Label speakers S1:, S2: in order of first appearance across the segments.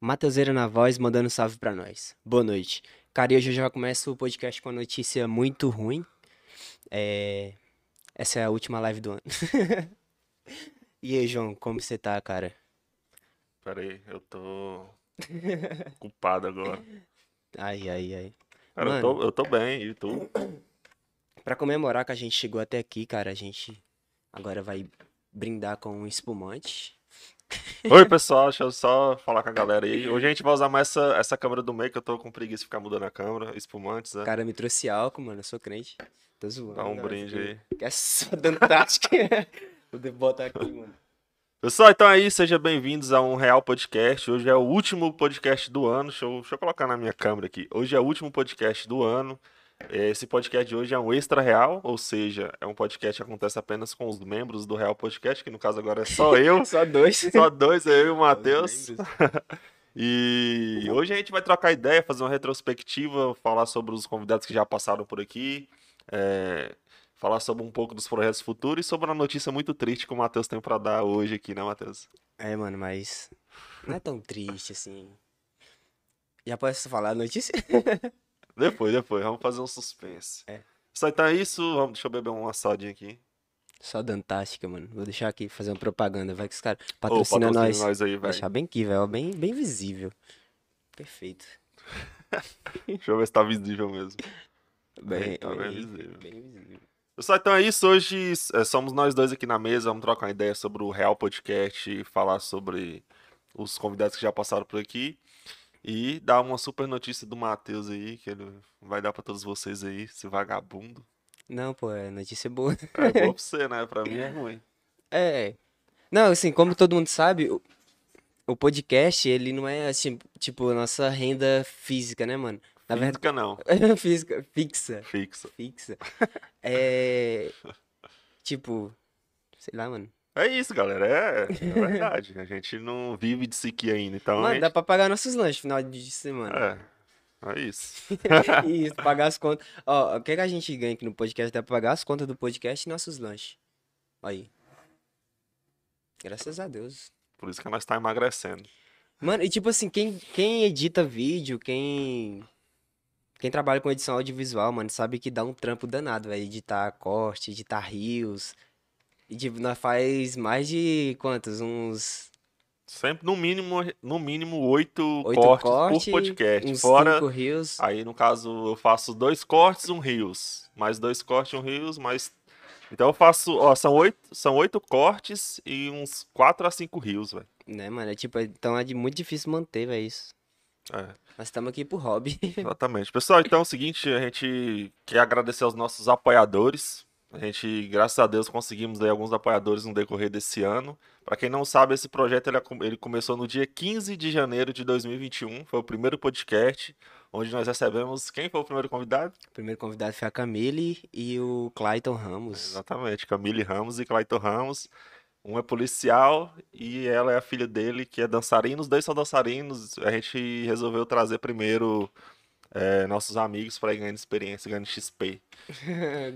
S1: Mateuseira na voz, mandando um salve pra nós. Boa noite. Cara, e hoje eu já começo o podcast com uma notícia muito ruim. É... Essa é a última live do ano. e aí, João, como você tá, cara?
S2: Pera aí, eu tô culpado agora.
S1: Ai, ai, ai.
S2: Cara, eu tô, eu tô bem, e tu?
S1: Pra comemorar que a gente chegou até aqui, cara, a gente agora vai brindar com um espumante.
S2: Oi, pessoal, deixa eu só falar com a galera aí. Hoje a gente vai usar mais essa, essa câmera do meio, que eu tô com preguiça de ficar mudando a câmera, espumantes, né?
S1: Cara, me trouxe álcool, mano, eu sou crente. Tô zoando.
S2: Dá um
S1: mas
S2: brinde
S1: aqui-
S2: aí.
S1: Que é só dando tática. Vou de- botar aqui, mano.
S2: Pessoal, então é isso, sejam bem-vindos a um Real Podcast. Hoje é o último podcast do ano. Deixa eu, deixa eu colocar na minha câmera aqui. Hoje é o último podcast do ano. Esse podcast de hoje é um extra real, ou seja, é um podcast que acontece apenas com os membros do Real Podcast, que no caso agora é só eu,
S1: Só dois.
S2: só dois, eu e o Matheus.
S1: Lembra?
S2: E hoje a gente vai trocar ideia, fazer uma retrospectiva, falar sobre os convidados que já passaram por aqui, é, falar sobre um pouco dos projetos futuros e sobre uma notícia muito triste que o Matheus tem pra dar hoje aqui, né, Matheus?
S1: É, mano, mas não é tão triste assim. Já posso falar a notícia?
S2: Depois, depois, vamos fazer um suspense.
S1: É.
S2: Só então é isso, vamos, deixa eu beber uma sodinha aqui.
S1: Só Dantástica, mano. Vou deixar aqui fazer uma propaganda. Vai que os caras
S2: Ô,
S1: patrocina nós. Vou
S2: aí, velho.
S1: deixar bem aqui, velho. Bem, bem visível. Perfeito.
S2: Deixa eu ver se tá visível mesmo.
S1: Bem,
S2: tá bem
S1: bem-
S2: visível.
S1: bem visível.
S2: Pessoal, então é isso. Hoje é, somos nós dois aqui na mesa. Vamos trocar uma ideia sobre o Real Podcast, falar sobre os convidados que já passaram por aqui e dar uma super notícia do Matheus aí, que ele vai dar pra todos vocês aí, esse vagabundo.
S1: Não, pô, é notícia boa.
S2: É boa pra você, né? Pra mim é ruim.
S1: É. Não, assim, como todo mundo sabe, o, o podcast, ele não é, assim, tipo, a nossa renda física, né, mano? Na verdade, é
S2: Física não,
S1: física, fixa.
S2: fixa.
S1: fixa. É. Tipo, sei lá, mano.
S2: É isso, galera. É, é verdade. A gente não vive de sequi ainda, então. a
S1: Mano, dá
S2: gente...
S1: pra pagar nossos lanches no final de semana.
S2: É, é isso.
S1: E Isso, pagar as contas. Ó, o que, que a gente ganha aqui no podcast? Dá pra pagar as contas do podcast e nossos lanches. Aí. Graças a Deus.
S2: Por isso que nós tá emagrecendo.
S1: Mano, e tipo assim, quem, quem edita vídeo, quem. Quem trabalha com edição audiovisual, mano, sabe que dá um trampo danado, velho. Editar corte, editar rios. E tipo, nós faz mais de quantos? Uns
S2: Sempre no mínimo, no mínimo oito,
S1: Oito
S2: cortes
S1: cortes,
S2: por podcast.
S1: uns
S2: É, Fora
S1: cinco rios.
S2: Aí, no caso, eu faço dois cortes, um rios. Mais dois cortes, um rios, mais. Então eu faço. Ó, são oito, são oito cortes e uns quatro a cinco rios, velho.
S1: Né, mano? É tipo, então é de- muito difícil manter, velho, isso.
S2: É,
S1: Nós estamos aqui pro hobby.
S2: exatamente. Pessoal, então é o seguinte, a gente quer agradecer aos nossos apoiadores. A gente, graças a Deus, conseguimos aí alguns apoiadores no decorrer desse ano. Pra quem não sabe, esse projeto ele, acom- ele começou no dia 15 de janeiro de 2021. Foi o primeiro podcast onde nós recebemos. Quem foi o primeiro convidado?
S1: O primeiro convidado foi a Camille e o Clayton Ramos.
S2: Exatamente, Camille Ramos e Clayton Ramos. Um é policial e ela é a filha dele, que é dançarina. Os dois são dançarinos. A gente resolveu trazer primeiro é, nossos amigos para ganhando experiência, ganhando XP.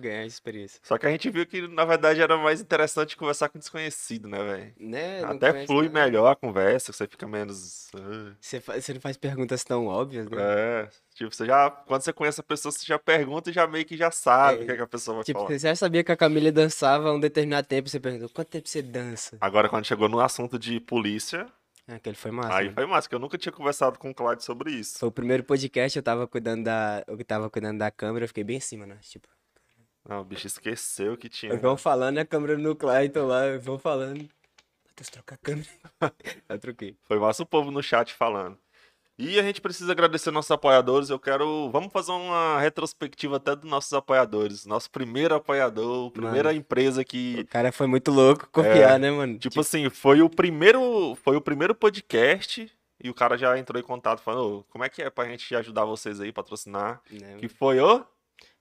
S1: Ganhar experiência.
S2: Só que a gente viu que, na verdade, era mais interessante conversar com desconhecido, né, velho?
S1: Né? não
S2: Até
S1: conhece
S2: flui
S1: nada.
S2: melhor a conversa, que você fica menos. "Ah".
S1: Você, fa- você não faz perguntas tão óbvias, né?
S2: É, tipo, você já. Quando você conhece a pessoa, você já pergunta e já meio que já sabe
S1: É,
S2: o que, é que a pessoa vai
S1: Tipo,
S2: falar.
S1: você já sabia que a Camille dançava há um determinado tempo, você perguntou, quanto tempo você dança?
S2: Agora, quando chegou no assunto de polícia,
S1: Ah, Aquele foi massa.
S2: Aí
S1: mano.
S2: foi massa, que eu nunca tinha conversado com o Cláudio sobre isso.
S1: Foi o primeiro podcast, eu tava cuidando da. Eu tava cuidando da câmera, eu fiquei bem em cima, né? Tipo,
S2: Não, o bicho esqueceu que tinha.
S1: Eu vou falando né? a câmera no Clayton lá, eu vou falando. Matheus, troca a câmera. eu troquei.
S2: Foi massa o povo no chat falando. E a gente precisa agradecer nossos apoiadores. Eu quero. Vamos fazer uma retrospectiva até dos nossos apoiadores. Nosso primeiro apoiador, primeira empresa que.
S1: O cara foi muito louco copiar, né, mano?
S2: Tipo assim, foi o primeiro. Foi o primeiro podcast. E o cara já entrou em contato falando, "Ô, como é que é pra gente ajudar vocês aí, patrocinar?
S1: né,
S2: assim, Que foi o.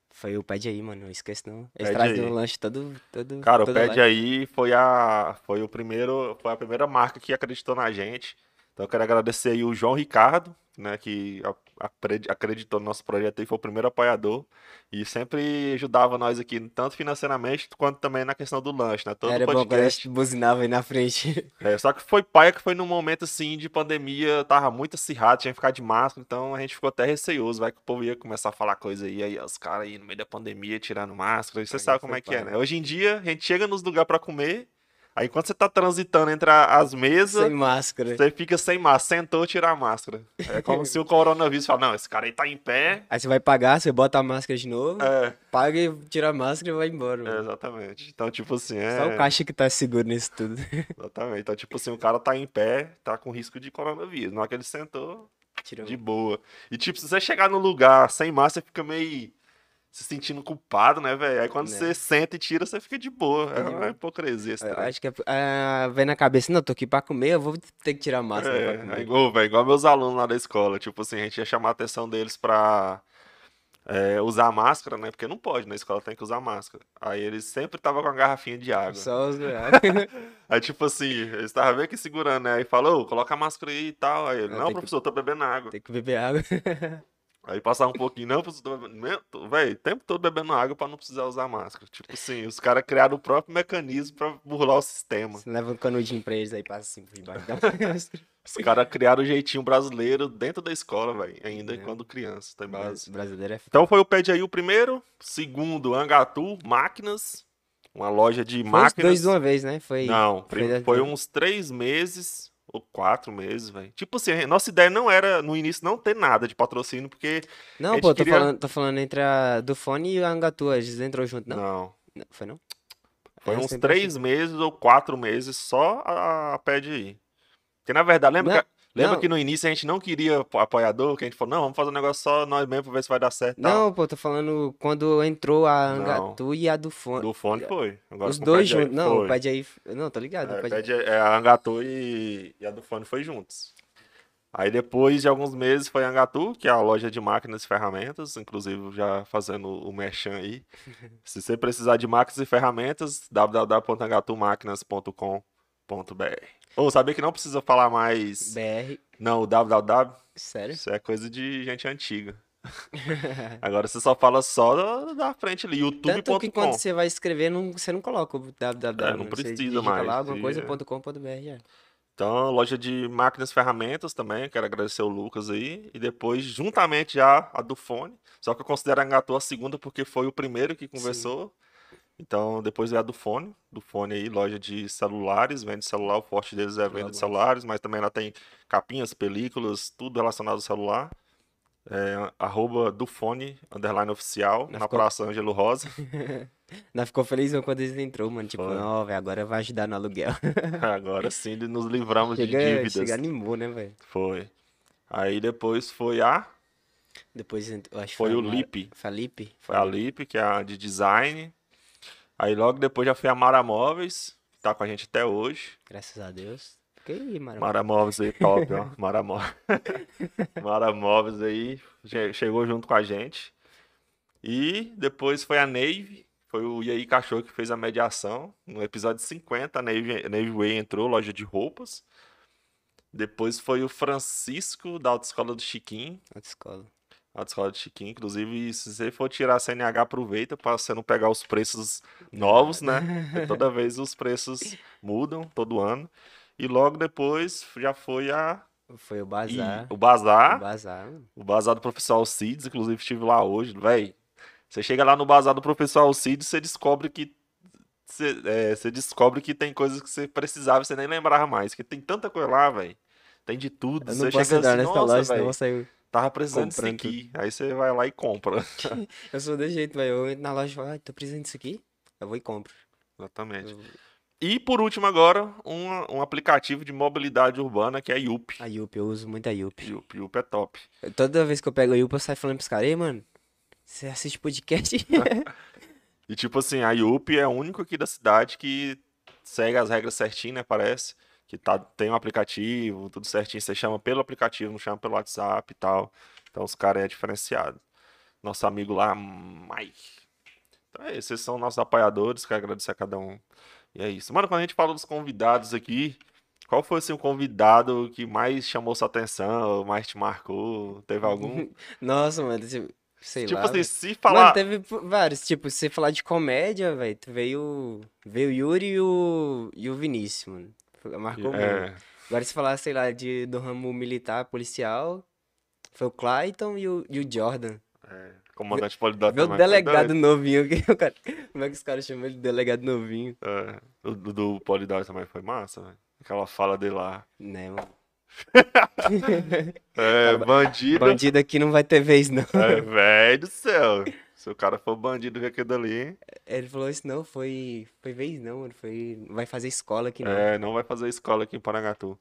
S1: Foi o pede aí, mano, não esquece não. Eles
S2: Pede
S1: trazem
S2: aí.
S1: um lanche todo. todo
S2: Cara, o
S1: todo
S2: Pede
S1: lá.
S2: aí foi a foi o primeiro, foi a primeira marca que acreditou na gente. Então eu quero agradecer aí o João Ricardo, né, que a- acred- acreditou no nosso projeto e foi o primeiro apoiador. E sempre ajudava nós aqui, tanto financeiramente quanto também na questão do lanche, né? Todo
S1: Era bom quando a
S2: podcast.
S1: gente buzinava aí na frente.
S2: É, só que foi paia que foi num momento assim de pandemia, tava muito acirrado, tinha que ficar de máscara, então a gente ficou até receioso, vai que o povo ia começar a falar coisa aí, aí os caras aí no meio da pandemia tirando máscara, e você
S1: Aí
S2: sabe
S1: foi
S2: como é que é,
S1: paia.
S2: né? Hoje em dia, a gente chega nos lugares pra comer, aí quando você tá transitando entre a- as
S1: Sem
S2: mesas,
S1: máscara.
S2: você fica sem máscara, sentou, tirar a máscara. É como se o coronavírus fala, não, esse cara aí tá em pé.
S1: Aí você vai pagar, você bota a máscara de novo,
S2: É,
S1: paga e tira a máscara e vai embora,
S2: é,
S1: mano.
S2: exatamente. Então, tipo assim, é.
S1: Só o caixa que tá seguro nisso tudo.
S2: Exatamente. Então, tipo assim, o cara tá em pé, tá com risco de coronavírus. Na hora que ele sentou.
S1: Tirou.
S2: De boa. E tipo, se você chegar no lugar sem máscara, você fica meio se sentindo culpado, né, velho? Aí quando
S1: Né.
S2: você senta e tira, você fica de boa. É
S1: Fica de
S2: uma
S1: boa.
S2: hipocrisia esse
S1: Eu
S2: trem.
S1: acho que é, ah, vem na cabeça, não, tô aqui pra comer, eu vou ter que tirar a máscara pra
S2: É, é
S1: comer.
S2: igual, velho, igual meus alunos lá da escola. Tipo assim, a gente ia chamar a atenção deles pra é, usar máscara, né? Porque não pode, na escola tem que usar máscara. Aí eles sempre tava com a garrafinha de água.
S1: Só os
S2: Aí, tipo assim, eles estavam meio que segurando, né? Aí falou, "Ô, coloca a máscara aí e tal. Aí ele,
S1: Ah,
S2: não,
S1: tem que-
S2: professor, eu tô bebendo água.
S1: Tem que beber água.
S2: Aí passava um pouquinho, não, preciso tô bebendo. Meu, tô- Véi, o tempo todo bebendo água pra não precisar usar máscara. Tipo assim, os caras criaram o próprio mecanismo pra burlar o sistema.
S1: Você leva um canudinho pra eles aí, passa assim por embaixo da máscara.
S2: Os caras criaram o jeitinho brasileiro dentro da escola, velho, ainda
S1: É.
S2: quando criança, tem base.
S1: Brasileiro é
S2: Então foi o Pede Aí o primeiro, segundo, Angatu, máquinas, uma loja de
S1: Foi os dois
S2: máquinas.
S1: de uma vez, né? Foi.
S2: Não,
S1: Foi
S2: prim-
S1: da-
S2: foi uns três meses ou quatro meses, velho. Tipo assim, a nossa ideia não era, no início, não ter nada de patrocínio, porque... a
S1: Não,
S2: gente
S1: pô, tô,
S2: queria-
S1: falando, tô falando entre a do fone e a Angatu, eles entrou junto, não?
S2: não.
S1: Não, Foi não?
S2: Foi
S1: Eu
S2: uns
S1: É sempre assim. achei-
S2: três meses ou quatro meses só a, a pede aí. Porque na verdade, lembra,
S1: Não,
S2: que, lembra
S1: não.
S2: que no início a gente não queria apo- apoiador, que a gente falou, não, vamos fazer um negócio só nós mesmos pra ver se vai dar certo. e tal.
S1: Não, pô, tô falando quando entrou a
S2: tá. Não.
S1: Angatu e a do fone.
S2: Do fone foi. Agora
S1: é, Os
S2: com o
S1: dois
S2: Pede Aí
S1: juntos. Não,
S2: foi.
S1: o Pad aí. Não, tô ligado. o
S2: É,
S1: Pad Aí-
S2: Pede Aí- é, a Angatu e, e a do fone foi juntos. Aí depois de alguns meses foi a Angatu, que é a loja de máquinas e ferramentas, inclusive já fazendo o merchan aí. se você precisar de máquinas e ferramentas, www.angatumáquinas.com.br. Ou sabia que não precisa falar mais.
S1: BR.
S2: Não, o www,
S1: Sério?
S2: isso é coisa de gente antiga. Agora você só fala só da, da frente ali,
S1: Tanto que
S2: youtube.com.
S1: quando você vai escrever, não, você não coloca o www.
S2: É, não
S1: mano, você
S2: precisa
S1: digita
S2: mais, é.
S1: lá alguma
S2: e-
S1: coisa, ponto com, ponto BR, já.
S2: Então, loja de máquinas e ferramentas também, quero agradecer o Lucas aí. E depois, juntamente já a do fone. Só que eu considero a Angatu a segunda porque foi o primeiro que conversou. Então, depois é a do fone. Do fone aí, loja de celulares, vende celular, o forte deles é venda
S1: Celulares.
S2: de celulares, mas também ela tem capinhas, películas, tudo relacionado ao celular. É, arroba do fone, underline oficial, na
S1: ficou-
S2: Praça Ângelo Rosa.
S1: Nós ficou felizão quando eles entrou, mano. Tipo,
S2: Foi.
S1: não, velho, agora vai ajudar no aluguel.
S2: Agora sim, nos livramos de
S1: Chega,
S2: dívidas.
S1: chega animou, né, velho?
S2: Foi. Aí depois foi a
S1: Depois, ent- eu acho que
S2: Foi o
S1: a Mar-
S2: Lipe.
S1: Felipe?
S2: Foi a Lip, que é a de design. Aí logo depois já foi a Mara Móveis, que tá com a gente até hoje.
S1: Graças a Deus. Que aí, mano.
S2: Mara Móveis aí, top, ó. Mara Móveis. Mara Móveis aí, che- chegou junto com a gente. E depois foi a Nave, foi o Iaí Cachorro que fez a mediação. No episódio 50, a Nave, a Nave Way entrou, loja de roupas. Depois foi o Francisco, da Autoescola do Chiquinho.
S1: Autoescola.
S2: Autoescola Tá de Chiquinho, inclusive, se você for tirar a CNH, aproveita para você não pegar os preços novos, né? Porque toda vez os preços mudam, todo ano. E logo depois já foi a
S1: Foi o
S2: Ih,
S1: Bazar.
S2: o Bazar,
S1: O Bazar, mano.
S2: o Bazar do Professor Alcides, inclusive estive lá hoje, velho. Você chega lá no Bazar do Professor Alcides, você descobre que você, é, você descobre que tem coisas que você precisava, e você nem lembrava mais, que tem tanta coisa lá, velho. Tem de tudo.
S1: Eu
S2: você
S1: não posso
S2: chega
S1: entrar
S2: assim,
S1: nessa
S2: nossa,
S1: loja, senão eu
S2: velho,
S1: vou sair.
S2: tava precisando disso
S1: comprando tudo.
S2: aqui. Aí você vai lá e compra.
S1: Eu sou desse jeito, velho. Eu entro na loja e falo, ah, tô precisando disso aqui. Eu vou e compro.
S2: Exatamente.
S1: Eu-
S2: E por último agora, um, um aplicativo de mobilidade urbana que é a Yup.
S1: A Yup, eu uso muito a Yup.
S2: Yup, Yup é top.
S1: Eu- Toda vez que eu pego a Yup, eu saio falando pros caras, ei, mano, você assiste podcast?
S2: E tipo assim, a Yup é o único aqui da cidade que segue as regras certinho, né? Parece. Que tá, tem um aplicativo, tudo certinho. Você chama pelo aplicativo, não chama pelo WhatsApp e tal. Então os caras é diferenciado. Nosso amigo lá, Mike. Então é isso, esses são nossos apoiadores, quero agradecer a cada um. E é isso. Mano, quando a gente fala dos convidados aqui, Qual foi assim, o convidado que mais chamou sua atenção, mais te marcou? Teve algum?
S1: Nossa, mano, se- sei
S2: tipo
S1: lá.
S2: assim,
S1: velho.
S2: se
S1: Mano,
S2: falar.
S1: teve p- vários. Tipo, se você falar de comédia, velho, tu veio, veio o Yuri e o, e o Vinícius, mano. Marcou muito.
S2: É,
S1: Agora, se falar, sei lá, de, do ramo militar, policial, foi o Clayton e o, e o Jordan.
S2: é, comandante Polidato.
S1: Vê o delegado novinho, que o cara, como é que os caras chamam ele de delegado novinho?
S2: É, o do, do Polidato também foi massa, velho. Aquela fala dele lá.
S1: Né, mano?
S2: É,
S1: Tá,
S2: bandido.
S1: Bandido aqui não vai ter vez, não.
S2: É, velho do céu. Se o cara for bandido, vê aquilo ali, hein?
S1: Ele falou isso, não, foi, foi vez não, mano, foi, não vai fazer escola aqui não.
S2: É, não vai fazer escola aqui em Parangatu.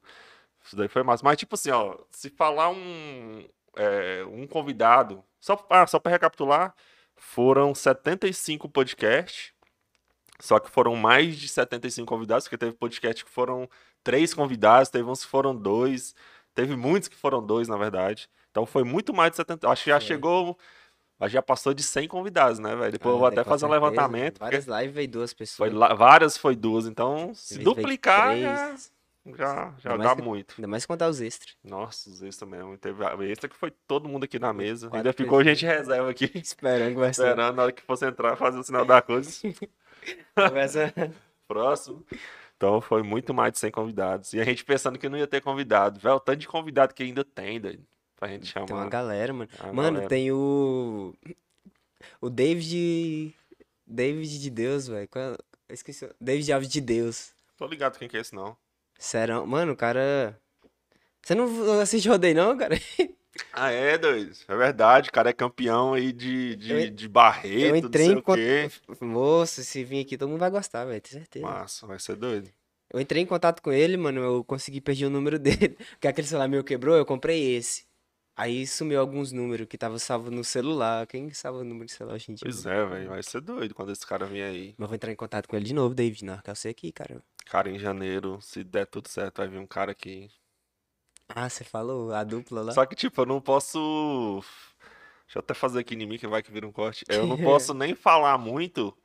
S2: Isso daí foi massa. Mas, tipo assim, ó, se falar um, é, um convidado, só, ah, só pra recapitular, foram 75 podcasts, só que foram mais de 75 convidados, porque teve podcast que foram três convidados, teve uns que foram dois, teve muitos que foram dois, na verdade. Então foi muito mais de 70. Acho que já
S1: Foi.
S2: chegou. Acho que já passou de 100 convidados, né, velho? Depois eu
S1: Ah,
S2: vou
S1: velho,
S2: até
S1: com
S2: fazer um
S1: certeza.
S2: levantamento. porque-
S1: Várias lives veio duas
S2: foi
S1: pessoas.
S2: lá- várias foi duas, então se
S1: Às vezes veio
S2: duplicar né?
S1: três.
S2: já, já, já
S1: Ainda
S2: dá
S1: mais que-
S2: muito.
S1: Ainda mais contar os extras.
S2: Nossa, os extra mesmo. Teve a extra que foi todo mundo aqui na mesa.
S1: Quatro
S2: Ainda ficou
S1: pessoas.
S2: gente reserva aqui,
S1: Esperando que vai ser.
S2: esperando na hora que fosse entrar, fazer o sinal da coisa.
S1: vai ser-
S2: Próximo. Então foi muito mais de 100 convidados. E a gente pensando que não ia ter convidado. Velho, o tanto de convidado que ainda tem, doido, pra gente chamar.
S1: Tem uma galera, mano.
S2: É uma
S1: mano,
S2: galera.
S1: tem o. O David. David de Deus, velho. Qual é- Eu esqueci. o- David Alves de Deus.
S2: Tô ligado quem que é esse, não.
S1: Serão. Mano, o cara. Você não assiste rodeio, não, cara?
S2: Ah, é, doido. É verdade, o cara é campeão aí de, de,
S1: Eu-
S2: de barreto,
S1: eu entrei
S2: não sei
S1: em con-
S2: o quê.
S1: Moço, se vir aqui, todo mundo vai gostar, velho. Tenho certeza.
S2: Massa, vai ser doido.
S1: Eu entrei em contato com ele, mano, eu consegui perder o número dele. Porque aquele celular meu quebrou, eu comprei esse. Aí sumiu alguns números que tava salvo no celular. Quem salva o número de celular hoje em dia?
S2: Pois
S1: né?
S2: é, velho, vai ser doido quando esse cara vier aí.
S1: Mas eu vou entrar em contato com ele de novo, David, na hora que eu sei aqui, cara.
S2: Cara, em janeiro, se der tudo certo, vai vir um cara aqui.
S1: Ah, você falou a dupla lá?
S2: Só que, tipo, eu não posso. Deixa eu até fazer aqui em mim que vai que vira um corte. Eu não posso nem falar muito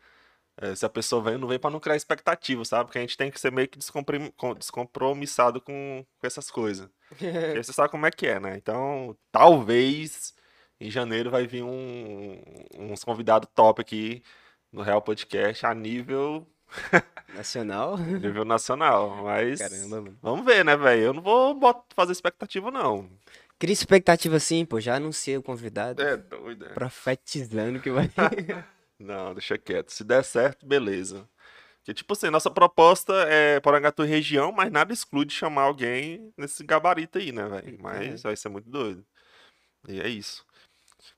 S2: eh, se a pessoa vem ou não vem pra não criar expectativa, sabe? Porque a gente tem que ser meio que descomprim- com- descompromissado com, com essas coisas. Porque você sabe como é que é, né? Então, talvez em janeiro vai vir um, uns convidados top aqui no Real Podcast a nível,
S1: Nacional?
S2: nível nacional. Mas.
S1: Caramba, mano.
S2: Vamos ver, né, velho? Eu não vou bot- fazer expectativa, não.
S1: Cria expectativa sim, pô. Já anunciei o convidado.
S2: É Tá doido. é.
S1: Profetizando que vai.
S2: Não, deixa quieto. Se der certo, beleza. Porque, tipo assim, nossa proposta é Porangatu e região, mas nada exclui de chamar alguém nesse gabarito aí, né,
S1: É.
S2: velho? Mas vai ser muito doido. E é isso.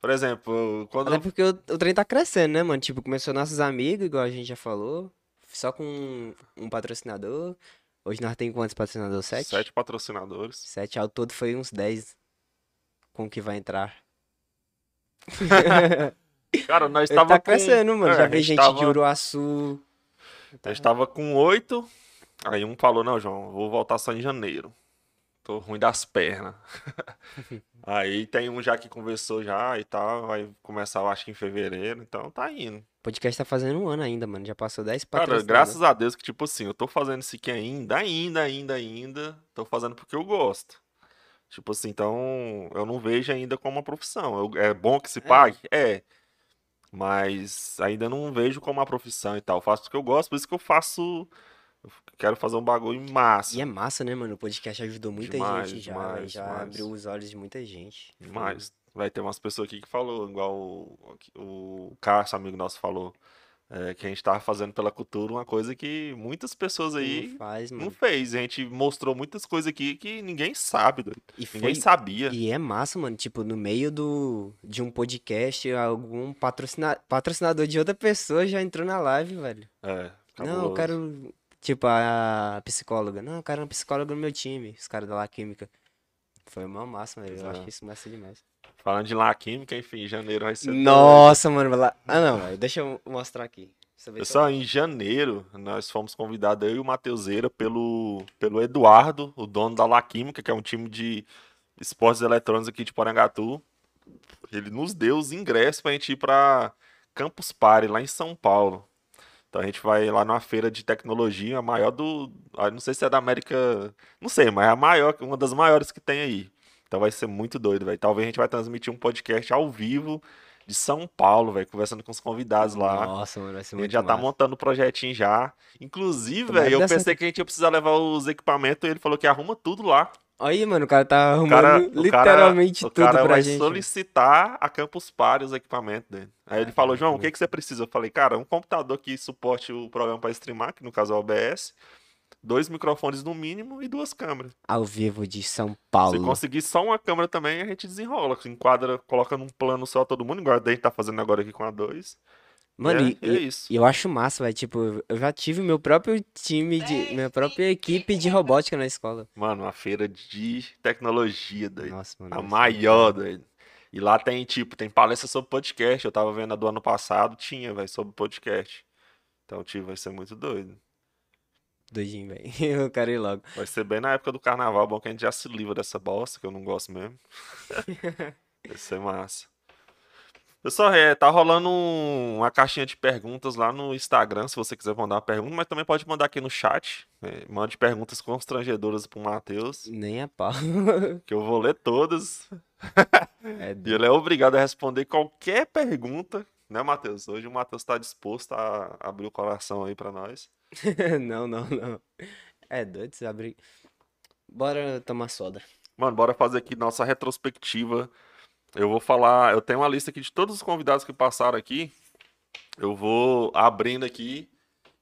S2: Por exemplo, quando.
S1: Até É porque o, o trem tá crescendo, né, mano? Tipo, começou nossos amigos, igual a gente já falou. Só com um patrocinador. Hoje nós temos quantos patrocinadores? Sete?
S2: Sete patrocinadores.
S1: Sete ao todo foi uns 10 com o que vai entrar.
S2: Cara, nós
S1: Ele
S2: estávamos.
S1: tá crescendo, mano. Já
S2: É, a
S1: vi
S2: gente
S1: gente
S2: tava-
S1: de Uruaçu.
S2: A gente tava Então, com oito. Aí um falou, não, João, vou voltar só em janeiro. Tô ruim das pernas. aí tem um já que conversou já e tal. Vai começar, eu acho que em fevereiro. Então tá indo.
S1: O podcast tá fazendo um ano ainda, mano. Já passou 10
S2: Cara,
S1: patrocinadores.
S2: graças a Deus que, tipo assim, eu tô fazendo isso aqui ainda, ainda, ainda, ainda. Tô fazendo porque eu gosto. Tipo assim, então eu não vejo ainda como uma profissão. Eu- é bom que se pague? É. Mas ainda não vejo como uma profissão e tal. Eu faço porque eu gosto, por isso que eu faço. Eu quero fazer um bagulho massa.
S1: E é massa, né, mano? O podcast ajudou muita
S2: Demais,
S1: gente já.
S2: demais,
S1: velho. já
S2: demais.
S1: abriu os olhos de muita gente.
S2: Mas vai ter umas pessoas aqui que falou, igual o, o Cássio, amigo nosso, falou, é, que a gente tava fazendo pela cultura uma coisa que muitas pessoas
S1: Não
S2: aí
S1: faz,
S2: não
S1: mano.
S2: fez. A gente mostrou muitas coisas aqui que ninguém sabe, doido.
S1: E
S2: Ninguém
S1: foi,
S2: sabia.
S1: E é massa, mano. Tipo, no meio do, de um podcast, algum patrocina, patrocinador de outra pessoa já entrou na live, velho.
S2: É,
S1: Não,
S2: cabuloso.
S1: eu quero. Tipo, a psicóloga. Não, eu quero uma psicóloga no meu time. Os caras da La Química. Foi uma massa, velho. Eu
S2: Pois é.
S1: acho isso massa demais.
S2: Falando de lá química, enfim, janeiro vai ser. é doido.
S1: Nossa, mano. vai lá- Ah, não, velho. Deixa eu mostrar aqui. Você vê só-
S2: Pessoal, em janeiro, nós fomos convidados, eu e o Mateuseira, pelo, pelo Eduardo, o dono da La Química, que é um time de esportes eletrônicos aqui de Porangatu. Ele nos deu os ingressos pra gente ir pra Campus Party, lá em São Paulo. Então a gente vai lá numa feira de tecnologia, a maior do. ah, Não sei se é da América. Não sei, mas é a maior, uma das maiores que tem aí. Então vai ser muito doido, velho. Talvez a gente vai transmitir um podcast ao vivo de São Paulo, velho, conversando com os convidados lá.
S1: Nossa, mano, vai ser
S2: A gente
S1: muito
S2: já tá
S1: massa.
S2: montando o projetinho já. Inclusive,
S1: Tomara que
S2: velho, eu
S1: dê
S2: pensei
S1: certo.
S2: que a gente ia precisar levar os equipamentos e ele falou que arruma tudo lá.
S1: Aí, mano, o cara tá
S2: O cara,
S1: arrumando
S2: o cara-
S1: literalmente
S2: o
S1: tudo
S2: cara é
S1: pra
S2: vai
S1: gente. mano.
S2: solicitar a Campus Party os equipamentos dele. Aí ele falou, João, o que,
S1: loucura.
S2: que você precisa? Eu falei, cara, um computador que suporte o programa para streamar, que no caso é o OBS, dois microfones no mínimo e duas câmeras.
S1: Ao vivo de São
S2: Se
S1: Paulo.
S2: conseguir só uma câmera também, a gente desenrola, enquadra, coloca num plano só todo mundo, igual a gente tá fazendo agora aqui com a dois.
S1: Mano,
S2: né?
S1: e-
S2: E é,
S1: e,
S2: isso.
S1: e eu acho massa, velho. Tipo, eu- eu já tive meu próprio time de. Minha própria equipe de robótica na escola.
S2: Mano, uma feira de tecnologia, doido.
S1: Nossa, mano. é vai ser muito da
S2: A É maior,
S1: hora.
S2: doido. E lá tem, tipo, tem palestra sobre podcast. Eu tava vendo a do ano passado, tinha, velho, sobre podcast. Então, tipo, vai ser muito doido.
S1: Doidinho, velho. Eu quero ir logo.
S2: Vai ser bem na época do carnaval, bom que a gente já se livra dessa bosta, que eu não gosto mesmo. vai ser massa. Pessoal, é, tá rolando um- uma caixinha de perguntas lá no Instagram, se você quiser mandar uma pergunta, mas também pode mandar aqui no chat. É, mande perguntas constrangedoras pro Matheus,
S1: Nem a pau.
S2: que eu vou ler todas.
S1: É
S2: E ele é obrigado a responder qualquer pergunta, né, Matheus? Hoje o Matheus tá disposto a abrir o coração aí pra nós.
S1: Não, não, não. É doido, você abrir. Bora tomar soda.
S2: Mano, bora fazer aqui nossa retrospectiva. Eu vou falar, eu tenho uma lista aqui de todos os convidados que passaram aqui. Eu vou abrindo aqui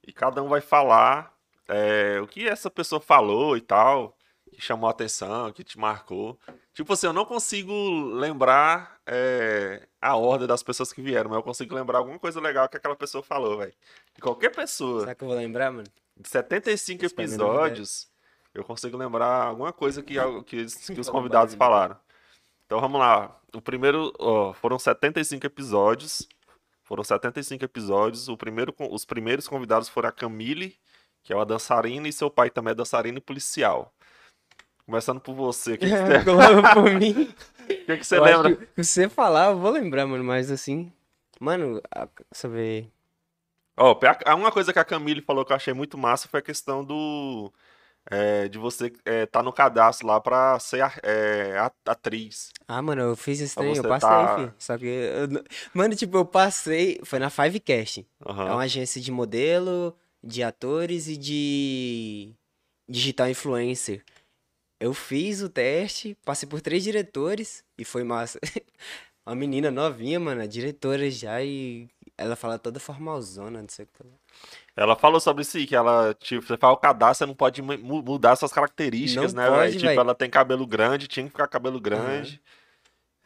S2: e cada um vai falar é, o que essa pessoa falou e tal, que chamou a atenção, que te marcou. Tipo assim, eu não consigo lembrar é, a ordem das pessoas que vieram, mas eu consigo lembrar alguma coisa legal que aquela pessoa falou, velho. De Qualquer pessoa
S1: Será que eu vou lembrar, mano?
S2: de 75
S1: Expandendo a
S2: episódios, eu consigo lembrar alguma coisa que, que, eles- que os
S1: Falou
S2: convidados
S1: barulho.
S2: falaram. Então vamos lá. O primeiro, ó, foram 75 episódios. Foram 75 episódios. O primeiro, con- os primeiros convidados foram a Camille, que é uma dançarina, e seu pai também é dançarino e policial. Começando por você, o que, que você,
S1: Colava por mim.
S2: o que que você
S1: É. Eu acho
S2: lembra?
S1: que se você falar, eu vou lembrar, mano. Mas assim. Mano, a- saber.
S2: Ó, a- uma coisa que a Camille falou que eu achei muito massa foi a questão do. é, de você estar no cadastro lá pra ser a- é, a- atriz.
S1: Ah, mano, eu fiz esse
S2: Pra
S1: trem, eu
S2: você
S1: passei,
S2: tá-
S1: filho. Só que. eu não- Mano, tipo, eu passei. Foi na Fivecast.
S2: Aham.
S1: É uma agência de modelo, de atores e de digital influencer. Eu fiz o teste, passei por três diretores e foi massa. Uma menina novinha, mano, a diretora já e ela fala toda formalzona, não sei o que. lá.
S2: Ela falou sobre isso, aí, que ela, tipo, você faz o cadastro, você não pode mu- mu- mudar suas características,
S1: Não
S2: né, velho?
S1: pode,
S2: Tipo,
S1: velho.
S2: ela tem cabelo grande, tinha que ficar cabelo grande.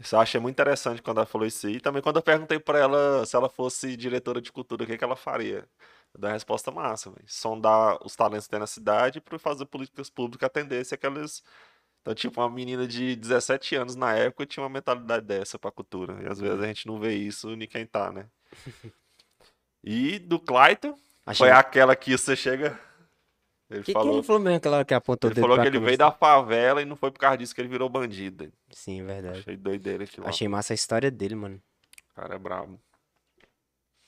S2: Isso eu achei muito interessante quando ela falou isso aí. E também quando eu perguntei pra ela se ela fosse diretora de cultura, o que, que ela faria? Da resposta massa, velho. Sondar os talentos que tem na cidade para fazer políticas públicas atender se aquelas. Então, tipo, uma menina de 17 anos na época tinha uma mentalidade dessa pra cultura. E às vezes a gente não vê isso nem quem tá, né? E do Clayton.
S1: Achei
S2: Foi aquela que você chega. Ele
S1: que, que
S2: falou,
S1: ele falou mesmo aquela hora que apontou
S2: ele
S1: o dedo
S2: falou
S1: pra
S2: que ele
S1: câmera,
S2: veio da favela e não foi por causa disso que ele virou bandido.
S1: assim? Sim, verdade.
S2: Achei doideira esse lá.
S1: Achei massa a história dele, mano.
S2: O cara é brabo.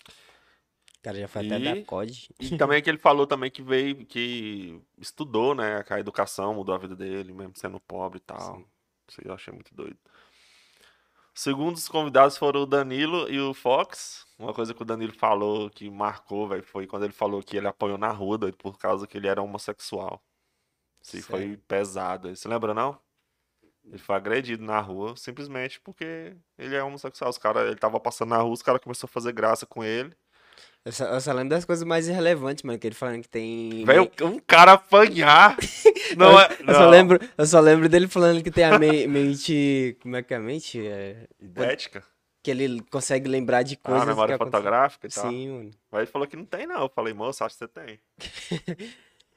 S1: O cara já foi até da
S2: E-
S1: COD.
S2: E também é que ele falou também que veio, que estudou, né? A educação mudou a vida dele, mesmo sendo pobre e tal.
S1: Sim.
S2: Isso aí eu achei muito doido. Segundo os convidados foram o Danilo e o Fox. Uma coisa que o Danilo falou que marcou, velho, foi quando ele falou que ele apanhou na rua, doido, por causa que ele era homossexual. Isso aí foi
S1: Sério?
S2: pesado. Você lembra, não? Ele foi agredido na rua, simplesmente porque ele é homossexual. Os cara, ele tava passando na rua, os caras começaram a fazer graça com ele.
S1: Eu só, eu só lembro das coisas mais irrelevantes, mano, que ele falando que tem.
S2: Velho, um cara apanhar. Não é.
S1: Eu só
S2: não.
S1: lembro, eu só lembro dele falando que tem a me- mente. Como é que é a mente? É,
S2: Idética?
S1: que ele consegue lembrar de
S2: Ah,
S1: coisas. que
S2: memória
S1: aconteceram.
S2: fotográfica e tal.
S1: Sim, mano.
S2: Mas ele falou que não tem, não. Eu falei, moço, acho que você tem.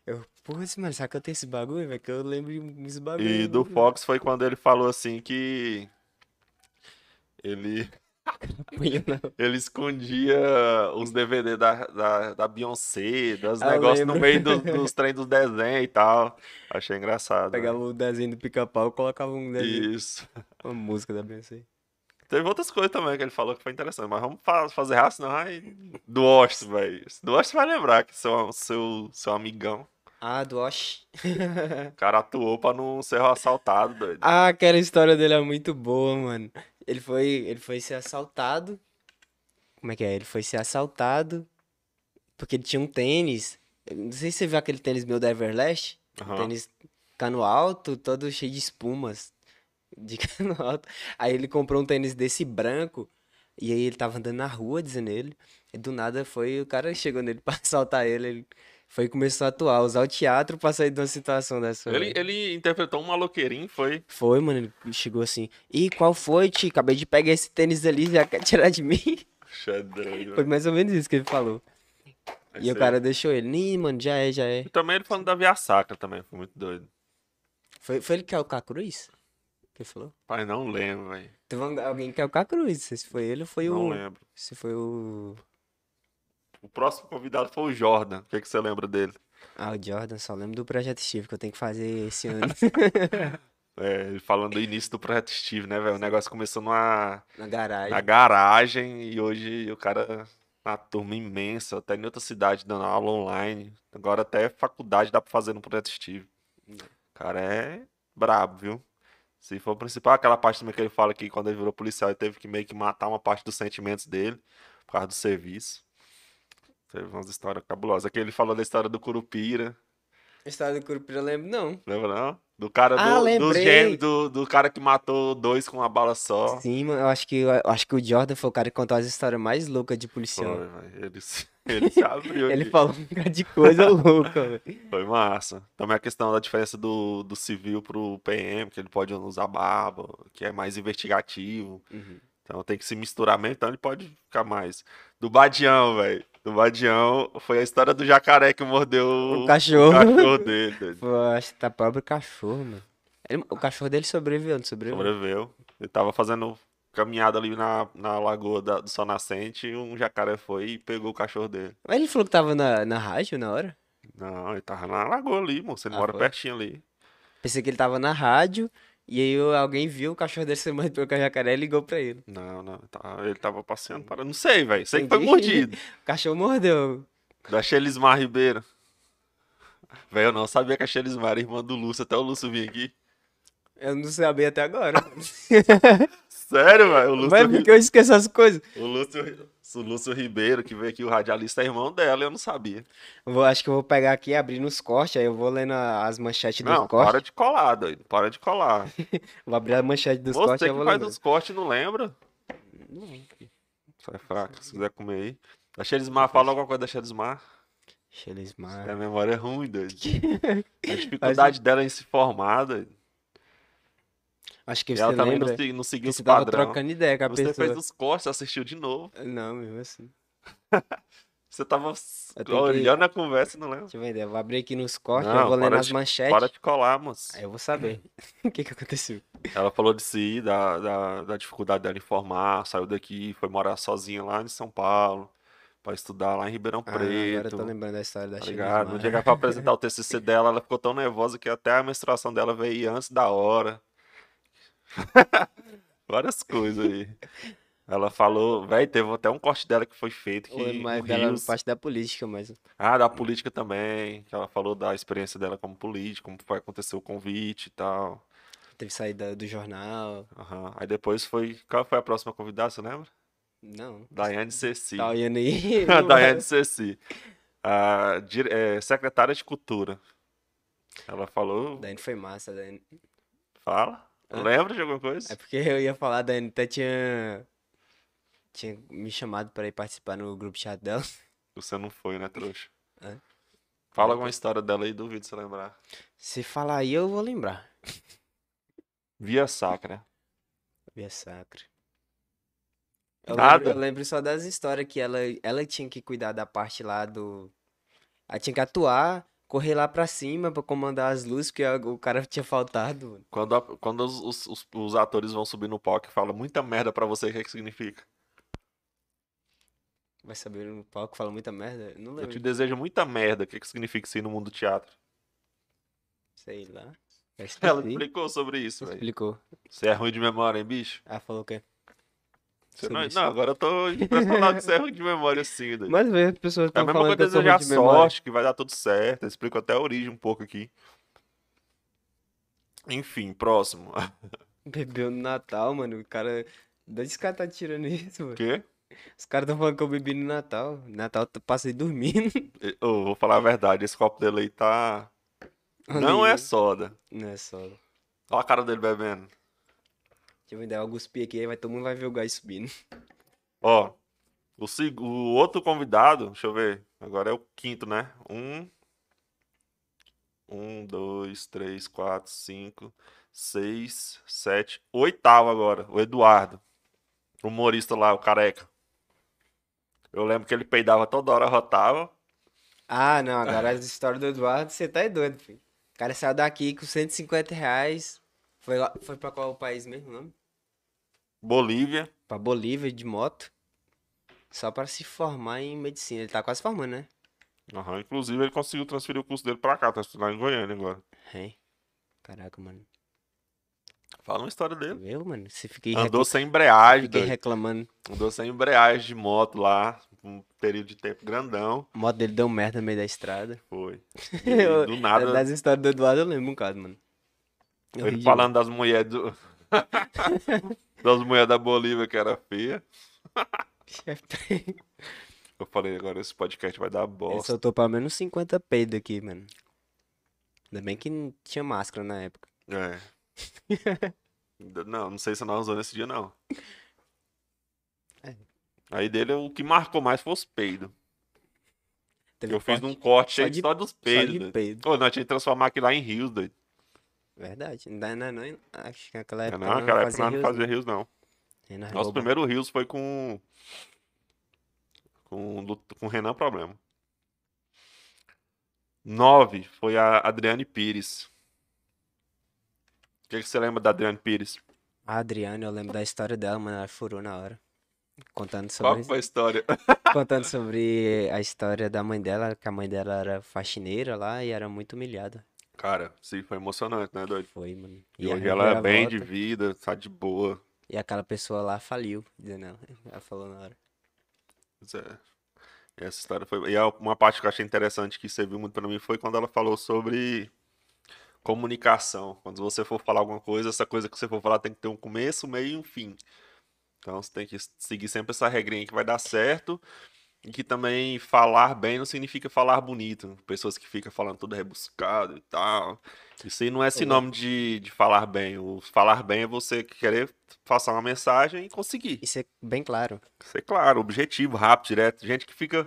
S1: Eu, porra, esse mano, será que eu tenho esse bagulho, velho? Que eu lembro desse bagulho.
S2: E do
S1: mano.
S2: Fox foi quando ele falou assim que. Ele,
S1: Apanha, não.
S2: ele escondia os DVD da, da, da Beyoncé, dos
S1: Ah,
S2: negócios no
S1: lembro.
S2: meio dos, dos trem dos desenhos e tal. Achei engraçado. né?
S1: Pegava o desenho do pica-pau e colocava um desenho,
S2: Isso.
S1: uma música da Beyoncé.
S2: Teve outras coisas também que ele falou que foi interessante, mas vamos fa- fazer raça, senão vai. Do Osh, velho. Do Osh vai lembrar que seu, seu, seu amigão. né,
S1: Ah, do Osh.
S2: O cara atuou pra não ser assaltado, doido.
S1: Ah, aquela história dele é muito boa, mano. Ele foi, ele foi ser assaltado. Como é que é? Ele foi ser assaltado porque ele tinha um tênis. Eu Não sei se você viu aquele tênis meu da Everlast. Um
S2: Aham.
S1: Tênis cano alto, todo cheio de espumas. De cano alto. Aí ele comprou um tênis desse branco. E aí ele tava andando na rua, dizendo ele. E do nada foi, o cara chegou nele pra assaltar ele. Ele foi e começou a atuar, usar o teatro pra sair de uma situação dessa.
S2: Ele,
S1: velho.
S2: ele interpretou um maloqueirinho, foi.
S1: Foi, mano, ele chegou assim. Ih, qual foi, Ti? Acabei de pegar esse tênis ali, já quer tirar de mim?
S2: Puxa, é doido,
S1: Foi
S2: velho.
S1: mais ou menos isso que ele falou. E
S2: Esse
S1: o
S2: É aí.
S1: cara deixou ele. Ih, mano, já é, já é.
S2: E também ele falando da Via Sacra também, foi muito doido.
S1: Foi, foi ele que é o Cacruz? Que ele falou?
S2: Pai, não lembro, velho.
S1: Teve um- alguém que é o Cacruz. não sei Se foi ele ou foi
S2: Não
S1: o.
S2: lembro.
S1: Se foi o.
S2: O próximo convidado foi o Jordan. O que, que você lembra dele?
S1: Ah, o Jordan, só lembro do Projeto Steve que eu tenho que fazer esse ano.
S2: É, ele falando do início do projeto Steve, né, velho? O negócio começou numa,
S1: na
S2: na
S1: garagem.
S2: garagem e hoje o cara na turma imensa, até em outra cidade dando aula online. Agora até faculdade dá pra fazer no projeto Steve. O cara é brabo, viu? Se for o principal, aquela parte também que ele fala que quando ele virou policial, ele teve que meio que matar uma parte dos sentimentos dele por causa do serviço. Teve umas histórias cabulosas. Aqui ele falou da história do Curupira.
S1: A história do Curupira eu lembro, não.
S2: Lembra não? Do cara do,
S1: Ah,
S2: dos
S1: lembrei.
S2: gêmeos, do, do cara que matou dois com uma bala só.
S1: Sim, mano, eu acho, que, eu acho que o Jordan foi o cara que contou as histórias mais loucas de policial.
S2: Foi, velho. ele, se- ele se abriu.
S1: Ele
S2: aqui.
S1: falou um bocado de coisa louca, velho.
S2: Foi massa. Também a questão da diferença do, do civil pro PM, que ele pode usar barba, que é mais investigativo.
S1: Uhum.
S2: Então tem que se misturar mesmo, então ele pode ficar mais. Do Badião, velho. Do Badião foi a história do jacaré que mordeu
S1: O
S2: o
S1: cachorro.
S2: cachorro dele. doido.
S1: Pô, acho que tá pobre o cachorro, mano. Ele- o cachorro dele sobreviveu, não sobreviveu?
S2: Sobreviveu. Ele tava fazendo caminhada ali na, na lagoa da- do Sol Nascente e um jacaré foi e pegou o cachorro dele.
S1: Mas ele falou que tava na, na rádio na hora.
S2: Não, ele tava na lagoa ali, moço. Ele
S1: Ah,
S2: mora
S1: foi?
S2: pertinho ali.
S1: Pensei que ele tava na rádio. E aí eu- alguém viu o cachorro dele se mandou com a jacaré e ligou pra ele.
S2: Não, não. tá- ele tava passeando para. Não sei, velho. Sei que foi
S1: Entendi.
S2: mordido.
S1: O cachorro mordeu.
S2: Da Shelismar Ribeiro. Velho, eu não sabia que a Shelismar era irmã do Lúcio. Até o Lúcio vir aqui.
S1: Eu não sabia até agora.
S2: Sério, velho. O Lúcio,
S1: Mas
S2: Ri-
S1: porque eu esqueço as coisas.
S2: o, Lúcio... o Lúcio Ribeiro, que veio aqui, o radialista, é irmão dela. Eu não sabia.
S1: Eu vou- acho que eu vou pegar aqui e abrir nos cortes. Aí eu vou lendo a- as manchetes dos
S2: Não,
S1: cortes.
S2: para de colar, doido. Para de colar.
S1: Vou abrir é a manchete dos cortes e
S2: Você
S1: eu
S2: que
S1: vou
S2: faz
S1: lembrar.
S2: os cortes e não lembra.
S1: Não.
S2: Sai fraca, se quiser comer aí. Da Shelismar, fala alguma coisa da Shelismar.
S1: Xelismar.
S2: Minha memória é ruim, doido. A dificuldade dela em se formar, doido.
S1: Acho que
S2: E
S1: você
S2: ela também
S1: lembra
S2: não, se- não seguiu
S1: que
S2: os
S1: você tava
S2: padrão.
S1: trocando ideia com a
S2: Você
S1: pessoa.
S2: fez os cortes, assistiu de novo.
S1: Não, mesmo assim.
S2: Você tava
S1: Eu tenho que-
S2: olhando a conversa e não lembra.
S1: Deixa eu ver, eu vou abrir aqui nos cortes,
S2: Não,
S1: eu vou lendo
S2: para
S1: as
S2: de-
S1: manchetes.
S2: Para de colar, moço.
S1: Aí eu vou saber o que que aconteceu.
S2: Ela falou de si, da, da, da dificuldade dela em formar, saiu daqui, foi morar sozinha lá em São Paulo, pra estudar lá em Ribeirão
S1: Ah, agora eu
S2: Preto.
S1: tô lembrando da história da
S2: Tá
S1: Sheila
S2: ligado? No
S1: Smart.
S2: dia que ela foi apresentar o TCC dela, ela ficou tão nervosa que até a menstruação dela veio antes da hora. Várias coisas aí. Ela falou, velho, teve até um corte dela que foi feito
S1: Ou é
S2: que
S1: mais
S2: o
S1: dela
S2: Rios-
S1: parte da política, mas.
S2: Ah, da política também, que ela falou da experiência dela como política, como foi acontecer o convite e tal.
S1: Teve saída do jornal.
S2: Aham. Aí depois foi, qual foi a próxima convidada, você lembra?
S1: Não.
S2: Daiane Ceci.
S1: Tá olhando aí. é?
S2: A Daiane Ceci, a dire- é, secretária de Cultura. Ela falou,
S1: Daiane foi massa, Daiane.
S2: fala,
S1: Hã?
S2: lembra de alguma coisa?
S1: É porque eu ia falar, Daiane até tinha. Tinha me chamado pra ir participar no grupo chat dela.
S2: Você não foi, né, trouxa?
S1: Hã?
S2: Fala alguma história dela aí, duvido você lembrar.
S1: Se falar aí, eu vou lembrar.
S2: Via Sacra.
S1: Via Sacra. Eu
S2: Nada.
S1: Lembro, eu lembro só das histórias que ela, ela tinha que cuidar da parte lá do. Ela tinha que atuar, correr lá pra cima pra comandar as luzes, porque a- o cara tinha faltado. mano.
S2: Quando, a- quando os, os- os- os atores vão subir no palco e falam muita merda pra você, o que, é que significa?
S1: Vai saber no palco, fala muita merda. eu Não
S2: Eu
S1: lembro.
S2: te desejo muita merda. O que, é que significa isso aí no mundo do teatro?
S1: Sei lá. Eu
S2: Ela
S1: esqueci.
S2: explicou sobre isso, velho.
S1: Explicou.
S2: Você é ruim de memória, hein, bicho?
S1: Ela falou o quê?
S2: Você
S1: sobre
S2: não, é-
S1: isso.
S2: não, agora eu tô impressionado que você erra de memória assim, doido.
S1: Mas velho, as pessoas
S2: É a
S1: estão
S2: mesma
S1: falando
S2: coisa
S1: que eu sou ruim
S2: desejar
S1: de memória.
S2: sorte, que vai dar tudo certo. Eu explico até a origem um pouco aqui. Enfim, próximo.
S1: Bebeu no Natal, mano. O cara. De onde esse cara tá tirando isso,
S2: O
S1: mano?
S2: quê?
S1: Os caras tão falando que eu bebi no Natal. Natal eu passei dormindo.
S2: Eu eu vou falar a verdade, esse copo dele aí tá. Não
S1: Olha
S2: é
S1: aí.
S2: soda.
S1: Não é só. Deixa
S2: Olha a cara dele bebendo.
S1: eu me dar uma cuspir aqui, aí vai, todo mundo vai ver o gás subindo.
S2: Ó, o, seg- o outro convidado, deixa eu ver. Agora é o quinto, né? Um. Um, dois, três, quatro, cinco, seis, sete. Oitavo agora, o Eduardo. O humorista lá, o careca. Eu lembro que ele peidava toda hora, rotava.
S1: Ah, não, agora as histórias do Eduardo, você tá é doido, filho. O cara saiu daqui com 150 reais. Foi, lá, foi pra qual país mesmo, o nome?
S2: Bolívia.
S1: Pra Bolívia de moto. Só pra se formar em medicina. Ele tá quase formando, né?
S2: Aham, Inclusive, ele conseguiu transferir o curso dele pra cá, tá estudando em Goiânia agora.
S1: Hein? É. Caraca, mano.
S2: Fala uma história dele.
S1: Eu, mano, você fiquei, recla-
S2: Andou sem embreagem,
S1: fiquei
S2: doido.
S1: reclamando.
S2: Andou sem embreagem de moto lá. Um período de tempo grandão.
S1: A moto dele deu merda no meio da estrada.
S2: Foi.
S1: Eu-
S2: E do nada,
S1: É Das histórias do Eduardo eu lembro um bocado, mano. Eu ri
S2: ele
S1: demais.
S2: falando das mulheres do... das mulheres da Bolívia que era feia.
S1: É
S2: Eu falei, agora esse podcast vai dar
S1: Ele
S2: bosta.
S1: soltou pelo menos 50 peidos aqui, mano. Ainda bem que não tinha máscara na época.
S2: É. D- É. não, não sei se nós usou nesse dia, não.
S1: É.
S2: Aí dele, o que marcou mais foi os peidos.
S1: Teve
S2: Eu fiz
S1: corte
S2: um num corte
S1: só
S2: só,
S1: de-
S2: só dos
S1: só
S2: peidos.
S1: de
S2: doido.
S1: peido.
S2: Ô, nós tinha que transformar aqui lá em rios, doido.
S1: Verdade. Não, dá- não, não, acho que naquela época
S2: Não,
S1: não
S2: naquela época
S1: fazia É,
S2: nós não
S1: rios, né?
S2: fazia rios, não.
S1: não. Nós
S2: Nosso
S1: boba.
S2: primeiro rios foi com... Com, do- com o Renan Problema. Nove foi a Adriane Pires. O que, que você lembra da Adriane Pires?
S1: A Adriana, eu lembro da história dela, mano. Ela furou na hora. Contando
S2: Qual
S1: sobre,
S2: que foi a história?
S1: contando sobre a história da mãe dela, que a mãe dela era faxineira lá e era muito humilhada.
S2: Cara, sim, foi emocionante, né, doido?
S1: Foi, mano.
S2: E
S1: a
S2: hoje ela é bem de
S1: reviravolta-
S2: vida, tá de boa.
S1: E aquela pessoa lá faliu, dizendo ela. Ela falou na hora.
S2: Pois é. E Essa história foi. E a- uma parte que eu achei interessante que serviu muito pra mim foi quando ela falou sobre comunicação. Quando você for falar alguma coisa, essa coisa que você for falar tem que ter um começo, um meio e um fim. Então você tem que seguir sempre essa regrinha que vai dar certo. E que também falar bem não significa falar bonito. Pessoas que ficam falando tudo rebuscado e tal. Isso aí não é sinônimo de, de falar bem. O falar bem é você querer passar uma mensagem e conseguir.
S1: Isso é bem claro.
S2: Ser é claro, objetivo, rápido, direto. Gente que fica.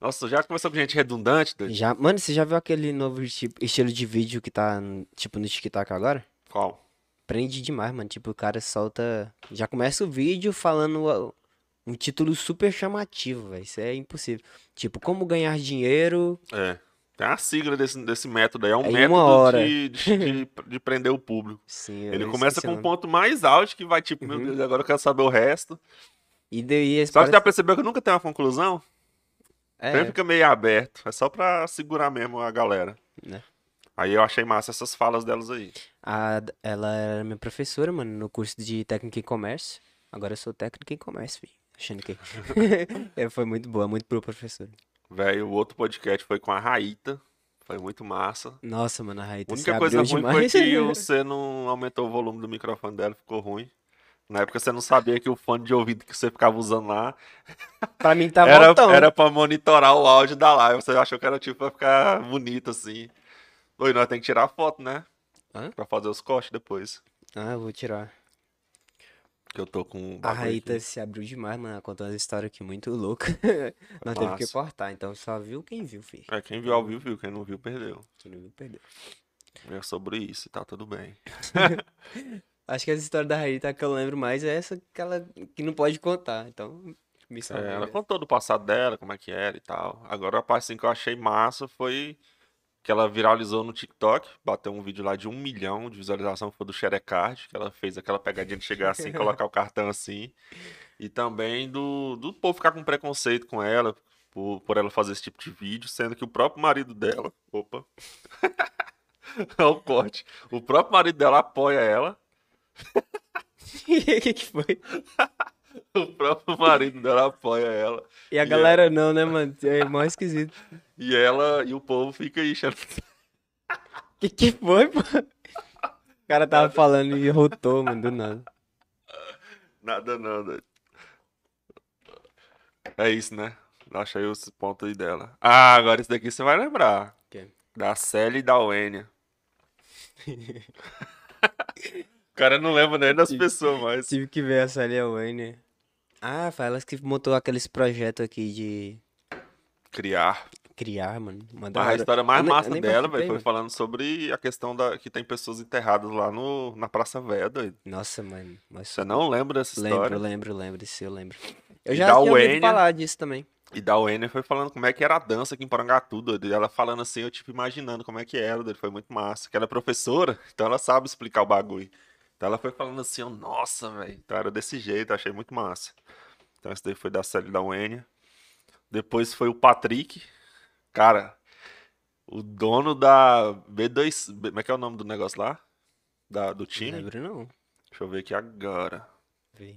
S2: Nossa, já conversou com gente redundante, doido?
S1: Já, mano, você já viu aquele novo tipo, estilo de vídeo que tá, no- tipo, no TikTok agora?
S2: Qual?
S1: Prende demais, mano. Tipo, o cara solta. Já começa o vídeo falando ó, um título super chamativo, velho. Isso é impossível. Tipo, como ganhar dinheiro.
S2: É. Tem uma sigla desse, desse método aí. É um
S1: É em uma
S2: método
S1: hora.
S2: De, de, de- de prender o público.
S1: Sim, eu
S2: Ele
S1: esqueci
S2: começa
S1: o
S2: com o
S1: nome.
S2: ponto mais alto que vai tipo, meu
S1: Uhum.
S2: Deus, agora eu quero saber o resto.
S1: E daí esse
S2: Só que já
S1: parece...
S2: percebeu que nunca tem uma conclusão? Sempre
S1: é,
S2: fica meio aberto. É só pra segurar mesmo a galera.
S1: Né.
S2: Aí eu achei massa essas falas delas aí.
S1: a, ela era minha professora, mano, no curso de técnica em comércio. Agora eu sou técnica em comércio, filho. Achando que. É, foi muito boa, muito boa professora.
S2: Velho, o outro podcast foi com a Raíta. Foi muito massa.
S1: Nossa, mano, a
S2: A
S1: Raíta se
S2: única coisa
S1: abriu
S2: ruim foi
S1: demais.
S2: que você não aumentou o volume do microfone dela, ficou ruim. Na época você não sabia que o fone de ouvido que você ficava usando lá
S1: Pra mim tá
S2: era,
S1: voltando.
S2: era pra monitorar o áudio da live. Você achou que era tipo pra ficar bonito assim. Oi, nós temos que tirar foto, né?
S1: Hã?
S2: Pra fazer os cortes depois.
S1: Ah, eu vou tirar.
S2: Que eu tô com. um
S1: A
S2: bagulho
S1: Raíta
S2: aqui.
S1: se abriu demais, mano. Ela contou uma história aqui muito louca. Nós teve que
S2: Massa.
S1: cortar, então só viu quem viu, filho.
S2: É, quem viu ao vivo, viu. Quem não viu, perdeu.
S1: Quem não viu, perdeu.
S2: É sobre isso, tá tudo bem.
S1: Acho que essa história da Raíta que eu lembro mais é essa que ela que não pode contar. Então, me salvou.
S2: É, ela
S1: né?
S2: contou do passado dela, como é que era e tal. Agora a parte assim, que eu achei massa foi que ela viralizou no TikTok, bateu um vídeo lá de um milhão de visualização, foi do Sherecard, que ela fez aquela pegadinha de chegar assim, colocar o cartão assim. E também do, do povo ficar com preconceito com ela, por, por ela fazer esse tipo de vídeo, sendo que o próprio marido dela. Opa! É o corte. O próprio marido dela apoia ela.
S1: O que que foi?
S2: O próprio marido dela apoia ela.
S1: E a
S2: E
S1: galera não, né, mano? É mó esquisito.
S2: E ela e o povo fica aí enchendo.
S1: Que que foi, pô? O cara tava falando e rotou, mano, do nada.
S2: Nada, nada. É isso, né? Acha aí os pontos aí dela. Ah, agora isso daqui você vai lembrar.
S1: Quê?
S2: Da Sally e da Wênia. O cara não lembra nem das pessoas, mas.
S1: Tive que ver essa ali, a Wayne. Ah, foi elas que montou aqueles projetos aqui de
S2: Criar.
S1: criar, mano. Uma da
S2: Mas tá- a
S1: hora.
S2: história mais
S1: Eu nem- eu
S2: massa
S1: nem
S2: dela,
S1: participei,
S2: velho, foi
S1: mano.
S2: falando sobre a questão da que tem pessoas enterradas lá no, na Praça Velha, doido.
S1: Nossa, mano. Mas
S2: Você não lembra dessa
S1: lembro,
S2: história?
S1: lembro, lembro, isso eu lembro. Eu
S2: E
S1: já
S2: da
S1: tinha ouvido
S2: Wayne-
S1: falar disso também.
S2: E da Wênia foi falando como é que era a dança aqui em Porangatu, doido. E ela falando assim, eu tipo imaginando como é que era, doido. Foi muito massa. Que ela é professora, então ela sabe explicar o bagulho. Então ela foi falando assim, eu, nossa, velho. Então era desse jeito, achei muito massa. Então esse daí foi da série da Wênia. Depois foi o Patrick. Cara, o dono da B2... B- Como é que é o nome do negócio lá? Da- do
S1: Não
S2: time?
S1: lembro, não.
S2: Deixa eu ver aqui agora.
S1: Vê.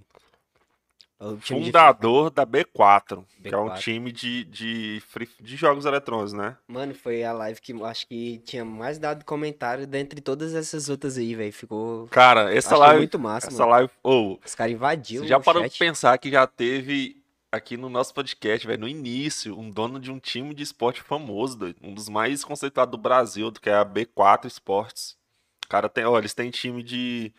S1: O time de-
S2: Fundador da B4, que é um
S1: B4.
S2: time de, de, free- de jogos eletrônicos, né?
S1: Mano, foi a live que eu acho que tinha mais dado comentário dentre todas essas outras aí, velho. Ficou.
S2: Cara, essa
S1: achei
S2: live.
S1: muito massa,
S2: essa
S1: mano.
S2: live. Ou,
S1: Os caras invadiram.
S2: você já
S1: o
S2: parou pra
S1: chat.
S2: pensar que já teve aqui no nosso podcast, velho, no início, um dono de um time de esporte famoso, doido, um dos mais conceituados do Brasil, que é a B4 Esportes. O cara tem, ó, eles têm time de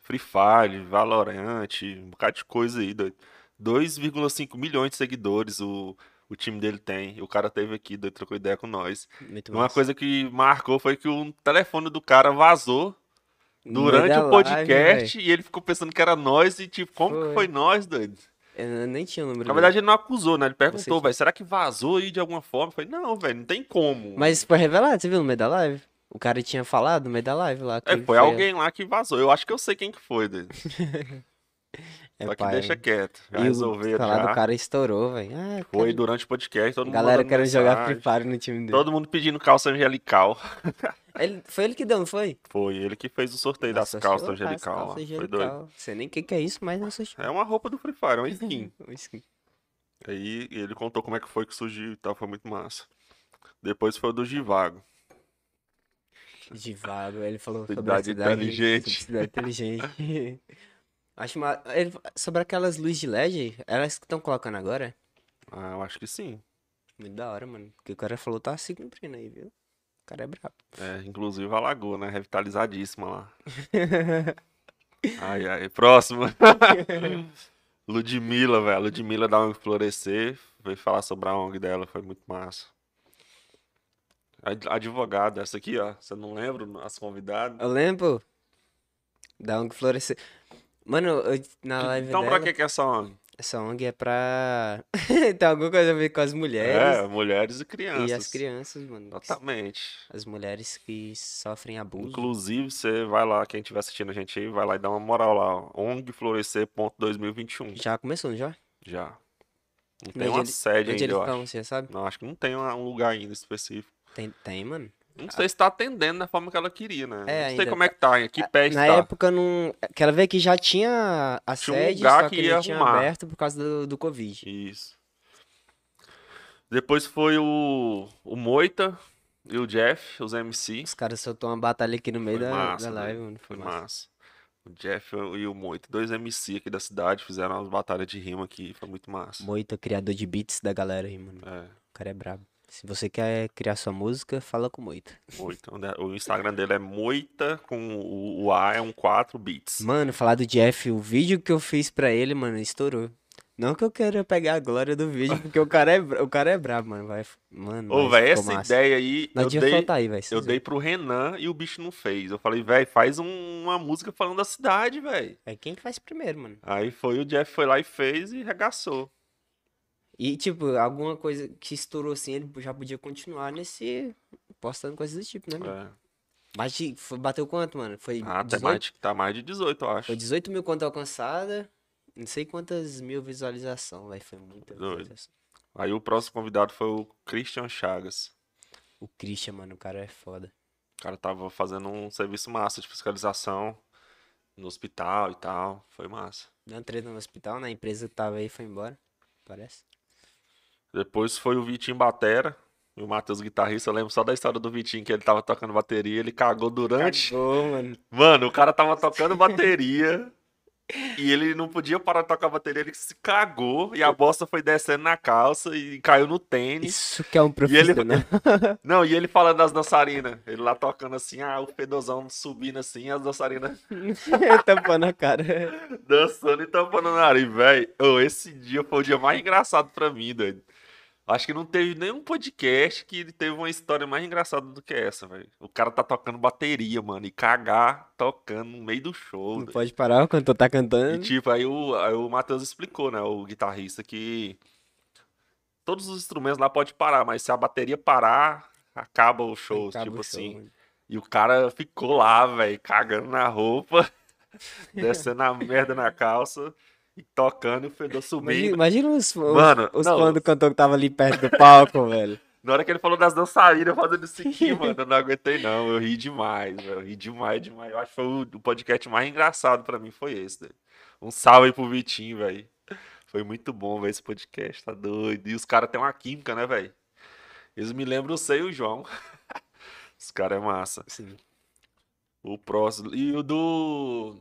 S2: Free Fire, Valorant, um bocado de coisa aí, doido. 2,5 milhões de seguidores o, o time dele tem. E o cara teve aqui, doido, trocou ideia com nós.
S1: Muito
S2: Uma
S1: massa.
S2: coisa que marcou foi que o telefone do cara vazou
S1: No meio
S2: Durante
S1: da live,
S2: o podcast, e ele ficou pensando que era nós, e tipo, como
S1: Foi.
S2: que foi nós, doido?
S1: velho. Eu nem tinha o número. dele.
S2: Na verdade, ele não acusou, né? Ele
S1: Você
S2: perguntou,
S1: tinha-
S2: velho, será que vazou aí de alguma forma? Eu falei, não, velho, não tem como.
S1: Mas foi revelado, você viu no meio da live? O cara tinha falado no meio da live lá. que
S2: É, foi, alguém lá que vazou. Eu acho que eu sei quem que foi, doido.
S1: É,
S2: Só que
S1: pai,
S2: deixa quieto. Já
S1: e o
S2: resolveram
S1: falar do
S2: já.
S1: cara estourou, velho. Ah,
S2: Foi
S1: cara,
S2: durante o podcast, todo mundo
S1: galera
S2: mandando
S1: querendo jogar Free
S2: mensagem,
S1: Fire no time dele.
S2: Todo mundo pedindo calça angelical.
S1: Ele- foi ele que deu, não foi?
S2: Foi ele que fez o sorteio
S1: Nossa,
S2: das calças
S1: senhora, as
S2: angelical.
S1: calças
S2: lá. Foi doido.
S1: angelical. Sei nem o que, que é isso, mas não assistiu.
S2: É uma roupa do Free Fire, é um skin.
S1: Skin.
S2: Aí ele contou como é que foi que surgiu e tal, foi muito massa. Depois foi o do Givago.
S1: De vago, ele falou sobre a
S2: Cidade
S1: cidade,
S2: inteligente.
S1: sobre cidade inteligente. Acho uma... ele- Sobre aquelas luzes de LED, elas que estão colocando agora,
S2: Ah, eu acho que sim.
S1: muito da hora, mano. Porque o cara falou, tá se cumprindo aí, viu? O cara é brabo.
S2: É, inclusive a lagoa, né? Revitalizadíssima lá. Ai, ai. Próximo. Ludmilla, velho. Ludmilla da ONG Florescer. Veio falar sobre a ONG dela, foi muito massa. Ad- Advogada, essa aqui, ó. Você não lembra as convidadas?
S1: Eu lembro da ONG Florescer. Mano, eu- na live
S2: Então,
S1: dela,
S2: pra que que é essa ONG?
S1: essa ONG é pra... Tem alguma coisa a ver com as mulheres
S2: É, Então tá. mulheres e crianças.
S1: e as crianças, mano.
S2: Exatamente.
S1: As mulheres que sofrem abuso.
S2: Inclusive, você vai lá, quem estiver assistindo a gente aí, vai lá e dá uma moral lá. ó, ONGflorescer.2021.
S1: Já começou, não já?
S2: Já. Não
S1: Onde
S2: tem uma
S1: ele- Onde
S2: sede ainda,
S1: eles
S2: eu
S1: estão,
S2: acho.
S1: você sabe?
S2: Não, acho que não tem uma- um lugar ainda específico.
S1: Tem, tem, mano.
S2: Não sei se tá atendendo da forma que ela queria, né?
S1: Ah. É,
S2: não sei
S1: ainda-
S2: como é que tá, em que pé
S1: Na
S2: está.
S1: época não. Quero ver que já tinha a
S2: Tinha um
S1: sede,
S2: lugar
S1: só que,
S2: que
S1: não
S2: ia
S1: tinha
S2: arrumar.
S1: aberto por causa do, do Covid.
S2: Isso. Depois foi o, o Moita e o Jeff, os MC.
S1: Os caras soltou uma batalha aqui no meio
S2: Foi
S1: da,
S2: massa,
S1: da
S2: né?
S1: live, mano. Foi
S2: Foi
S1: massa.
S2: massa. O Jeff e o Moita, dois MC aqui da cidade, fizeram uma batalha de rima aqui, foi muito massa.
S1: Moita, criador de beats da galera aí, mano.
S2: É.
S1: O cara é brabo. Se você quer criar sua música, fala com o Moita.
S2: Moita. Onde- O Instagram dele é Moita com o, o A é um 4 bits.
S1: Mano, falar do Jeff, o vídeo que eu fiz pra ele, mano, estourou. Não que eu queira pegar a glória do vídeo, porque o cara é, bra- o cara é brabo, mano. Vai, mano,
S2: Ô,
S1: mas
S2: velho,
S1: ficou
S2: essa
S1: massa.
S2: ideia aí
S1: Não
S2: eu
S1: adianta
S2: dei,
S1: faltar aí, velho.
S2: eu dei pro Renan e o bicho não fez. Eu falei, velho, faz um- uma música falando da cidade, velho.
S1: É quem faz primeiro, mano.
S2: Aí foi o Jeff foi lá e fez e regaçou.
S1: E, tipo, alguma coisa que estourou assim, ele já podia continuar nesse. postando coisas desse tipo, né, mano?
S2: É.
S1: Mas de- foi- bateu quanto, mano? Foi
S2: Ah, tá
S1: 18,
S2: mais, de- tá mais de 18, eu acho.
S1: foi 18 mil contas alcançada, não sei quantas mil visualização, velho. Foi muita
S2: Doido.
S1: visualização.
S2: Aí o próximo convidado foi o Christian Chagas.
S1: O Christian, mano, o cara é foda.
S2: O cara tava fazendo um serviço massa de fiscalização. no hospital e tal. Foi massa.
S1: Dando treta no hospital, né? A empresa que tava aí foi embora, parece.
S2: Depois foi o Vitinho Batera e o Matheus Guitarrista. Eu lembro só da história do Vitinho, que ele tava tocando bateria, ele cagou durante.
S1: Cagou, mano.
S2: Mano, o cara tava tocando bateria e ele não podia parar de tocar bateria, ele se cagou e a bosta foi descendo na calça e caiu no tênis.
S1: Isso que é um profissional. né?
S2: Não, e ele falando das dançarinas, ele lá tocando assim, ah, o fedozão subindo assim, as dançarinas
S1: Tampando tá a cara.
S2: dançando e tampando o nariz, velho. Ô, esse dia foi o dia mais engraçado pra mim, doido. Acho que não teve nenhum podcast que ele teve uma história mais engraçada do que essa, velho. O cara tá tocando bateria, mano, e cagar tocando no meio do show.
S1: Não
S2: doido.
S1: pode parar quando tu tá
S2: E
S1: cantando.
S2: tipo, aí o, aí o Matheus explicou, né, o guitarrista, que todos os instrumentos lá pode parar, mas se a bateria parar, acaba o show,
S1: Acaba
S2: tipo
S1: o show,
S2: assim.
S1: mano.
S2: E o cara ficou lá, velho, cagando na roupa, descendo a merda na calça e tocando e o
S1: Imagina,
S2: fedor subindo.
S1: imagina os, os,
S2: Mano,
S1: os
S2: não,
S1: fãs do cantor que tava ali perto do palco, velho.
S2: na hora que ele falou das dançarinas fazendo isso aqui, mano, eu não aguentei não, eu ri demais, velho, eu ri demais, demais. Eu acho que foi o, o podcast mais engraçado pra mim, foi esse, velho. Um salve aí pro Vitinho, velho. Foi muito bom ver esse podcast, tá doido. E os caras têm uma química, né, velho? Eles me lembram o Sei e o João. Os caras é massa.
S1: Sim.
S2: O próximo. E o do.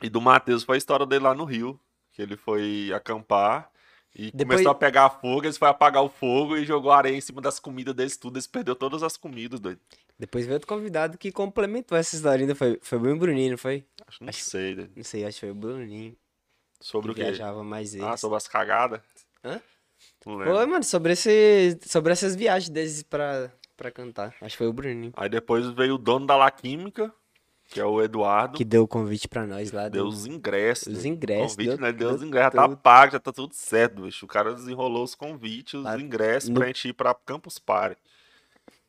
S2: E do Matheus foi a história dele lá no Rio. Que ele foi acampar e
S1: Depois-
S2: começou a pegar fogo, eles foi apagar o fogo e jogou areia em cima das comidas deles tudo. Eles perdeu todas as comidas, doido.
S1: Depois veio outro convidado que complementou essa história ainda. Foi, foi o Bruno Bruninho, não foi?
S2: Acho que não
S1: Acho-
S2: sei, doido.
S1: Não sei, acho que foi o Bruninho.
S2: Sobre o
S1: que
S2: quê?
S1: viajava mais ele.
S2: Ah, sobre as cagadas?
S1: Hã?
S2: Não lembro.
S1: Foi, mano, sobre, esse, sobre essas viagens deles pra, pra cantar. Acho que foi o Bruninho.
S2: Aí depois veio o dono da La Química, que é o Eduardo.
S1: Que deu o convite pra nós lá.
S2: Deu
S1: Deu,
S2: os ingressos.
S1: os
S2: doido.
S1: ingressos.
S2: Convite,
S1: Deu,
S2: né? Deu os
S1: deu
S2: ingressos. Já tá
S1: tudo.
S2: pago, já tá tudo certo, bicho. O cara desenrolou os convites, os
S1: Lá
S2: ingressos
S1: no-
S2: pra gente ir pra Campus Party.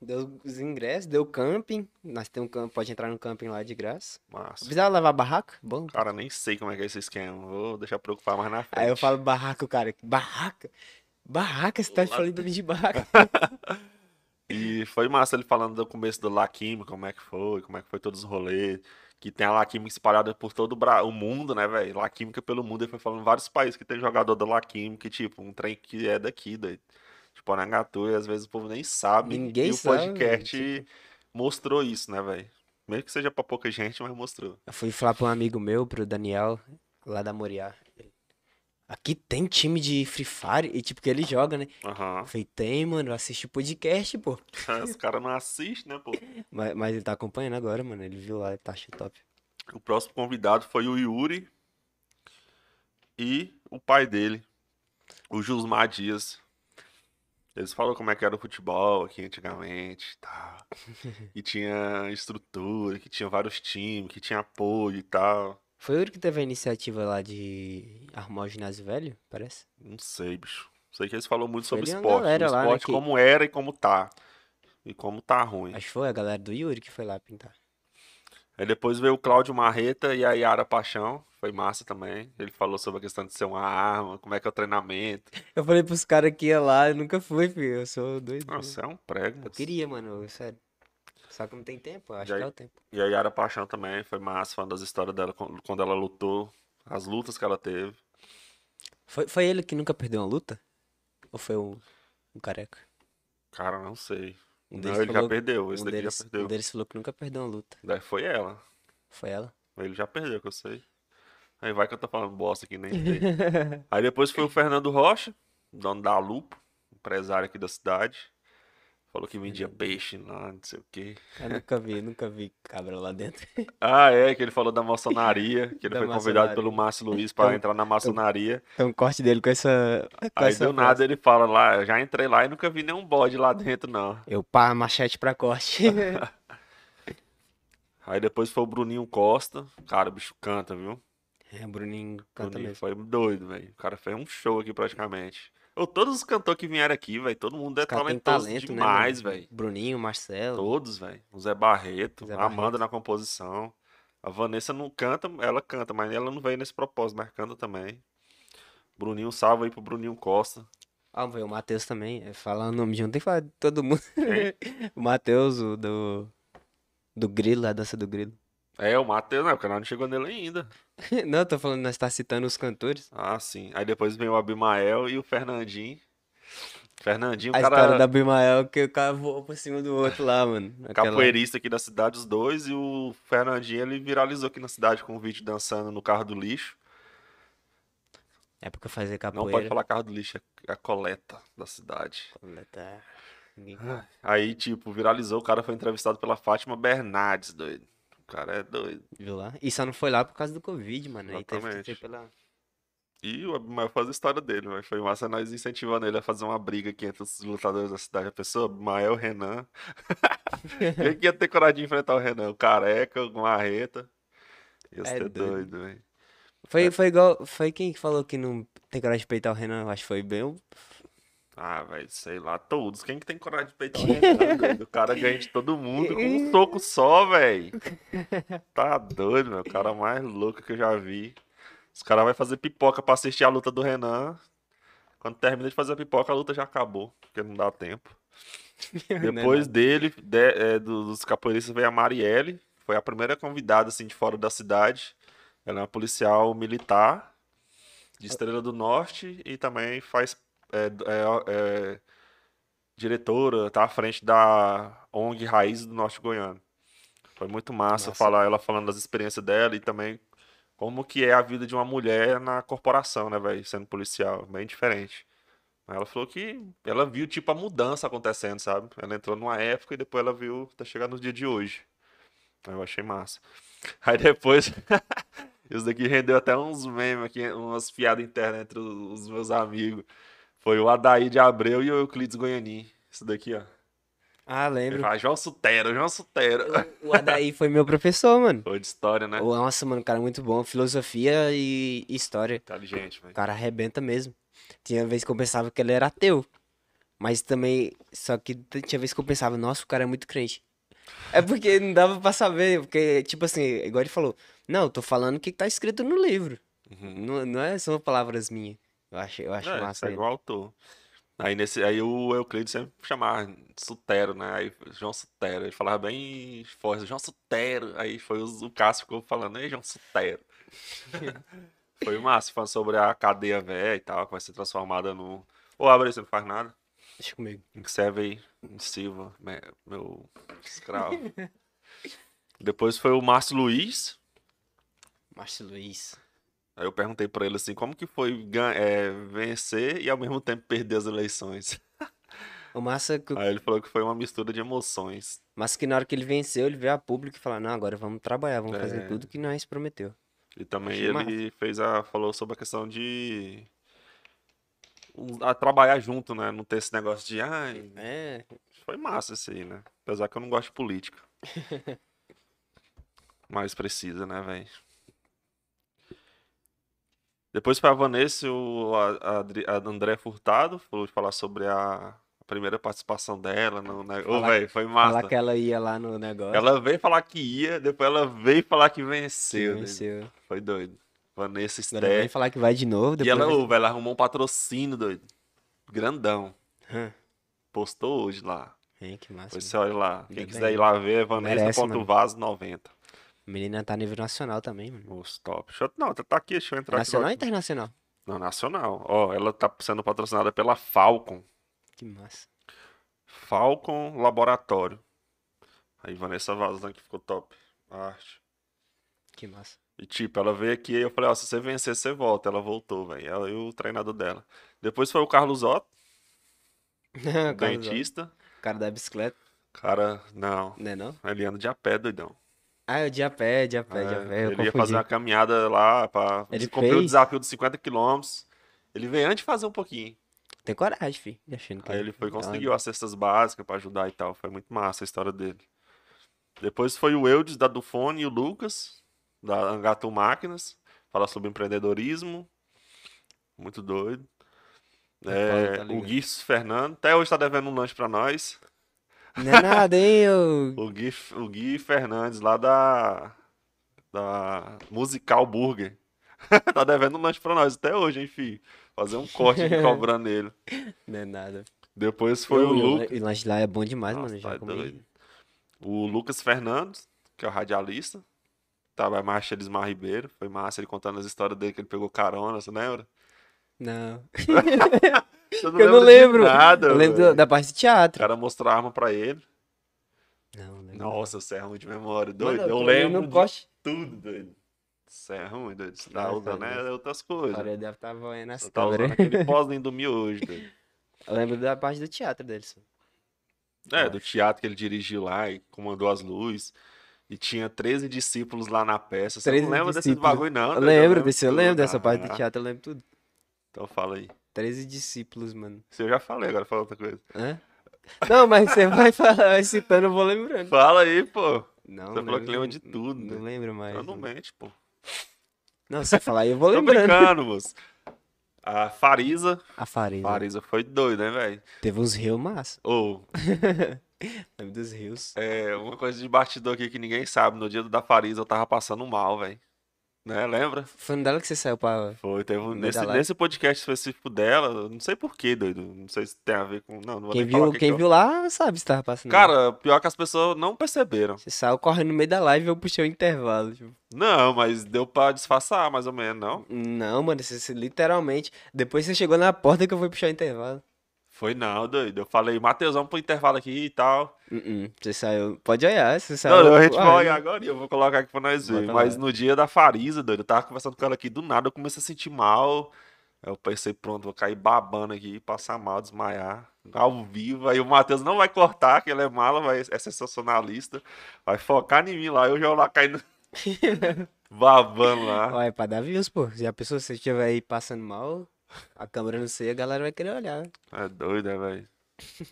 S1: deu os ingressos, deu camping. Nós temos um camping, pode entrar no camping lá de graça.
S2: Massa.
S1: Precisava levar barraca? Bom.
S2: Cara, nem sei como é que é esse esquema. Vou deixar preocupar mais na frente.
S1: Aí eu falo barraca, o cara. Barraca? Barraca? Você tá
S2: Lá-
S1: falando pra mim de barraca?
S2: E foi massa ele falando do começo do Laquim, como é que foi, como é que foi todos os rolês. Que tem a Laquim espalhada por todo o, Bra- o mundo, né, velho? Laquímica pelo mundo. Ele foi falando vários países que tem jogador da Laquim, que tipo, um trem que é daqui, daí. Tipo, na Gatu, e às vezes o povo nem sabe.
S1: Ninguém
S2: e
S1: sabe,
S2: o podcast
S1: tipo.
S2: mostrou isso, né, velho? Mesmo que seja pra pouca gente, mas mostrou.
S1: Eu fui falar pra um amigo meu, pro Daniel, lá da Moriá. Aqui tem time de Free Fire, e tipo, que ele joga, né?
S2: Aham.
S1: Eu falei, tem, mano, assiste o podcast, pô.
S2: Os caras não assistem, né, pô?
S1: Mas, mas ele tá acompanhando agora, mano. Ele viu lá, ele tá achando top.
S2: O próximo convidado foi o Yuri e o pai dele, o Jusmar Dias. Eles falaram como é que era o futebol aqui antigamente e tal. E tinha estrutura, que tinha vários times, que tinha apoio e tal.
S1: Foi o Yuri que teve a iniciativa lá de arrumar o ginásio velho, parece?
S2: Não sei, bicho. Sei que eles falaram muito sobre
S1: Ele e uma
S2: esporte.
S1: galera
S2: o
S1: lá, né,
S2: esporte
S1: que-
S2: como era e como tá. E como tá ruim.
S1: Acho que foi a galera do Yuri que foi lá pintar.
S2: Aí depois veio o Cláudio Marreta e a Yara Paixão. Foi massa também. Ele falou sobre a questão de ser uma arma, como é que é o treinamento.
S1: Eu falei pros caras que ia lá, eu nunca fui, filho. Eu sou doido. né?
S2: Nossa, é um prego.
S1: Eu
S2: moço.
S1: queria, mano, sério. Só que não tem tempo, eu acho
S2: Já-
S1: que é o tempo.
S2: E a Yara Paixão também foi massa, falando das histórias dela quan- quando ela lutou, as lutas que ela teve.
S1: Foi, foi ele que nunca perdeu uma luta? Ou foi um, um careca?
S2: Cara, não sei.
S1: Um
S2: Não,
S1: deles
S2: ele já
S1: falou-
S2: perdeu, esse
S1: um
S2: daqui
S1: deles,
S2: já
S1: um
S2: perdeu.
S1: deles falou que nunca perdeu uma luta.
S2: Daí foi ela.
S1: Foi ela?
S2: Ele já perdeu, que eu sei. Aí vai que eu tô falando bosta aqui, nem sei. Aí depois foi o Fernando Rocha, dono da Lupo, empresário aqui da cidade. Falou que vendia peixe lá, não sei o quê.
S1: Eu nunca vi, nunca vi cabra lá dentro.
S2: Ah, é, que ele falou da maçonaria, que ele
S1: Da
S2: foi convidado
S1: maçonaria.
S2: pelo Márcio Luiz pra
S1: Então-
S2: entrar na maçonaria.
S1: Tem um corte dele com essa. Com
S2: Aí
S1: essa
S2: do nada ele fala lá, "Eu já entrei lá e nunca vi nenhum bode lá dentro, não.
S1: frase. Eu pá, machete pra corte.
S2: Aí depois foi o Bruninho Costa. Cara, o bicho canta, viu?
S1: é, o Bruninho canta
S2: Bruninho
S1: mesmo.
S2: foi doido, velho. O cara fez um show aqui praticamente. Ô, todos os cantores que vieram aqui, velho, todo mundo é
S1: Os caras têm
S2: talentoso
S1: talento, né,
S2: demais,
S1: mano?
S2: velho.
S1: Bruninho, Marcelo.
S2: Todos, velho. O Zé Barreto,
S1: Zé
S2: a Amanda
S1: Barreto.
S2: na composição. A Vanessa não canta, ela canta, mas ela não veio nesse propósito, mas canta também. Bruninho, salve aí pro Bruninho Costa.
S1: Ah, veio o Matheus também. é, Falar o nome de um, tem que falar de todo mundo. o Matheus, o do. Do Grilo, a dança do Grilo.
S2: É, o Matheus, não, o canal não chegou nele ainda.
S1: Não, eu tô falando, nós tá citando os cantores.
S2: Ah, sim. Aí depois vem o Abimael e o Fernandinho. Fernandinho, o
S1: a
S2: cara
S1: história da né? Bimael que o cara voou por cima do outro lá, mano. Aquela-
S2: capoeirista aqui da cidade, os dois, e o Fernandinho, ele viralizou aqui na cidade com um vídeo dançando no carro do lixo.
S1: É porque eu fazia
S2: Não
S1: capoeira.
S2: pode falar carro do lixo, é a coleta da cidade.
S1: Olha, tá. Ninguém-
S2: Aí, tipo, viralizou, o cara foi entrevistado pela Fátima Bernardes, doido. O cara é doido.
S1: Viu lá? E só não foi lá por causa do Covid, mano. Aí teve que ser
S2: Exatamente.
S1: pela.
S2: E o Abimael faz a história dele, mas foi massa nós incentivando ele a fazer uma briga aqui entre os lutadores da cidade. A pessoa, Abimael, Renan. Quem que ia ter coragem de enfrentar o Renan? O careca, o marreta. Ia
S1: É
S2: ser
S1: doido.
S2: doido, velho.
S1: Foi, foi igual. Foi quem que falou que não tem coragem de peitar o Renan? Eu Acho que foi bem. o-
S2: Ah, velho, sei lá, todos. Quem que tem coragem de peitar o Renan, Tá doido? O cara ganha de todo mundo com um soco só, velho. Tá doido, meu. O cara mais louco que eu já vi. Os caras vão fazer pipoca pra assistir a luta do Renan. Quando termina de fazer a pipoca, a luta já acabou, porque não dá tempo.
S1: Né,
S2: Depois
S1: mano?
S2: dele, de- é, do- dos capoeiristas, veio a Marielle. Foi a primeira convidada, assim, de fora da cidade. Ela é uma policial militar
S1: Ah.
S2: de Estrela do Norte e também faz... é, d- é- é diretora, tá à frente da ONG Raiz do Norte Goiano. Foi muito massa
S1: Massa.
S2: falar ela falando das experiências dela e também como que é a vida de uma mulher na corporação, né, velho, sendo policial, bem diferente. Mas Ela falou que ela viu tipo a mudança acontecendo, sabe? Ela entrou numa época e depois ela viu tá chegando no dia de hoje. Eu achei massa. Aí depois isso daqui rendeu até uns memes aqui, umas piadas internas entre os meus amigos. Foi o Adair de Abreu e o Euclides Goianin. Isso daqui, ó.
S1: Ah,
S2: Ele
S1: lembro.
S2: fala, João Sutero, João Sutero.
S1: O Adair foi meu professor, mano.
S2: Foi de história, né?
S1: Nossa, mano, o cara é muito bom. Filosofia e e história.
S2: Inteligente,
S1: O
S2: velho.
S1: cara arrebenta mesmo. Tinha vez que eu pensava que ele era ateu. Mas também. Só que t- tinha vez que eu pensava, nossa, o cara é muito crente. É porque não dava pra saber. Porque, tipo assim, igual ele falou, não, eu tô falando o que que tá escrito no livro.
S2: Uhum.
S1: Não, não é, são palavras minhas. Eu acho, eu acho
S2: É, isso
S1: massa.
S2: é
S1: ele.
S2: igual autor. Aí, nesse, aí o Euclides sempre chamava Sutero, né? Aí, João Sutero. Ele falava bem forte, João Sutero. Aí foi os- o Cássio ficou falando, ei, João Sutero. foi massa, falando sobre a cadeia velha e tal, que vai ser transformada no. Ô, abre, você não faz nada.
S1: Deixa comigo.
S2: Me serve aí, me sirva, me- meu escravo. Depois foi o Márcio Luiz.
S1: Márcio Luiz.
S2: Aí eu perguntei pra ele assim, como que foi gan- é, vencer e ao mesmo tempo perder as eleições?
S1: O massa é que,
S2: Aí ele falou que foi uma mistura de emoções.
S1: massa é que na hora que ele venceu, ele veio a público e falou, não, agora vamos trabalhar, vamos fazer
S2: É.
S1: tudo que nós prometeu.
S2: E também
S1: Achei
S2: ele fez a falou sobre a questão de um- a trabalhar junto, né? Não ter esse negócio de, ai,
S1: É,
S2: foi massa isso aí, né? Apesar que eu não gosto de política. Mas precisa, né, velho? Depois foi a Vanessa, e o a- a Adri- a André Furtado falou de falar sobre a a primeira participação dela no né? Ô,
S1: Falar-
S2: velho, foi
S1: falar
S2: massa.
S1: que ela ia lá no negócio.
S2: Ela veio falar que ia, depois ela veio falar que
S1: que
S2: venceu. né?
S1: venceu.
S2: Foi doido. Vanessa
S1: Agora vem
S2: Esther.
S1: falar que vai de novo,
S2: E
S1: depois.
S2: ela, ô, velho, ela arrumou um patrocínio, doido. Grandão.
S1: Hã,
S2: Postou hoje lá.
S1: hein, que massa.
S2: Depois você olha lá. Quem
S1: Assim, Ainda
S2: quiser
S1: bem.
S2: ir lá ver, é Vanessa
S1: Merece,
S2: ponto
S1: mano.
S2: Vaso 90.
S1: A menina tá a nível nacional também, mano.
S2: Os top. Deixa eu- Não, tá- tá aqui, deixa eu entrar
S1: Nacional e
S2: aqui. no-
S1: internacional.
S2: Não, nacional. Ó, ela tá sendo patrocinada pela Falcon.
S1: Que massa.
S2: Falcon Laboratório. Aí Vanessa Vazan que ficou top. A Arte.
S1: Que massa.
S2: E tipo, ela veio aqui e eu falei, ó, se você vencer, você volta. Ela voltou, velho. Ela e o treinador dela. Depois foi o Carlos Otto,
S1: É, O cara do-
S2: dentista.
S1: o cara da bicicleta,
S2: Cara, não.
S1: né não?
S2: Ele anda de a pé, doidão.
S1: Ah, eu de a pé, de a pé, de
S2: É,
S1: a pé. Eu
S2: ele ia
S1: confundi.
S2: fazer uma caminhada lá pra
S1: Ele
S2: cumprir o
S1: fez?
S2: desafio dos 50 quilômetros. Ele veio antes de fazer um pouquinho.
S1: Tem coragem, filho. Achando que
S2: Aí ele foi
S1: Dá uma-
S2: conseguiu as cestas básicas pra ajudar e tal. Foi muito massa a história dele. Depois foi o Eudes da Dufone e o Lucas da Angatu Máquinas falar sobre empreendedorismo. Muito doido.
S1: Tá
S2: É,
S1: bom, tá
S2: o
S1: ligado.
S2: Gui Fernando até hoje tá devendo um lanche pra nós.
S1: Não é nada, hein, eu...
S2: O Gui, o Gui Fernandes lá da da Musical Burger tá devendo um lanche pra nós até hoje, hein, filho. Fazer um corte aqui cobrando ele.
S1: Não é nada.
S2: Depois foi o
S1: Eu- eu-
S2: Lucas.
S1: O lanche lá é bom demais,
S2: Nossa,
S1: mano. eu Já
S2: tá
S1: comi.
S2: doido. O Lucas Fernandes, que é o radialista, Tava a marcha de Ismar Ribeiro. Foi massa ele contando as histórias dele que ele pegou carona, você lembra?
S1: Não.
S2: Você
S1: Eu não
S2: lembra de
S1: lembro.
S2: Nada,
S1: Eu lembro
S2: velho.
S1: da parte de
S2: O
S1: teatro.
S2: cara mostrou a arma pra ele.
S1: Não, lembro.
S2: Nossa, você é ruim de memória, doido.
S1: Mano,
S2: eu
S1: tô
S2: lembro
S1: no
S2: de
S1: corte.
S2: tudo, doido. Você é ruim, doido. Você tá
S1: Nossa,
S2: usando
S1: Deus.
S2: é outras coisas.
S1: Agora ele deve estar voando as
S2: Você tá usando
S1: câmeras.
S2: aquele pós-lindo hoje, doido.
S1: Eu lembro da parte do teatro deles.
S2: É,
S1: Eu
S2: do teatro que ele dirigiu lá e comandou as luzes. E tinha 13 discípulos lá na peça. Você
S1: 13
S2: não lembra desses
S1: discípulos.
S2: bagulho, não?
S1: Eu
S2: doido?
S1: lembro, desse, eu
S2: tudo.
S1: lembro dessa parte do
S2: Ah,
S1: teatro, eu lembro tudo.
S2: Então fala aí.
S1: 13 discípulos, mano.
S2: Você já falei, agora fala outra coisa.
S1: Hã? Não, mas você vai falar, vai citando, eu vou lembrando.
S2: Fala aí, pô.
S1: Não,
S2: Você falou que lembra de
S1: não-
S2: tudo,
S1: Não
S2: né?
S1: lembro mais.
S2: Eu não
S1: mano.
S2: mente, pô.
S1: Não, se falar, eu vou
S2: Tô
S1: lembrando.
S2: brincando, moço. A Farisa.
S1: A Farina.
S2: Farisa foi doida, né, velho?
S1: Teve uns rios massa.
S2: Ou,
S1: Lembro dos rios.
S2: É, uma coisa de bastidor aqui que ninguém sabe. No dia do da Farisa eu tava passando mal, velho. Né, lembra?
S1: Foi no dela que você saiu pra.
S2: Foi, teve um-
S1: No meio
S2: nesse,
S1: da live.
S2: nesse podcast específico dela, eu não sei porquê, doido. Não sei se tem a ver com. Não, não vou
S1: Quem
S2: nem falar o
S1: viu,
S2: que
S1: quem
S2: que eu-
S1: viu lá sabe se tava passando. mal.
S2: Cara, pior que as pessoas não perceberam.
S1: Você saiu correndo no meio da live e eu puxei o intervalo. Tipo,
S2: Não, mas deu pra disfarçar, mais ou menos, não?
S1: não, mano, você, você literalmente. Depois você chegou na porta que eu fui puxar o intervalo.
S2: Foi não, doido. Eu falei, Matheus, vamos pro intervalo aqui e tal.
S1: Uh -uh, você saiu. Pode olhar, você saiu.
S2: Não, não, a gente vai
S1: correndo.
S2: agora e eu vou colocar aqui pra nós ver.
S1: Tá Bota lá.
S2: Mas no dia da Farisa, doido, eu tava conversando com ela aqui do nada, eu comecei a sentir mal. Aí eu pensei, pronto, vou cair babando aqui, passar mal, desmaiar. Ao vivo. Aí o Matheus não vai cortar, que ele é mala, mas é sensacionalista. Vai focar em mim lá. Eu já vou lá caindo. babando lá.
S1: Olha, é pra dar views, pô. Se a pessoa, se você estiver aí passando mal, a câmera não sei, a galera vai querer olhar.
S2: É doido, né, velho?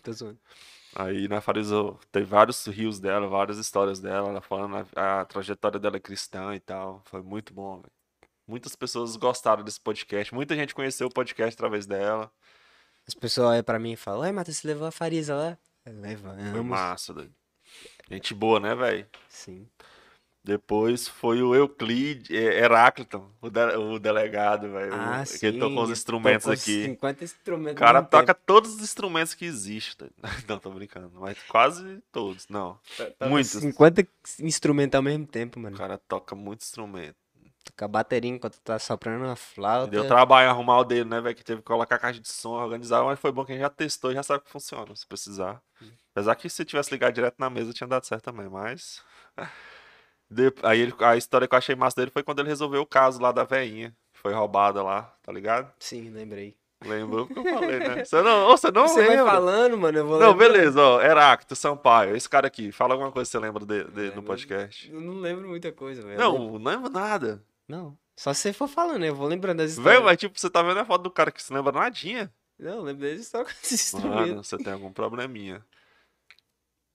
S1: Tô zoando.
S2: Aí na Farisa teve vários rios dela, várias histórias dela, ela falando né, a, a trajetória dela é cristã e tal. Foi muito bom, velho. Muitas pessoas gostaram desse podcast. Muita gente conheceu o podcast através dela.
S1: As pessoas olham pra mim e falam, ué, Matheus, você levou a Farisa lá? Eu,
S2: Foi
S1: Levamos.
S2: massa, doido. Gente boa, né, velho?
S1: Sim.
S2: Depois foi o Euclide, é, Heráclito, o, de- o delegado, velho.
S1: Ah,
S2: o- que ele tocou os
S1: sim,
S2: instrumentos
S1: tocou
S2: aqui.
S1: 50 instrumentos.
S2: O cara
S1: ao mesmo
S2: toca todos os instrumentos que existem. Não, tô brincando. Mas quase todos, não.
S1: tempo. Toca
S2: muitos.
S1: 50 instrumentos ao mesmo tempo,
S2: O
S1: mano.
S2: cara toca muito instrumento.
S1: Toca bateria enquanto tá soprando uma
S2: E Deu
S1: flauta.
S2: trabalho arrumar o dele, né, velho? Que teve que colocar a caixa de som, organizar, mas foi bom que a gente já testou e já sabe que funciona, se precisar. Apesar que se tivesse ligado direto na mesa tinha dado certo também, mas. ah, De- Aí ele- a história que eu achei massa dele foi quando ele resolveu o caso lá da veinha, que foi roubada lá, tá ligado?
S1: Sim, lembrei.
S2: Lembrou o que eu falei, né? Você não, ô, você não
S1: Você vai
S2: lembra?
S1: falando, né? mano, eu vou
S2: Não,
S1: lembrando.
S2: beleza, ó, Heracto, Sampaio, esse cara aqui, fala alguma coisa que você lembra de- dele no
S1: Lembro.
S2: podcast.
S1: Eu não lembro muita coisa, velho. Eu lembro-
S2: Não, não lembro nada.
S1: Não. Só se você for falando, né? eu vou lembrando das histórias.
S2: Velho, mas tipo, você tá vendo a foto do cara que se lembra nadinha.
S1: Não, eu lembro deles só com esses instrumentos.
S2: Mano, você tem algum probleminha.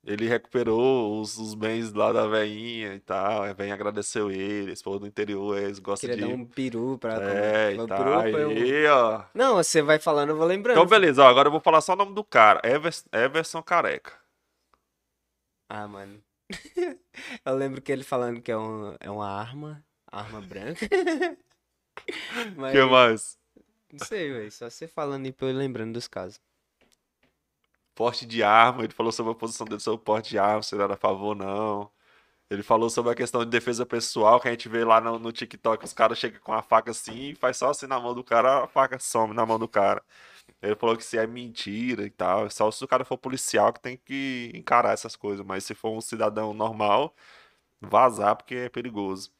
S2: Ele recuperou os, os bens lá da veinha e tal. A veinha agradeceu ele. Esse povo do interior, eles gostam
S1: Queria dar
S2: de.
S1: um peru pra
S2: É,
S1: comer.
S2: e
S1: Foi
S2: tá.
S1: peru, foi um-
S2: Aí, ó.
S1: Não, você vai falando, eu vou lembrando.
S2: Então, beleza, ó, agora eu vou falar só o nome do cara. Evers- Everson Careca.
S1: Ah, mano. Eu lembro que ele falando que é, um, é uma arma, arma branca.
S2: O
S1: Mas
S2: que mais?
S1: não sei, velho. Só você falando e pra eu lembrando dos casos.
S2: Porte de arma. Ele falou sobre a posição dele sobre o porte de arma, se ele era a favor ou não. Ele falou sobre a questão de defesa pessoal, que a gente vê lá no, no TikTok, os caras chegam com a faca assim e faz só assim na mão do cara, a faca some na mão do cara. Ele falou que isso é mentira e tal. é Só se o cara for policial que tem que encarar essas coisas. Mas se for um cidadão normal, vazar porque é perigoso.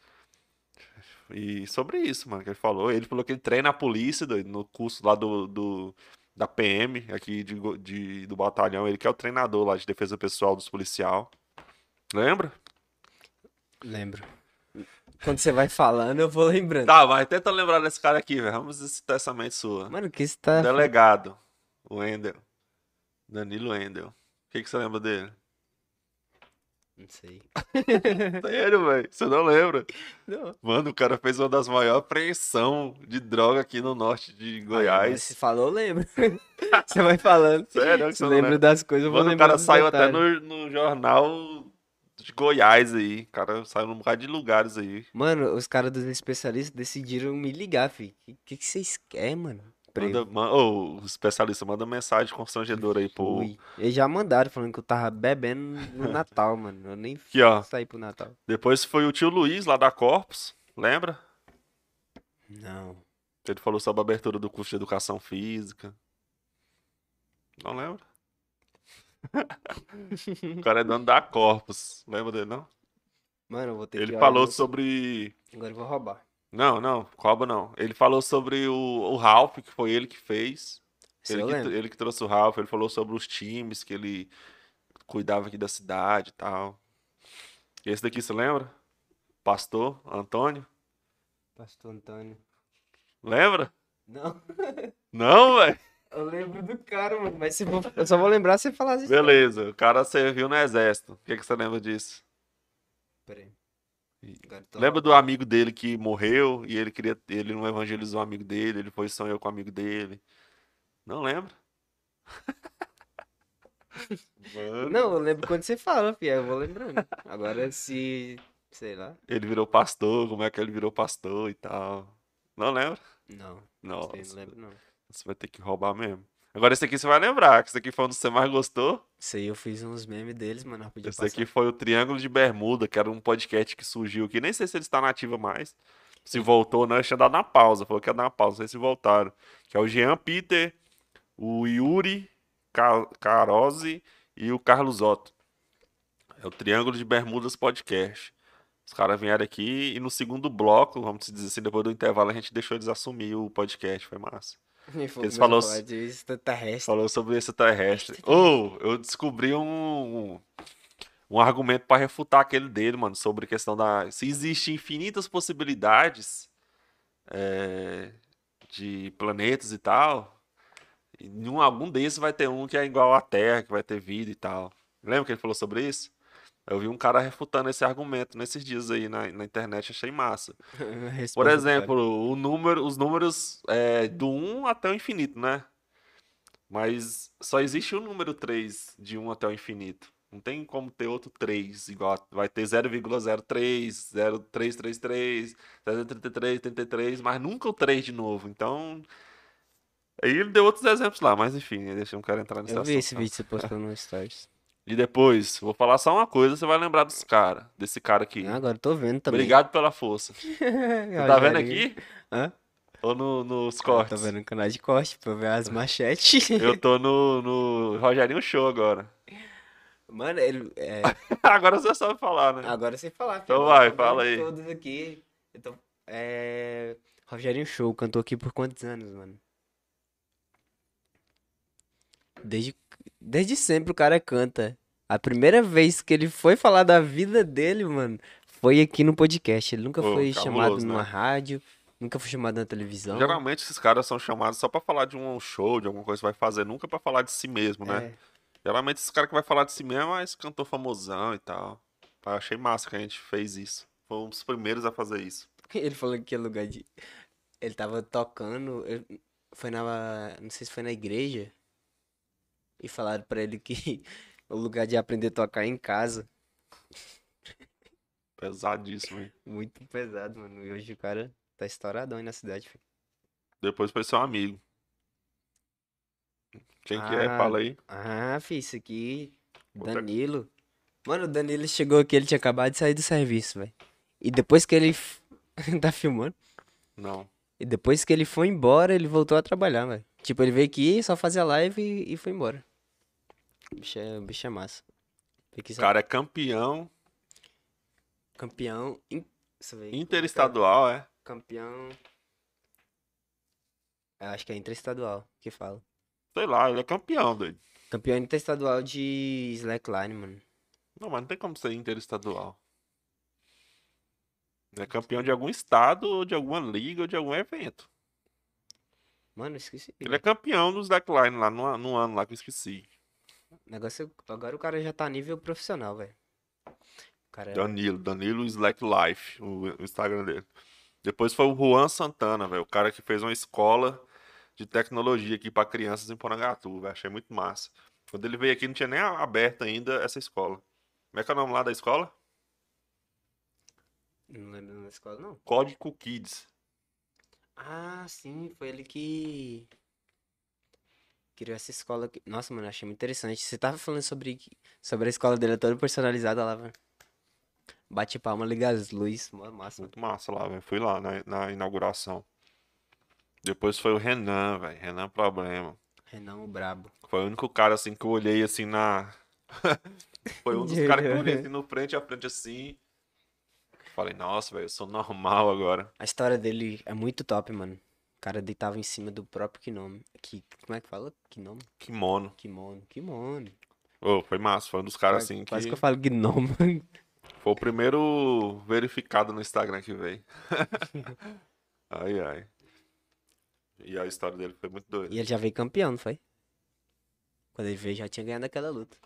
S2: E sobre isso, mano, que ele falou. Ele falou que ele treina a polícia doido, no curso lá do, do- da PM, aqui de Go- de- do batalhão. Ele que é o treinador lá de defesa pessoal dos policial. Lembra?
S1: Lembro. Quando você vai falando, eu vou lembrando.
S2: Tá, mas tenta lembrar desse cara aqui, velho. Vamos citar essa mente sua.
S1: Mano, que isso tá.
S2: Delegado. O Endel. Danilo Endel. O que, que você lembra dele?
S1: Não sei.
S2: Sério, velho. Você não lembra?
S1: Não.
S2: Mano, o cara fez uma das maiores apreensões de droga aqui no norte de
S1: Agora
S2: Goiás.
S1: Você falou, eu lembro. Você vai falando.
S2: Sério,
S1: Você
S2: que você não
S1: lembra
S2: lembra?
S1: das coisas, eu vou
S2: Mano, o
S1: lembrar.
S2: cara
S1: dos
S2: saiu até
S1: detalhes.
S2: no, no jornal de Goiás aí. O cara saiu num bocado de lugares aí.
S1: Mano, os caras dos especialistas decidiram me ligar, fi. O que, que vocês querem, mano? emprego.
S2: Manda, man- ô, o especialista, manda mensagem constrangedora aí, pô.
S1: Ui, eles já mandaram falando que eu tava bebendo no Natal, mano. Eu nem
S2: Aqui, ó.
S1: saí pro Natal.
S2: Depois foi o tio Luiz, lá da Corpus, lembra?
S1: Não.
S2: Ele falou sobre a abertura do curso de educação física. Não lembra? o cara é dono da Corpus. Lembra dele, não?
S1: Mano, eu vou ter que
S2: Ele
S1: olhar
S2: falou
S1: isso.
S2: sobre.
S1: Agora eu vou roubar.
S2: Não, não, Coba não. Ele falou sobre o, o Ralph, que foi ele que fez.
S1: Isso
S2: Ele
S1: eu
S2: que, tr-
S1: lembro.
S2: ele que trouxe o Ralph, ele falou sobre os times que ele cuidava aqui da cidade e tal. E esse daqui, você lembra? Pastor Antônio?
S1: Pastor Antônio.
S2: Lembra?
S1: Não,
S2: Não, velho?
S1: eu lembro do cara, mano. Mas se for- eu só vou lembrar se falar isso.
S2: Beleza, o cara serviu no exército. O que, que você lembra disso?
S1: Pera aí. Agora eu tô
S2: Lembra do amigo dele que morreu e ele queria. Ele não evangelizou o amigo dele, ele foi e sonhou com o amigo dele. Não lembra? Mano.
S1: Não, eu lembro quando você fala, fi, aí eu vou lembrando. Agora se. sei lá.
S2: Ele virou pastor, como é que ele virou pastor e tal. Não lembra?
S1: Não,
S2: Nossa,
S1: sei, não lembro não.
S2: você vai ter que roubar mesmo. Agora esse aqui você vai lembrar, que esse aqui foi um dos que você mais gostou.
S1: Isso aí eu fiz uns memes deles, mano. Podia
S2: Esse aqui foi o Triângulo de Bermuda, que era um podcast que surgiu aqui. Nem sei se ele está nativa mais. Se voltou ou não, eles tinham dado na pausa. Falou que ia dar na pausa, não sei se voltaram. Que é o Jean Peter, o Yuri Ca- Carozzi e o Carlos Otto. É o Triângulo de Bermudas Podcast. Os caras vieram aqui e no segundo bloco, vamos dizer assim, depois do intervalo, a gente deixou eles assumir o podcast. Foi massa.
S1: Eles
S2: falou-
S1: falou de extraterrestre.
S2: Falou sobre extraterrestre. Ou eu descobri um, um, um argumento pra refutar aquele dele, mano, sobre a questão da. Se existem infinitas possibilidades é, de planetas e tal, e em algum desses vai ter um que é igual à Terra, que vai ter vida e tal. Lembra que ele falou sobre isso? Eu vi um cara refutando esse argumento nesses dias aí na, na internet, achei massa. Por
S1: Resposta do cara.
S2: exemplo, o número, os números é, do 1 até o infinito, né? Mas só existe o número 3 de 1 até o infinito. Não tem como ter outro 3 igual. a- Vai ter 0,03, 0333, 033, 33, mas nunca o 3 de novo. Então. Aí ele deu outros exemplos lá, mas enfim, deixa um cara entrar nesse
S1: Eu vi esse
S2: assunto, não.
S1: vídeo que você postou no Stories.
S2: E depois, vou falar só uma coisa, você vai lembrar dos cara, desse cara aqui.
S1: Ah, agora eu tô vendo também.
S2: Obrigado pela força. Você
S1: Você
S2: tá vendo aqui?
S1: Hã?
S2: Ou no, nos
S1: Eu
S2: cortes? Tá.
S1: tô Ah, tá vendo o canal de corte pra eu ver as machetes.
S2: Eu tô no, no Rogerinho Show agora.
S1: Mano, ele, é,
S2: Agora você sabe falar, né?
S1: agora sem falar.
S2: Então
S1: filho,
S2: vai,
S1: eu tô
S2: fala
S1: vendo
S2: aí.
S1: Todos aqui. Eu tô- é, Rogerinho Show cantou aqui por quantos anos, mano? Desde, desde sempre o cara canta. A primeira vez que ele foi falar da vida dele, mano, foi aqui no podcast. Ele nunca
S2: Pô,
S1: foi chamado
S2: cabuloso, né?
S1: numa rádio, nunca foi chamado na televisão.
S2: Geralmente esses caras são chamados só pra falar de um show, de alguma coisa que vai fazer, nunca pra falar de si mesmo, né?
S1: É.
S2: Geralmente esses caras que vai falar de si mesmo é esse cantor famosão e tal. Eu achei massa que a gente fez isso. Foi um dos primeiros a fazer isso.
S1: Ele falou que é lugar de. Ele tava tocando. ele- Foi na. Não sei se foi na igreja. E falaram pra ele que o lugar de aprender a tocar é em casa.
S2: Pesadíssimo, hein?
S1: Muito pesado, mano. E hoje o cara tá estouradão aí na cidade. filho.
S2: Depois foi seu amigo. Quem que é?
S1: Ah,
S2: Fala aí.
S1: Ah, fi, isso aqui.
S2: Puta-
S1: Danilo. Mano, o Danilo chegou aqui, ele tinha acabado de sair do serviço, velho. E depois que ele. f- tá filmando?
S2: Não.
S1: E depois que ele foi embora, ele voltou a trabalhar, velho. Tipo, ele veio aqui, só fazia live e, e foi embora. O bicho é, o bicho é massa. Tem que
S2: O
S1: ser
S2: cara é campeão
S1: campeão. in- Deixa eu ver.
S2: interestadual, é?
S1: Campeão. Eu acho que é interestadual que fala.
S2: Sei lá, ele é campeão, doido.
S1: Campeão interestadual de slackline, mano.
S2: Não, mas não tem como ser interestadual. É campeão de algum estado, ou de alguma liga, ou de algum evento.
S1: Mano, eu esqueci.
S2: Ele é campeão dos Slackline lá no, no ano lá que eu esqueci.
S1: O negócio é- Agora o cara já tá nível profissional, velho. O cara é
S2: Danilo, Danilo Slack Life, o, o Instagram dele. Depois foi o Juan Santana, velho. O cara que fez uma escola de tecnologia aqui pra crianças em Porangatu, velho. Achei muito massa. Quando ele veio aqui, não tinha nem a- aberto ainda essa escola. Como é que é o nome lá da escola?
S1: Não lembro da escola, não.
S2: Código Kids.
S1: Ah, sim, foi ele que. criou essa escola. que- Nossa, mano, eu achei muito interessante. Você tava falando sobre, sobre a escola dele, é toda personalizada lá, velho. Bate palma, liga as luzes, mó massa. mano.
S2: Muito massa lá, velho. Fui lá na, na inauguração. Depois foi o Renan, velho. Renan Problema.
S1: Renan, o brabo.
S2: Foi o único cara assim que eu olhei assim na. foi um dos
S1: De-
S2: caras que eu olhei assim no frente a frente assim. Falei, nossa, velho, eu sou normal agora.
S1: A história dele é muito top, mano. O cara deitava em cima do próprio Kinomi. Que, como é que fala? Kinomi?
S2: Kimono.
S1: Kimono. Kimono.
S2: Ô, foi massa, foi um dos caras assim
S1: Quase
S2: que.
S1: que eu falo gnomo.
S2: Foi o primeiro verificado no Instagram que veio. ai, ai. E a história dele foi muito doida.
S1: E ele já veio campeão, não foi? Quando ele veio, já tinha ganhado aquela luta.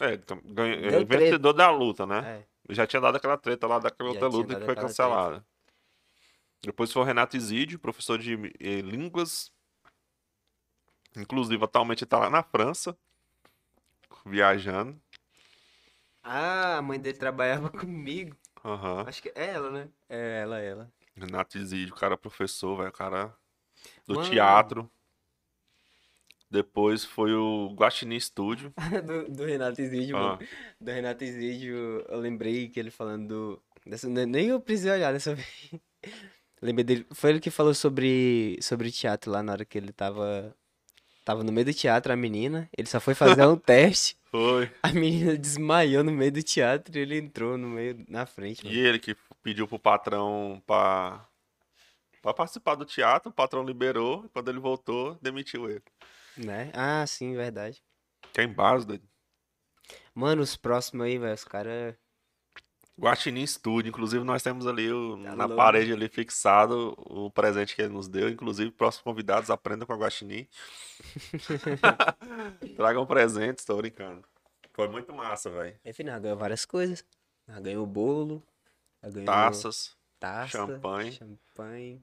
S2: É, então, ganha-
S1: Deu
S2: é,
S1: treta.
S2: vencedor da luta, né?
S1: É.
S2: Já tinha dado aquela treta lá, daquela
S1: Já
S2: outra
S1: tinha
S2: luta
S1: dado
S2: que foi
S1: aquela treta.
S2: cancelada. Depois foi o Renato Isidio, professor de eh, línguas. Inclusive, atualmente ele tá lá na França, viajando.
S1: Ah, a mãe dele trabalhava comigo.
S2: Aham.
S1: Acho que é ela, né? É ela, ela.
S2: Renato Isidio, o cara é professor, velho, o cara do
S1: Mano.
S2: teatro. Depois foi o Guaxinim Studio.
S1: do, do Renato Isidio, mano.
S2: Ah,
S1: Do Renato Isidio, eu lembrei que ele falando do. Dessa, ne- nem eu precisei olhar dessa vez. Lembrei dele. Foi ele que falou sobre, sobre teatro lá na hora que ele tava. Tava no meio do teatro, a menina. Ele só foi fazer um teste.
S2: foi.
S1: A menina desmaiou no meio do teatro e ele entrou no meio, na frente.
S2: E ele que pediu pro patrão pra, pra participar do teatro, o patrão liberou, e quando ele voltou, demitiu ele.
S1: Né? Ah, sim, verdade.
S2: Tem vários, doido.
S1: Mano, os próximos aí, velho, os caras.
S2: Guaxinim Studio, inclusive nós temos ali o-
S1: Tá
S2: na
S1: louco.
S2: parede ali fixado o presente que ele nos deu, inclusive próximos convidados aprendam com a Guaxinim. Tragam presentes, tô brincando. Foi muito massa, velho.
S1: Enfim, ela é ganhou várias coisas. Ela ganhou bolo, ela ganhou
S2: Taças,
S1: taça,
S2: champanhe.
S1: champanhe.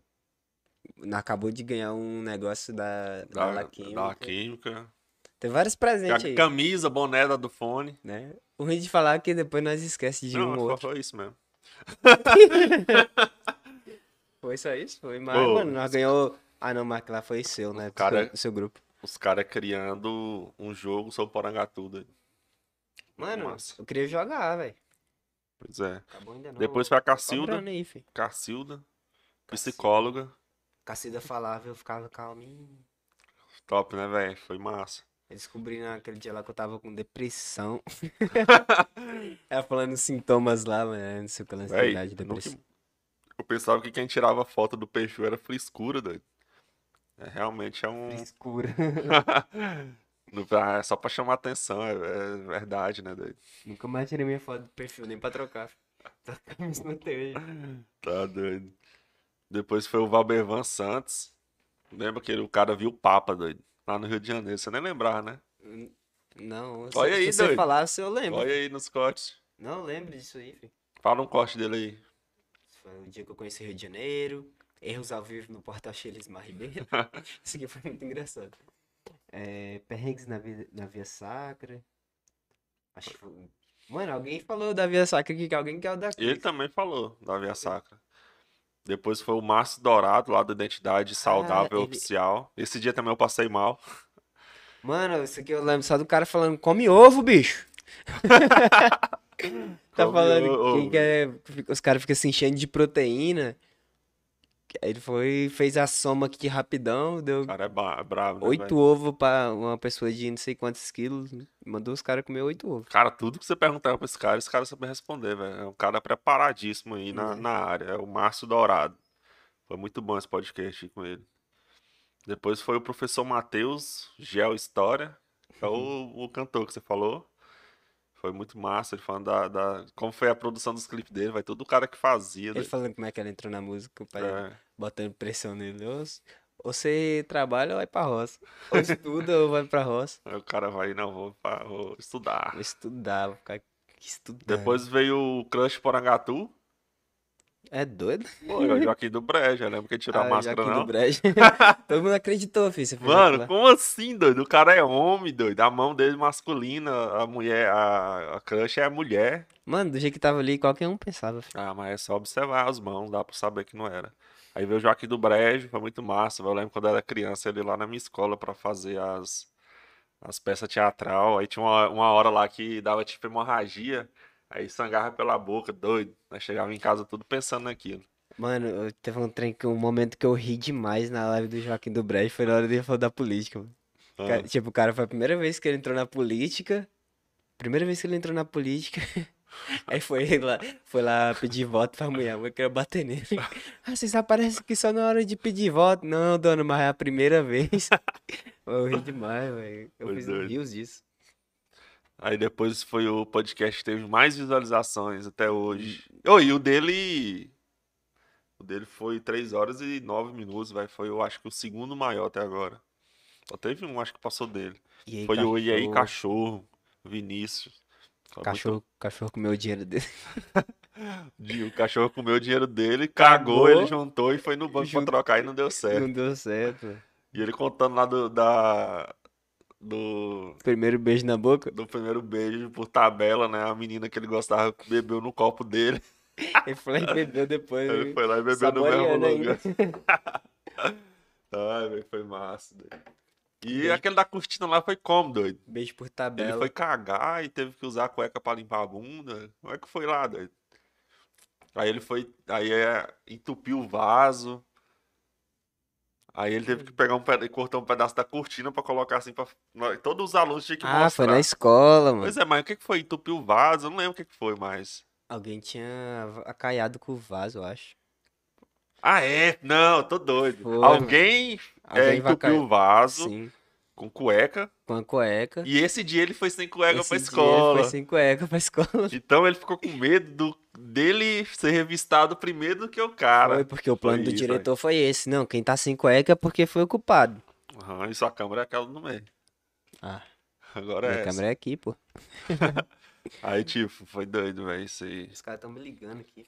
S1: Acabou de ganhar um negócio da, da,
S2: da,
S1: La
S2: da
S1: Química.
S2: química.
S1: Tem vários presentes aí,
S2: A camisa, boné da do fone.
S1: né? O ruim de falar é que depois nós esquece de um
S2: Não,
S1: ou
S2: foi,
S1: outro.
S2: foi isso mesmo.
S1: Foi só isso? Foi, mas,
S2: Ô.
S1: mano, nós ganhou... Ah, não, mas lá foi seu, né? Do
S2: cara-
S1: seu, do seu grupo.
S2: Os caras criando um jogo sobre Porangatuda.
S1: Mano,
S2: Massa.
S1: eu queria jogar, velho.
S2: Pois é.
S1: Acabou ainda não.
S2: Depois foi a Cacilda.
S1: Cobrando aí, filho.
S2: Cacilda, psicóloga.
S1: Cacilda falava, eu ficava calminho.
S2: Top, né, velho? Foi massa.
S1: Eu descobri naquele dia lá que eu tava com depressão. Ela falando os sintomas lá, mano, não sei o que,
S2: Véi,
S1: ansiedade,
S2: eu nunca-
S1: depressão.
S2: Eu pensava que quem tirava foto do Peixu era frescura, doido. É, realmente é um.
S1: Frescura.
S2: Não- ah, é só pra chamar atenção, é, é verdade, né, doido?
S1: Nunca mais tirei minha foto do perfil, nem pra trocar. filho. Tá com a camisa até hoje.
S2: Tá doido. Depois foi o Valbervan Santos. Lembra que ele- o cara viu o Papa, doido? Lá no Rio de Janeiro. Você nem lembrava, né?
S1: Não, se,
S2: Olha aí,
S1: se você
S2: doido.
S1: falar, se eu lembro.
S2: Olha aí nos cortes.
S1: Não, eu lembro disso aí, filho.
S2: Fala um corte dele aí.
S1: Foi o dia que eu conheci o Rio de Janeiro. Erros ao vivo no Portal Chiles Mar Ribeiro. Isso aqui foi muito engraçado. É, perrengues na, vida, na Via Sacra. Acho que foi... um, Mano, alguém falou da Via Sacra aqui, que alguém quer o da
S2: Ele também falou da Via Sacra. Depois foi o Márcio Dourado, lá da Identidade Saudável
S1: ele-
S2: Oficial. Esse dia também eu passei mal.
S1: Mano, isso aqui eu lembro só do cara falando, come ovo, bicho. tá
S2: Come
S1: falando
S2: ovo.
S1: quem quer. Os caras ficam se enchendo de proteína. Aí ele foi, fez a soma aqui rapidão, deu
S2: O cara é, ba- é brabo, né,
S1: oito
S2: velho?
S1: ovos pra uma pessoa de não sei quantos quilos. né? Mandou os caras comer oito ovos.
S2: Cara, tudo que você perguntar pra esse cara, esse cara sabe responder, velho. É um cara preparadíssimo aí na,
S1: Né?
S2: na área. É o Márcio Dourado. Foi muito bom esse podcast com ele. Depois foi o professor Matheus, Geo História. que É
S1: Uhum.
S2: o, o cantor que você falou. Foi muito massa, ele falando da, da- Como foi a produção dos clipes dele, vai todo o cara que
S1: Ele
S2: fazia.
S1: né?
S2: doido.
S1: falando como é que ela entrou na música, o pai dele
S2: É.
S1: botando pressão nele. Ou s- ou você trabalha ou vai pra roça. Ou estuda ou vai pra roça.
S2: Aí o cara vai, não, vou, pa- vou estudar.
S1: Vou estudar, vou ficar estudando.
S2: Depois veio o Crush Porangatu.
S1: É doido?
S2: Pô, é o Joaquim do Brejo, eu lembro que ele tirou
S1: Ah,
S2: a
S1: o
S2: máscara,
S1: Joaquim do é
S2: não.
S1: Brejo. Todo mundo acreditou, filho. Você foi
S2: Mano,
S1: lá.
S2: como assim, doido? O cara é homem, doido. A mão dele é masculina, a mulher, a, a crush é mulher.
S1: Mano, do jeito que tava ali, qualquer um pensava. filho.
S2: Ah, mas é só observar as mãos, dá pra saber que não era. Aí veio o Joaquim do Brejo, foi muito massa. Eu lembro quando eu era criança, ele lá na minha escola pra fazer as, as peças teatral. Aí tinha uma, uma hora lá que dava tipo hemorragia, aí sangrava pela boca, doido. Nós chegava em casa tudo pensando naquilo.
S1: Mano, eu- teve um, trem que- um momento que eu ri demais na live do Joaquim do Brejo, foi na hora dele falar da política, mano.
S2: Ah,
S1: Cara, tipo, o cara foi a primeira vez que ele entrou na política. Primeira vez que ele entrou na política. Aí foi lá, foi lá pedir voto pra mulher, eu queria bater nele. Ah, vocês aparecem aqui só na hora de pedir voto. Não, dona, mas é a primeira vez. Eu ri demais, velho. Eu
S2: Foi
S1: fiz
S2: doido.
S1: rios disso.
S2: Aí depois foi o podcast que teve mais visualizações até hoje. Oi, e o dele. O dele foi 3 horas e 9 minutos, vai. Foi, eu acho que o segundo maior até agora. Só teve um, acho que passou dele.
S1: E aí,
S2: Foi o E aí,
S1: cachorro,
S2: Cachorro, Vinícius. Foi muito-
S1: cachorro, cachorro comeu o dinheiro dele.
S2: Di- O cachorro comeu o dinheiro dele, cagou,
S1: Cagou.
S2: ele juntou e foi no banco pra
S1: Jun-
S2: trocar e não deu certo.
S1: Não deu certo.
S2: E ele contando lá do, da, do,
S1: Primeiro beijo na boca.
S2: do primeiro beijo por tabela, né? A menina que ele gostava bebeu no copo dele.
S1: Ele foi lá e bebeu depois.
S2: Ele
S1: né?
S2: foi lá e bebeu no mesmo
S1: Saboreando ainda.
S2: lugar. Ai, velho, foi massa. doido. E
S1: Beijo.
S2: aquele da cortina lá foi como, doido?
S1: Beijo por
S2: Ele
S1: tabela.
S2: foi cagar e teve que usar a cueca pra limpar a bunda. Como é que foi lá, doido? Aí ele foi. Aí é, entupiu o vaso. Aí ele
S1: Hum.
S2: teve que pegar um pedaço e cortar um pedaço da cortina pra colocar assim pra. na- Todos os alunos tinham que
S1: Ah, foi
S2: mostrar.
S1: na escola, mano.
S2: Pois é, mas o que que foi? Entupiu o vaso? Eu não lembro o que que foi mais.
S1: Alguém tinha va- acaiado com o vaso, eu acho.
S2: Ah, é? Não, tô doido.
S1: Foi,
S2: Alguém, é,
S1: Alguém vai
S2: entupiu o vaso
S1: Sim,
S2: com cueca.
S1: com a cueca.
S2: E esse dia ele foi sem cueca
S1: Esse
S2: pra
S1: dia ele
S2: escola.
S1: Foi sem cueca pra escola.
S2: Então ele ficou com medo do- dele ser revistado primeiro do que o cara.
S1: foi porque o plano
S2: foi
S1: do
S2: isso,
S1: diretor foi esse. Não, quem tá sem cueca é porque foi o culpado.
S2: Aham, e sua câmera é aquela no meio.
S1: Ah,
S2: Agora é
S1: minha
S2: essa.
S1: câmera é aqui, pô.
S2: Aí, tipo, foi doido, velho, isso aí.
S1: Os caras tão me ligando aqui.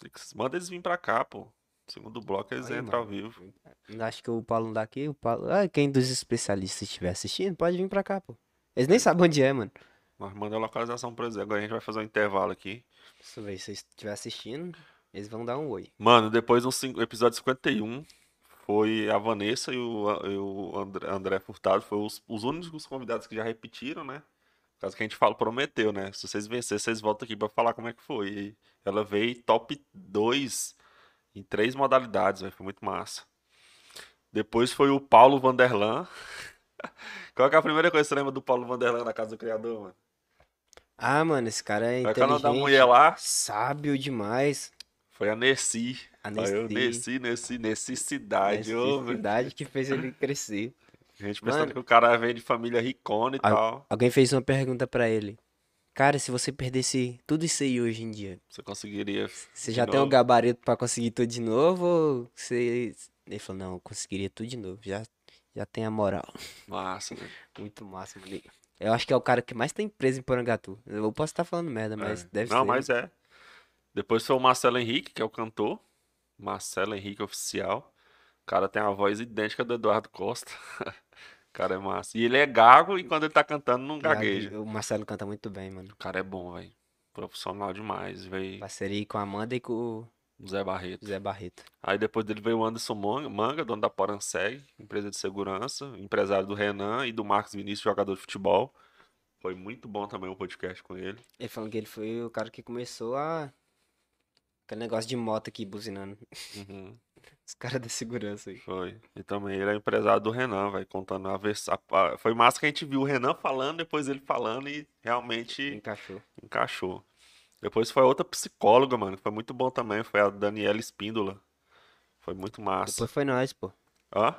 S2: Tem que- Manda eles virem pra cá, pô. Segundo bloco eles
S1: Aí,
S2: entram ao
S1: mano.
S2: vivo.
S1: Acho que o Paulo não dá aqui. O Paulo... Ah, quem dos especialistas estiver assistindo, pode vir pra cá, pô. Eles nem sabem onde é, mano.
S2: Nós manda a localização pra eles. Agora a gente vai fazer um intervalo aqui.
S1: Deixa eu ver, se vocês estiver assistindo, eles vão dar um oi.
S2: Mano, depois no cin- episódio 51 foi a Vanessa e o, a- e o André, André Furtado. Foi os, os únicos convidados que já repetiram, né? Por causa que a gente fala, prometeu, né? Se vocês vencerem, vocês voltam aqui pra falar como é que foi. E ela veio top 2 em três modalidades, velho. Foi muito massa. Depois foi o Paulo Vanderlan. Qual que é a primeira coisa que você lembra do Paulo Vanderlan na Casa do Criador, mano?
S1: Ah, mano, esse cara é
S2: Foi aquela da
S1: inteligente.
S2: mulher lá.
S1: Sábio demais.
S2: Foi a Nessi.
S1: A
S2: Aí eu,
S1: Nessie.
S2: Nessi, Nessi, necessidade. Ô, meu
S1: necessidade que fez ele crescer.
S2: Gente pensando
S1: Mano.
S2: que o cara vem de família ricona e
S1: Ah,
S2: tal.
S1: Alguém fez uma pergunta pra ele. Cara, se você perdesse tudo isso aí hoje em dia,
S2: Você conseguiria.
S1: você
S2: De
S1: já tem o
S2: novo?
S1: gabarito pra conseguir tudo de novo ou você... Ele falou, não, eu conseguiria tudo de novo, já, já tem a moral.
S2: Massa, né?
S1: Muito massa, mano. Eu acho que é o cara que mais tem empresa em Porangatu. Eu posso estar falando merda, mas
S2: É.
S1: deve
S2: Não,
S1: ser.
S2: mas é. Depois foi o Marcelo Henrique, que é o cantor. Marcelo Henrique Oficial. O cara tem a voz idêntica do Eduardo Costa. O cara é massa. E ele é gago e quando ele tá cantando não gagueja.
S1: O Marcelo canta muito bem, mano.
S2: O cara é bom, velho. Profissional demais, veio
S1: Parceria com a Amanda e com o
S2: o Zé Barreto.
S1: Zé Barreto.
S2: Aí depois dele veio o Anderson Manga, Manga, dono da Poranseg, empresa de segurança, empresário do Renan e do Marcos Vinícius, jogador de futebol. Foi muito bom também o podcast com ele.
S1: Ele falando que ele foi o cara que começou a... Aquele negócio de moto aqui buzinando. Uhum. Os caras da segurança aí.
S2: Foi. E também ele é empresário do Renan, vai contando a versão. Foi massa que a gente viu o Renan falando, depois ele falando e realmente
S1: Encaixou.
S2: encaixou. Depois foi outra psicóloga, mano, que foi muito bom também, foi a Daniela Espíndola. Foi muito massa.
S1: Depois foi nós, pô.
S2: Hã?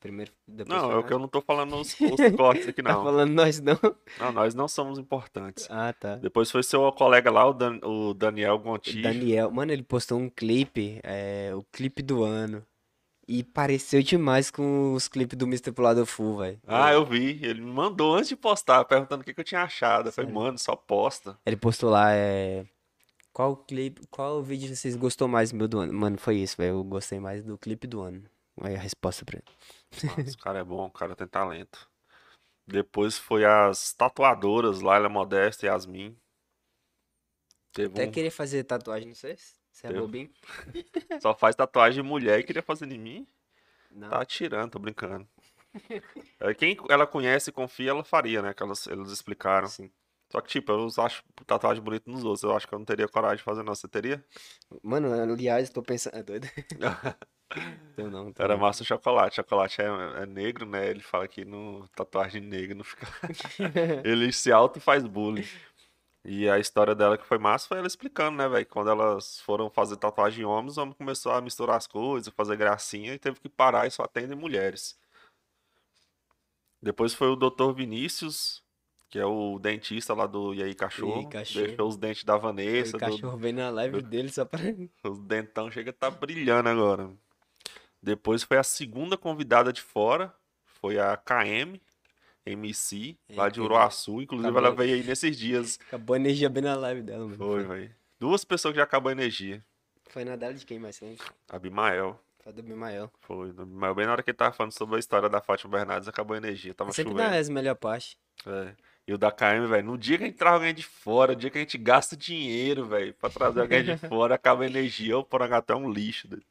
S1: Primeiro, depois
S2: Não,
S1: foi
S2: é o
S1: nós.
S2: que eu não tô falando os, os cortes aqui,
S1: Tá
S2: não.
S1: falando nós não?
S2: Não, nós não somos importantes.
S1: Ah, tá.
S2: Depois foi seu colega lá, o, Dan- o Daniel Gontijo.
S1: Daniel, mano, ele postou um clipe, é, o clipe do ano. E pareceu demais com os clipes do Mr. Pulado Full, velho.
S2: Ah, eu vi. Ele me mandou antes de postar, perguntando o que, que eu tinha achado. Eu falei,
S1: Sério?
S2: mano, só posta.
S1: Ele postou lá, é. Qual clipe, qual vídeo vocês gostou mais meu do ano? Mano, foi isso, velho. Eu gostei mais do clipe do ano. Aí a resposta pra ele.
S2: Mas o cara é bom, o cara tem talento. Depois foi as tatuadoras, Laila Modesta e Yasmin. Teve
S1: Até
S2: um...
S1: queria fazer tatuagem, não sei se Você é
S2: Eu?
S1: bobinho?
S2: Só faz tatuagem de mulher e queria fazer em mim.
S1: Não.
S2: Tá atirando, tô brincando. É, Quem ela conhece e confia, ela faria, né? Que elas, eles explicaram.
S1: Sim.
S2: Só que, tipo, eu acho tatuagem bonita nos outros. Eu acho que eu não teria coragem de fazer, não. Você teria?
S1: Mano, aliás, tô pensando. É doido? Eu não. tô
S2: Então Era
S1: não.
S2: massa o chocolate. Chocolate é, é negro, né? Ele fala que no tatuagem negra não fica. Ele se auto faz bullying. E a história dela que foi massa foi ela explicando, né, velho? Quando elas foram fazer tatuagem em homens, o homem começou a misturar as coisas, fazer gracinha e teve que parar e só atendem mulheres. Depois foi o Dr. Vinícius, que é o dentista lá do E aí Cachorro.
S1: Cachorro.
S2: Deixou os dentes da Vanessa,
S1: o
S2: do,
S1: cachorro vem na live dele só pra.
S2: os dentão chega a tá brilhando agora. Depois foi a segunda convidada de fora, foi a KM, MC, lá de
S1: Eita,
S2: Uruaçu. Inclusive,
S1: acabou.
S2: ela veio aí nesses dias.
S1: Acabou a energia bem na live dela, mano.
S2: Foi, velho. Duas pessoas que já acabou a energia.
S1: Foi na dela de quem mais? Né?
S2: Abimael.
S1: Foi do Bimael.
S2: Foi. Abimael, bem na hora que ele tava falando sobre a história da Fátima Bernardes, acabou a energia. Tava
S1: É Sempre
S2: chovendo.
S1: dá essa melhor parte.
S2: É. E o da KM, velho, no dia que a gente traz alguém de fora, no dia que a gente gasta dinheiro, velho, pra trazer alguém de fora, acaba a energia. O Porangatu é um lixo. doido.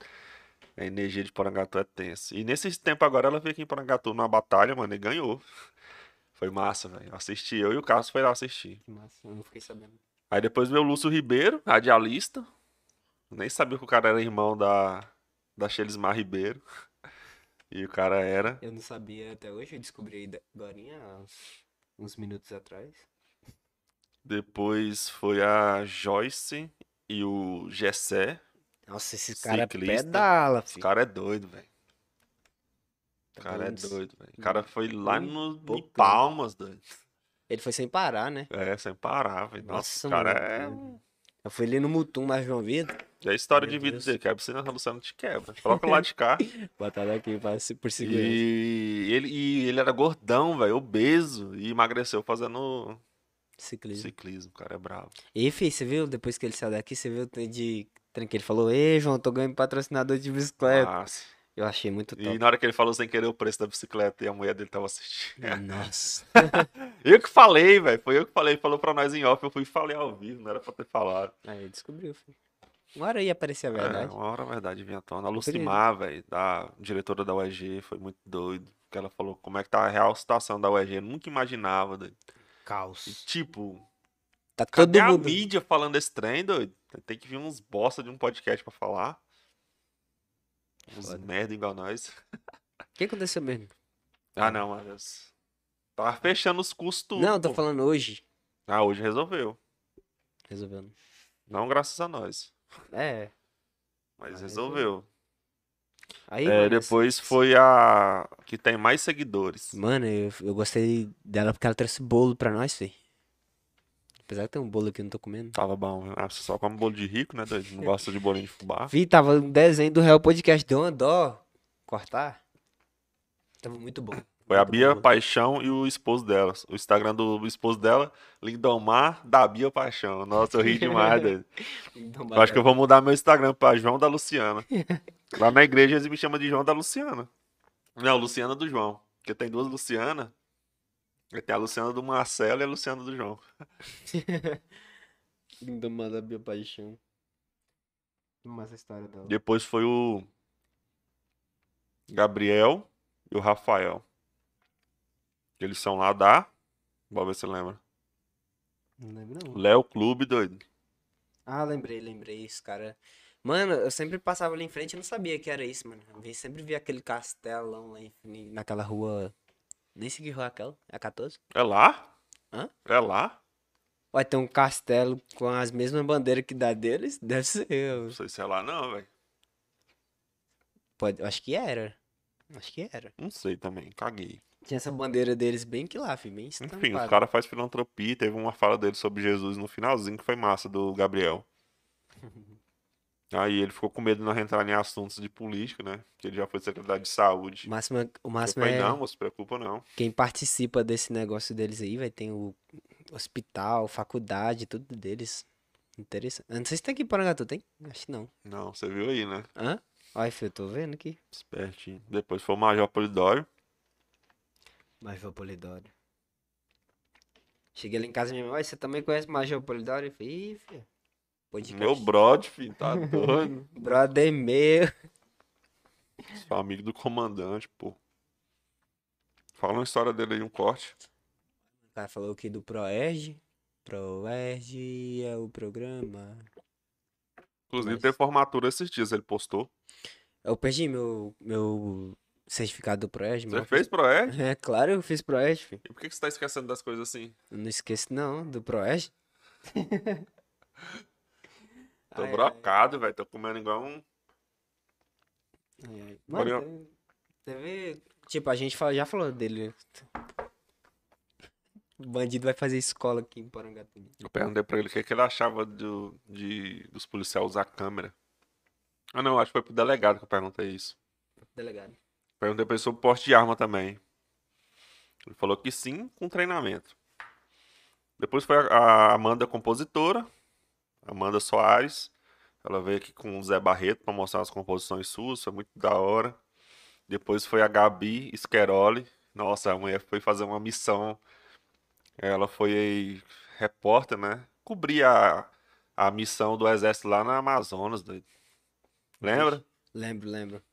S2: A energia de Porangatu é tensa. E nesse tempo agora, ela veio aqui em Porangatu numa batalha, mano, e ganhou. Foi massa, velho. Eu Assisti, eu e o Carlos foi lá assistir.
S1: Que massa, eu não fiquei sabendo.
S2: Aí depois veio o Lúcio Ribeiro, radialista. Nem sabia que o cara era irmão da, da Shelismar Ribeiro. E o cara era.
S1: Eu não sabia até hoje, eu descobri agora há uns, uns minutos atrás.
S2: Depois foi a Joyce e o Gessé.
S1: Nossa, esse cara é
S2: Ciclista.
S1: pedala,
S2: Esse
S1: filho.
S2: cara é doido, velho.
S1: Tá
S2: O
S1: Hum.
S2: cara é
S1: falando isso.
S2: doido, velho. O cara foi lá no, em
S1: bocão.
S2: Palmas, doido.
S1: Ele foi sem parar, né?
S2: É, sem parar, velho.
S1: Nossa,
S2: Nossa, o cara
S1: mano,
S2: é.
S1: doido. Eu fui ali no Mutum mais João Vitor.
S2: É a história
S1: Meu
S2: de vida
S1: Deus.
S2: dele. Quebra, senão a Luciana te quebra. Coloca lá de cá.
S1: Batalha aqui pra se- por segurança.
S2: e, ele, e ele era gordão, velho. Obeso. E emagreceu fazendo
S1: Ciclismo.
S2: ciclismo. O cara é bravo.
S1: E, filho, você viu? Depois que ele saiu daqui, você viu o tanto de trem que ele falou: Ei, João, tô ganhando patrocinador de bicicleta.
S2: Massa.
S1: Eu achei muito É, tá top.
S2: Ah, E na hora que ele falou sem querer o preço da bicicleta e a mulher dele tava assistindo.
S1: Nossa.
S2: Eu que falei, velho. Foi eu que falei. Falou pra nós em off. Eu fui e falei ao vivo. Não era pra ter falado.
S1: Aí descobriu, filho. Uma hora ia aparecer a
S2: É,
S1: verdade.
S2: uma hora a verdade vinha à tona. A
S1: acredito.
S2: Lucimar, velho, da diretora da UEG, foi muito doido. Porque ela falou como é que tá a real situação da UEG. Eu nunca imaginava, doido. E,
S1: Caos.
S2: tipo,
S1: Tá todo
S2: cadê a
S1: mundo.
S2: mídia falando esse trem, doido? Tem que vir uns bosta de um podcast pra falar. Uns
S1: Foda.
S2: merda igual nós.
S1: O que aconteceu mesmo?
S2: Ah, não, meu Deus. Tá fechando os custos tudo,
S1: É. Não, eu tô
S2: pô.
S1: falando hoje.
S2: Ah, hoje resolveu.
S1: Resolvendo.
S2: Não graças a nós.
S1: É.
S2: Mas
S1: Mas
S2: resolveu.
S1: Aí,
S2: É,
S1: mano,
S2: depois foi a que tem mais seguidores.
S1: Mano, eu, eu gostei dela porque ela trouxe bolo pra nós, fi. Apesar de ter um bolo aqui, eu não tô comendo.
S2: Tava bom, viu? Ah, você só come bolo de rico, né, doido? Não gosta de bolinho de fubá.
S1: Vi, tava um desenho do Real Podcast, deu uma dó cortar. Tava muito bom.
S2: Foi a
S1: muito bom
S2: Bia
S1: o bolo.
S2: Paixão e o esposo dela. O Instagram do esposo dela, Lindomar da Bia Paixão. Nossa, eu ri demais, doido.
S1: Então,
S2: Eu acho
S1: bacana.
S2: que eu vou mudar meu Instagram pra João da Luciana. Lá na igreja eles me chamam de João da Luciana. Não, Luciana do João. Porque tem duas Luciana. Tem a Luciana do Marcelo e a Luciana do João.
S1: Linda manda minha paixão. Que massa a história dela.
S2: Depois foi o Gabriel e o Rafael. Eles são lá da. Vamos ver se lembra.
S1: Não lembro não.
S2: Léo Clube, doido.
S1: Ah, lembrei, lembrei isso, cara. Mano, eu sempre passava ali em frente e não sabia que era isso, mano. Eu vi- sempre vi aquele castelão lá em- naquela rua. Nem sei que rua é aquela, é a 14?
S2: É lá?
S1: Hã?
S2: É lá?
S1: Vai ter um castelo com as mesmas bandeiras que dá deles? Deve ser. eu-
S2: Não sei se é lá, não, velho.
S1: Pode, eu acho que era. Acho que era.
S2: Não sei também, caguei.
S1: Tinha essa bandeira deles bem que lá, filho, bem
S2: Enfim, os
S1: estampada.
S2: caras fazem filantropia. Teve uma fala dele sobre Jesus no finalzinho que foi massa do Gabriel. Aí ele ficou com medo de não entrar em assuntos de político, né? Porque ele já foi secretário de
S1: O
S2: saúde.
S1: máximo, o
S2: Eu
S1: máximo
S2: falei,
S1: é
S2: não, não se preocupa, não.
S1: quem participa desse negócio deles aí, vai tem o hospital, faculdade, tudo deles. Interessante. Eu não sei se tem aqui em Parangatu, tem? Acho que não.
S2: Não, você viu aí, né?
S1: Hã? Olha, filho, eu tô vendo aqui.
S2: Espertinho. Depois foi o Major Polidório.
S1: Major Polidoro. Cheguei lá em casa e minha mãe, "Ué, você também conhece Major Polidoro? Eu falei, ih, filho. Podcast.
S2: Meu brother, filho, tá doido.
S1: Brother meu.
S2: Sou amigo do comandante, pô. Fala uma história dele aí, um corte.
S1: O cara falou que do Proerge. Proerge é o programa.
S2: Inclusive,
S1: Mas-
S2: teve formatura esses dias, ele postou.
S1: Eu perdi meu, meu certificado do Proerge,
S2: Você
S1: mano.
S2: fez pro E?
S1: É claro, eu fiz Proerge, filho.
S2: E por que que você tá esquecendo das coisas assim?
S1: Eu não esqueço não, do Proerge.
S2: Tô
S1: Ai, ai,
S2: brocado, velho. Tô comendo igual um.
S1: ai, ai. Mano,
S2: Olha.
S1: teve- teve... Tipo, a gente fala- já falou dele. né? O bandido vai fazer escola aqui em Porangatuba.
S2: Eu perguntei pra ele o que, que ele achava do, de, dos policiais usar câmera. Ah, não, acho que foi pro delegado que eu perguntei isso.
S1: Delegado.
S2: Perguntei pra ele sobre porte de arma também. Ele falou que sim, com treinamento. Depois foi a- a Amanda compositora, Amanda Soares. Ela veio aqui com o Zé Barreto pra mostrar as composições suas, foi muito da hora. Depois foi a Gabi Scheroli. Nossa, a mulher foi fazer uma missão. Ela foi repórter, né? Cobrir a, a missão do exército lá na Amazonas. doido. Lembra?
S1: Lembro, lembro.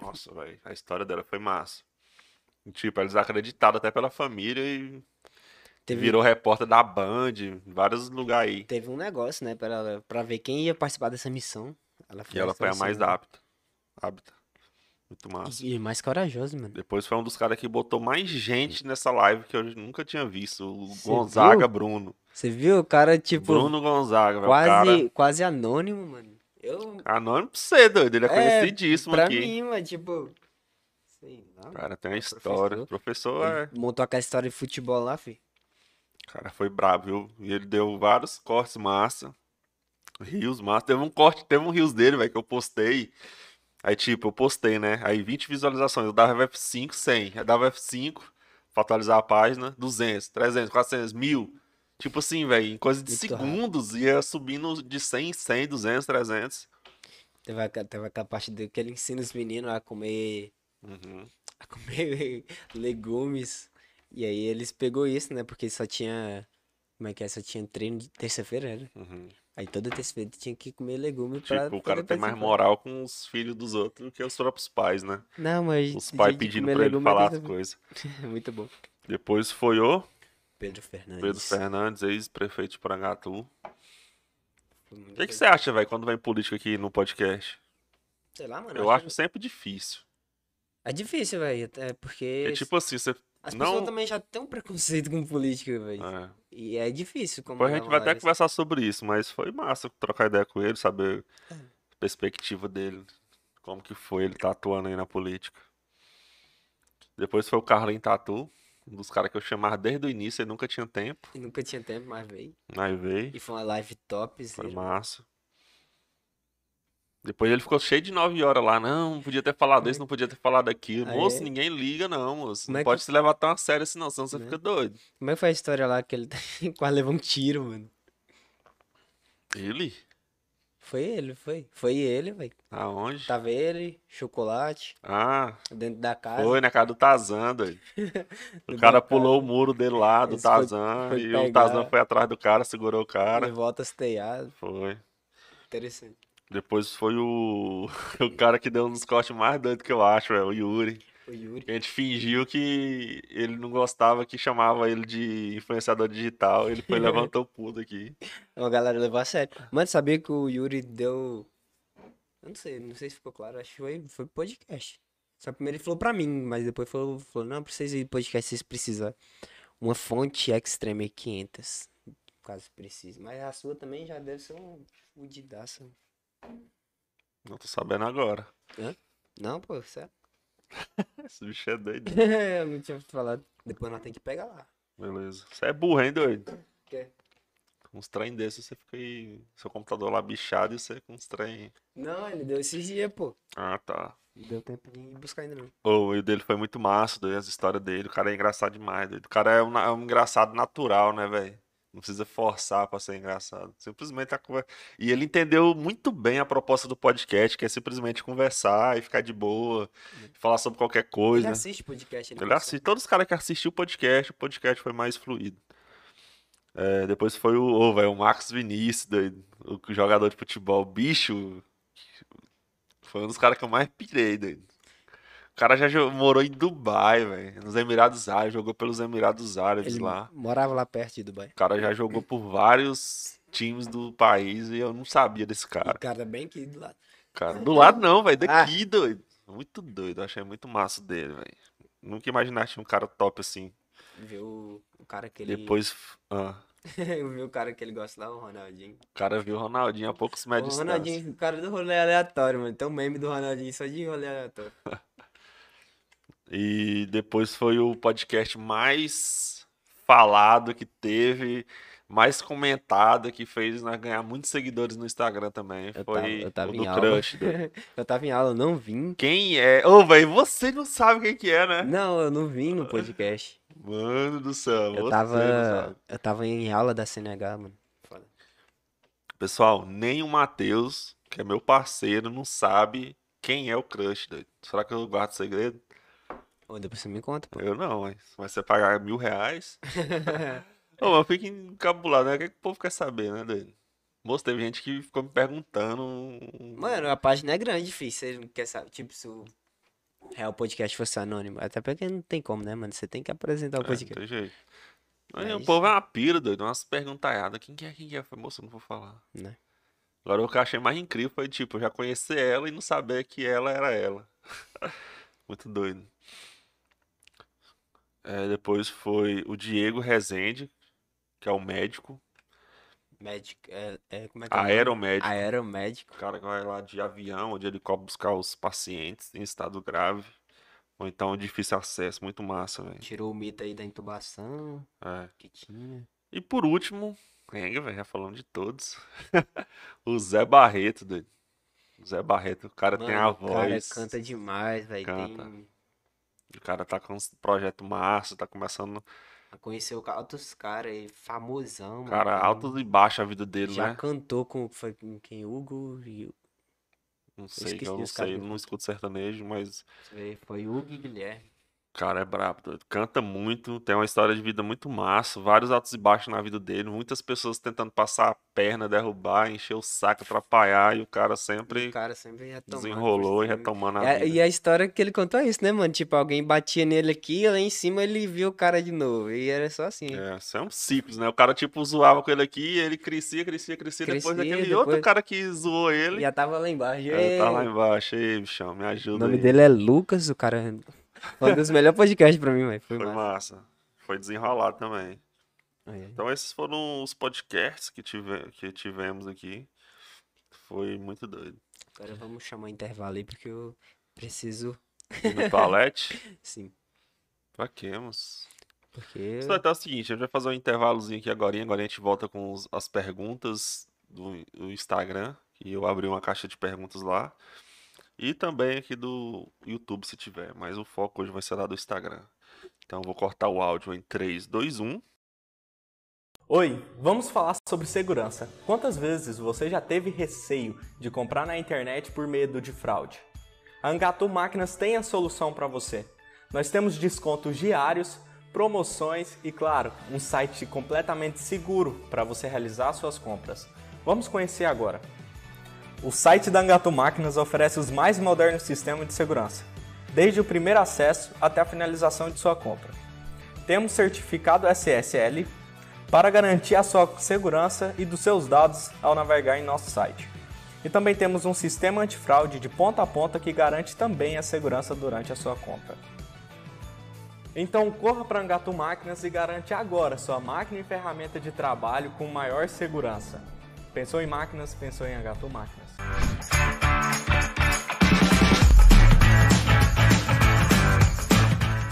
S2: Nossa, velho, a história dela foi massa. E, Tipo, ela é desacreditada até pela família e
S1: Teve,
S2: virou repórter da Band, em vários lugares aí.
S1: teve um negócio, né, pra, pra ver quem ia participar dessa missão. Ela
S2: E ela foi a mais
S1: selecionada.
S2: apta. Apta. Muito massa.
S1: E, e mais corajosa, mano.
S2: Depois foi um dos caras que botou mais gente nessa live que eu nunca tinha visto. O
S1: Cê
S2: Gonzaga
S1: viu?
S2: Bruno.
S1: Você viu? O cara, tipo,
S2: Bruno Gonzaga, velho.
S1: quase,
S2: Quase...
S1: quase anônimo, mano. Eu,
S2: Cara... Anônimo pra você, doido. Ele é,
S1: É,
S2: conhecidíssimo
S1: pra
S2: aqui.
S1: mim, mano, tipo... Sei lá.
S2: O Cara, tem uma história. O professor é.
S1: Ele Montou aquela história de futebol lá, fi.
S2: O cara foi brabo, viu? E ele deu vários cortes massa. Rios massa. Teve um corte, teve um rios dele, velho, que eu postei. Aí, tipo, eu postei, né? Aí 20 visualizações. Eu dava F5, 100. Eu dava F5 pra atualizar a página. 200, 300, 400, 1000. Tipo assim, velho, em coisa de
S1: Muito rápido.
S2: segundos ia subindo de 100 em 100, 200, 300.
S1: Teve, a- teve aquela parte do que ele ensina os meninos a comer,
S2: Uhum.
S1: a comer legumes. E aí eles pegou isso, né? Porque só tinha. Como é que é? Só tinha treino de terça-feira, era.
S2: uhum.
S1: Aí toda terça-feira tinha que comer legume pra.
S2: Tipo, o cara
S1: poder
S2: tem mais
S1: participar.
S2: moral com os filhos dos outros do que os próprios pais, né?
S1: Não, mas.
S2: Os
S1: de-
S2: pais
S1: de
S2: pedindo
S1: comer
S2: pra ele
S1: legume é
S2: falar as
S1: terça-feira.
S2: coisas.
S1: Muito bom.
S2: Depois foi o.
S1: Pedro Fernandes.
S2: Pedro Fernandes, ex-prefeito de Parangatu.
S1: Foi
S2: O
S1: muito
S2: é que, que
S1: bem.
S2: você acha, velho, quando vem político aqui no podcast?
S1: Sei lá, mano.
S2: Eu acho sempre difícil.
S1: É difícil, velho. É porque.
S2: É tipo assim, você.
S1: as
S2: não-
S1: pessoas também já têm um preconceito com política, velho.
S2: É.
S1: E é difícil. Como
S2: Depois a gente vai até
S1: conversar.
S2: conversar sobre isso, mas foi massa trocar ideia com ele, saber a perspectiva dele, como que foi ele tá atuando aí na política. Depois foi o Carlinho Tatu, um dos caras que eu chamava desde o início, ele nunca tinha tempo.
S1: assim. Nunca tinha tempo, mas veio.
S2: Aí veio.
S1: E foi uma live top, assim.
S2: Foi
S1: zero.
S2: massa. Depois ele ficou cheio de 9 horas lá. Não, podia ter falado isso, não podia ter falado aquilo.
S1: Aí
S2: Moço,
S1: é-
S2: ninguém liga, não, moço.
S1: Como
S2: Não
S1: é que-
S2: pode se levar tão a sério assim, não, senão você
S1: Né?
S2: fica doido.
S1: Como é que foi a história lá que ele quase levou um tiro, mano?
S2: Ele?
S1: Foi ele, foi. Foi ele, velho.
S2: Aonde?
S1: Tava ele, chocolate,
S2: Ah,
S1: dentro da casa.
S2: foi na casa do Tazan, doido. O
S1: Tá. Do
S2: cara
S1: bancário.
S2: pulou o muro dele lá, do
S1: Esse foi-
S2: Tazan,
S1: foi
S2: e o
S1: pegar.
S2: Tazan foi atrás do cara, segurou o
S1: De
S2: cara.
S1: volta hasteado.
S2: Foi.
S1: Interessante.
S2: Depois foi o, o cara que deu um dos cortes mais doidos que eu acho, é o Yuri.
S1: O Yuri.
S2: A gente fingiu que ele não gostava que chamava ele de influenciador digital. Ele foi e levantou o pulo aqui.
S1: Então, A galera levou a sério. Mano, sabia que o Yuri deu. Eu não sei, não sei se ficou claro. Acho que foi, foi podcast. Só primeiro ele falou pra mim, mas depois falou, falou não, pra vocês irem podcast, vocês precisam. Uma fonte Extreme 500. Caso precise. Mas a sua também já deve ser um uma fudidaça.
S2: Não tô sabendo agora.
S1: Não, pô, sério.
S2: Esse bicho é doido.
S1: Eu não tinha falado. Depois nós temos que pegar lá.
S2: Beleza. Você é burro, hein, doido?
S1: Quê?
S2: Com Uns trem desses, você fica aí. Seu computador lá bichado e você com uns trem.
S1: Não, ele deu esses dias, pô.
S2: Ah, tá.
S1: Não deu tempo de ir buscar ainda, não.
S2: Ou e o dele foi muito massa, doido. As histórias dele. O cara é engraçado demais, doido. O cara é um, é um engraçado natural, né, velho? Não precisa forçar pra ser engraçado. Simplesmente a conversa. E ele entendeu muito bem a proposta do podcast, que é simplesmente conversar e ficar de boa, falar sobre qualquer
S1: Ele é
S2: coisa.
S1: assiste podcast.
S2: é. Ele assiste. Todos os caras que assistiam o podcast, o podcast foi mais fluido. É, depois foi o, ô, velho, o Marcos Vinícius, doido. o jogador de futebol, bicho. Foi um dos caras que eu mais pirei, doido. O cara já jo- morou em Dubai, velho. Nos Emirados Árabes, jogou pelos Emirados Árabes
S1: Ele
S2: lá.
S1: morava lá perto de Dubai.
S2: O cara já jogou por vários times do país e eu não sabia desse
S1: E o
S2: cara.
S1: cara bem aqui do lado.
S2: Cara, do lado não, velho. Daqui, doido. Muito doido. Achei muito massa dele, velho. Nunca imaginar que tinha um cara top assim.
S1: Viu o cara que ele.
S2: Depois. ah,
S1: viu o cara que ele gosta lá, o Ronaldinho.
S2: o cara viu o Ronaldinho a poucos
S1: O
S2: metros de distância.
S1: Ronaldinho, o cara do rolê aleatório, mano. Tem um meme do Ronaldinho só de rolê aleatório.
S2: E depois foi o podcast mais falado que teve, mais comentado, que fez nós ganhar muitos seguidores no Instagram também.
S1: Eu
S2: foi
S1: tava- eu tava
S2: o
S1: em
S2: do
S1: aula.
S2: Crush. doido.
S1: Eu tava em aula, eu não vim.
S2: Quem é? Ô, velho, você não sabe quem que é, né?
S1: Não, eu não vim no podcast.
S2: Mano do céu,
S1: Eu
S2: você não
S1: tava.
S2: sabe.
S1: Eu tava em aula da CNH, mano. Foda.
S2: Pessoal, nem o Matheus, que é meu parceiro, não sabe quem é o Crush, doido. Será que eu guardo segredo?
S1: Ô, depois você me conta, pô.
S2: Eu não, mas mas você pagar mil reais. Ô, mas eu fico encabulado, né? O que, que o povo quer saber, né, doido? Moço, teve gente que ficou me perguntando. um,
S1: Mano, a página é grande, filho. Você não quer saber. Tipo, se o real podcast fosse anônimo. Até porque não tem como, né, mano? Você tem que apresentar o
S2: é, não
S1: podcast.
S2: tem jeito. Aí
S1: É
S2: o
S1: isso.
S2: povo é uma pira, doido. Umas perguntaiadas. Quem que é, quem que é? Eu falei, Moço, eu não vou falar.
S1: Né.
S2: Agora o que eu achei mais incrível foi, tipo, eu já conhecer ela e não saber que ela era ela. Muito doido. É, depois foi o Diego Rezende, que é o médico,
S1: Médico. É, é, como é que é? o nome?
S2: aeromédico.
S1: Aeromédico.
S2: O cara que vai lá de avião ou de helicóptero buscar os pacientes em estado grave. Ou então difícil acesso, muito massa, velho.
S1: Tirou o mito aí da intubação
S2: É.
S1: que tinha.
S2: E por último, é, véi, já falando de todos, o Zé Barreto, doido. O Zé Barreto, o cara tem a
S1: Mano, o cara é
S2: voz.
S1: canta demais, velho.
S2: Canta.
S1: Tem.
S2: O cara tá com um projeto massa, tá começando.
S1: Conheceu ca- altos caras aí, famosão, mano.
S2: Cara,
S1: tem-
S2: altos e baixos a vida dele,
S1: Já
S2: né?
S1: cantou com. Foi com quem? Hugo. E,
S2: Não sei,
S1: esqueci
S2: eu não
S1: os caras
S2: sei,
S1: que
S2: não escuto sertanejo, mas
S1: foi Hugo e Guilherme.
S2: O cara é brabo, doido. Canta muito, tem uma história de vida muito massa, vários altos e baixos na vida dele, muitas pessoas tentando passar a perna, derrubar, encher o saco, atrapalhar, e o cara
S1: O
S2: sempre
S1: cara sempre é retomando. por
S2: desenrolou e
S1: cima.
S2: retomando a
S1: É,
S2: vida.
S1: e a história que ele contou é isso, né, mano? Tipo, alguém batia nele aqui, lá em cima ele viu o cara de novo. E era só assim.
S2: É, isso é um ciclo, né? O cara, tipo, zoava com ele aqui, ele crescia, crescia, crescia, depois
S1: Crescia,
S2: daquele
S1: depois-
S2: outro cara que zoou ele,
S1: Já tava lá embaixo.
S2: aí tá lá
S1: Ei!
S2: embaixo, ei, bichão, me
S1: O
S2: ajuda
S1: nome
S2: aí.
S1: dele é Lucas, o cara. Foi um dos melhores podcasts pra mim, velho. Foi,
S2: Foi
S1: é massa.
S2: massa, foi desenrolado também.
S1: É.
S2: Então esses foram os podcasts que, tive... que tivemos aqui, foi muito doido.
S1: Agora vamos chamar o intervalo aí, porque eu preciso.
S2: E no toalete...
S1: Sim.
S2: Traquemos.
S1: Porque.
S2: Então tá o seguinte, a gente vai fazer um intervalozinho aqui agora, agora a gente volta com os- as perguntas do, do Instagram, que eu abri uma caixa de perguntas lá, e também aqui do YouTube se tiver, mas o foco hoje vai ser lá do Instagram. Então eu vou cortar o áudio em um. 3, 2, 1.
S3: Oi, vamos falar sobre segurança. Quantas vezes você já teve receio de comprar na internet por medo de fraude? A Angatu Máquinas tem a solução para você. Nós temos descontos diários, promoções e, claro, um site completamente seguro para você realizar suas compras. Vamos conhecer agora. O site da Angatu Máquinas oferece os mais modernos sistemas de segurança, desde o primeiro acesso até a finalização de sua compra temos certificado SSL para garantir a sua segurança e dos seus dados ao navegar em nosso site. E também temos um sistema antifraude de ponta a ponta que garante também a segurança durante a sua compra. Então corra para Angatu Máquinas e garante agora sua máquina e ferramenta de trabalho com maior segurança. Pensou em máquinas? Pensou em Angatu Máquinas.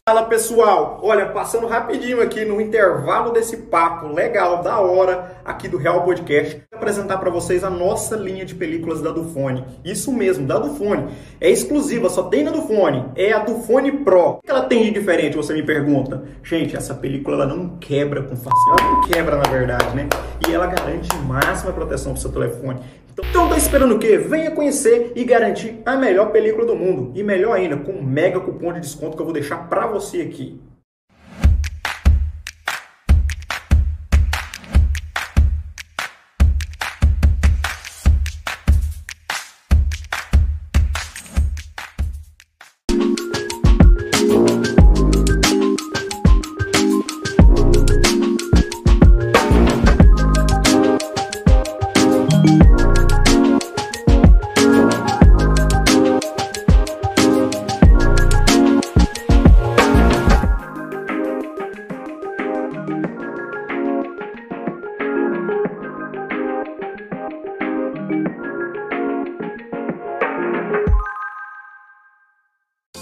S4: Fala pessoal, olha, passando rapidinho aqui no intervalo desse papo legal, da hora, aqui do Real Podcast, vou apresentar para vocês a nossa linha de películas da Dufone. Isso mesmo, da Dufone. É exclusiva, só tem na Dufone. É a Dufone Pro. O que ela tem de diferente, você me pergunta? Gente, essa película ela não quebra com facilidade, ela não quebra na verdade, né? E ela garante máxima proteção pro seu telefone. Então tá esperando o quê? Venha conhecer e garantir a melhor película do mundo. E melhor ainda, com um mega cupom de desconto que eu vou deixar pra você aqui.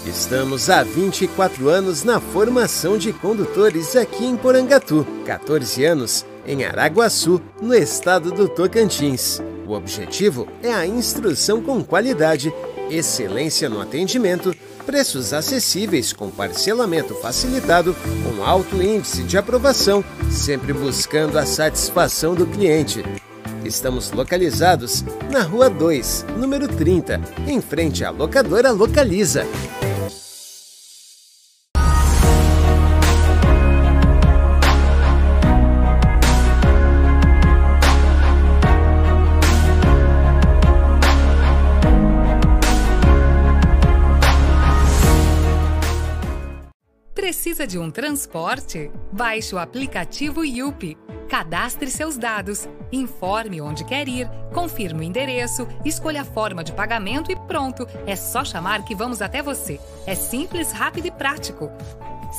S5: Estamos há 24 anos na formação de condutores aqui em Porangatu, 14 anos em Araguaçu, no estado do Tocantins. O objetivo é a instrução com qualidade, excelência no atendimento, preços acessíveis com parcelamento facilitado, com alto índice de aprovação, sempre buscando a satisfação do cliente. Estamos localizados na Rua 2, número 30, em frente à locadora Localiza.
S6: Precisa de um transporte? Baixe o aplicativo Yupi. Cadastre seus dados, informe onde quer ir, confirme o endereço, escolha a forma de pagamento e pronto. É só chamar que vamos até você. É simples, rápido e prático.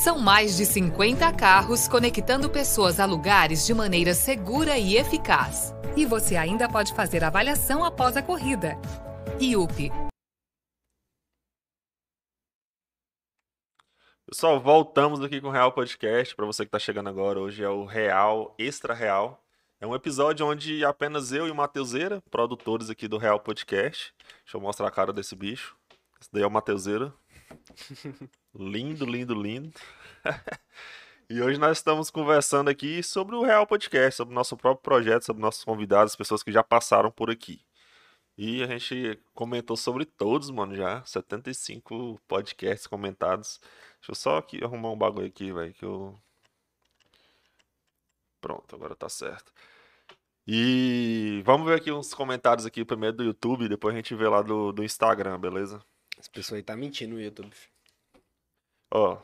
S6: São mais de 50 carros conectando pessoas a lugares de maneira segura e eficaz. E você ainda pode fazer avaliação após a corrida. IUP,
S2: Pessoal, voltamos aqui com o Real Podcast. Para você que tá chegando agora, hoje é o Real Extra Real. É um episódio onde apenas eu e o Mateuseira, produtores aqui do Real Podcast. Deixa eu mostrar a cara desse bicho. Esse daí é o Mateuseira. lindo, lindo, lindo. e hoje nós estamos conversando aqui sobre o Real Podcast, sobre o nosso próprio projeto, sobre nossos convidados, pessoas que já passaram por aqui. E a gente comentou sobre todos, mano, já. 75 podcasts comentados. Deixa eu só aqui arrumar um bagulho aqui, velho, que eu. Pronto, agora tá certo. E vamos ver aqui uns comentários aqui primeiro do YouTube, depois a gente vê lá do, do Instagram, beleza?
S1: Essa pessoa aí tá mentindo no YouTube.
S2: Ó.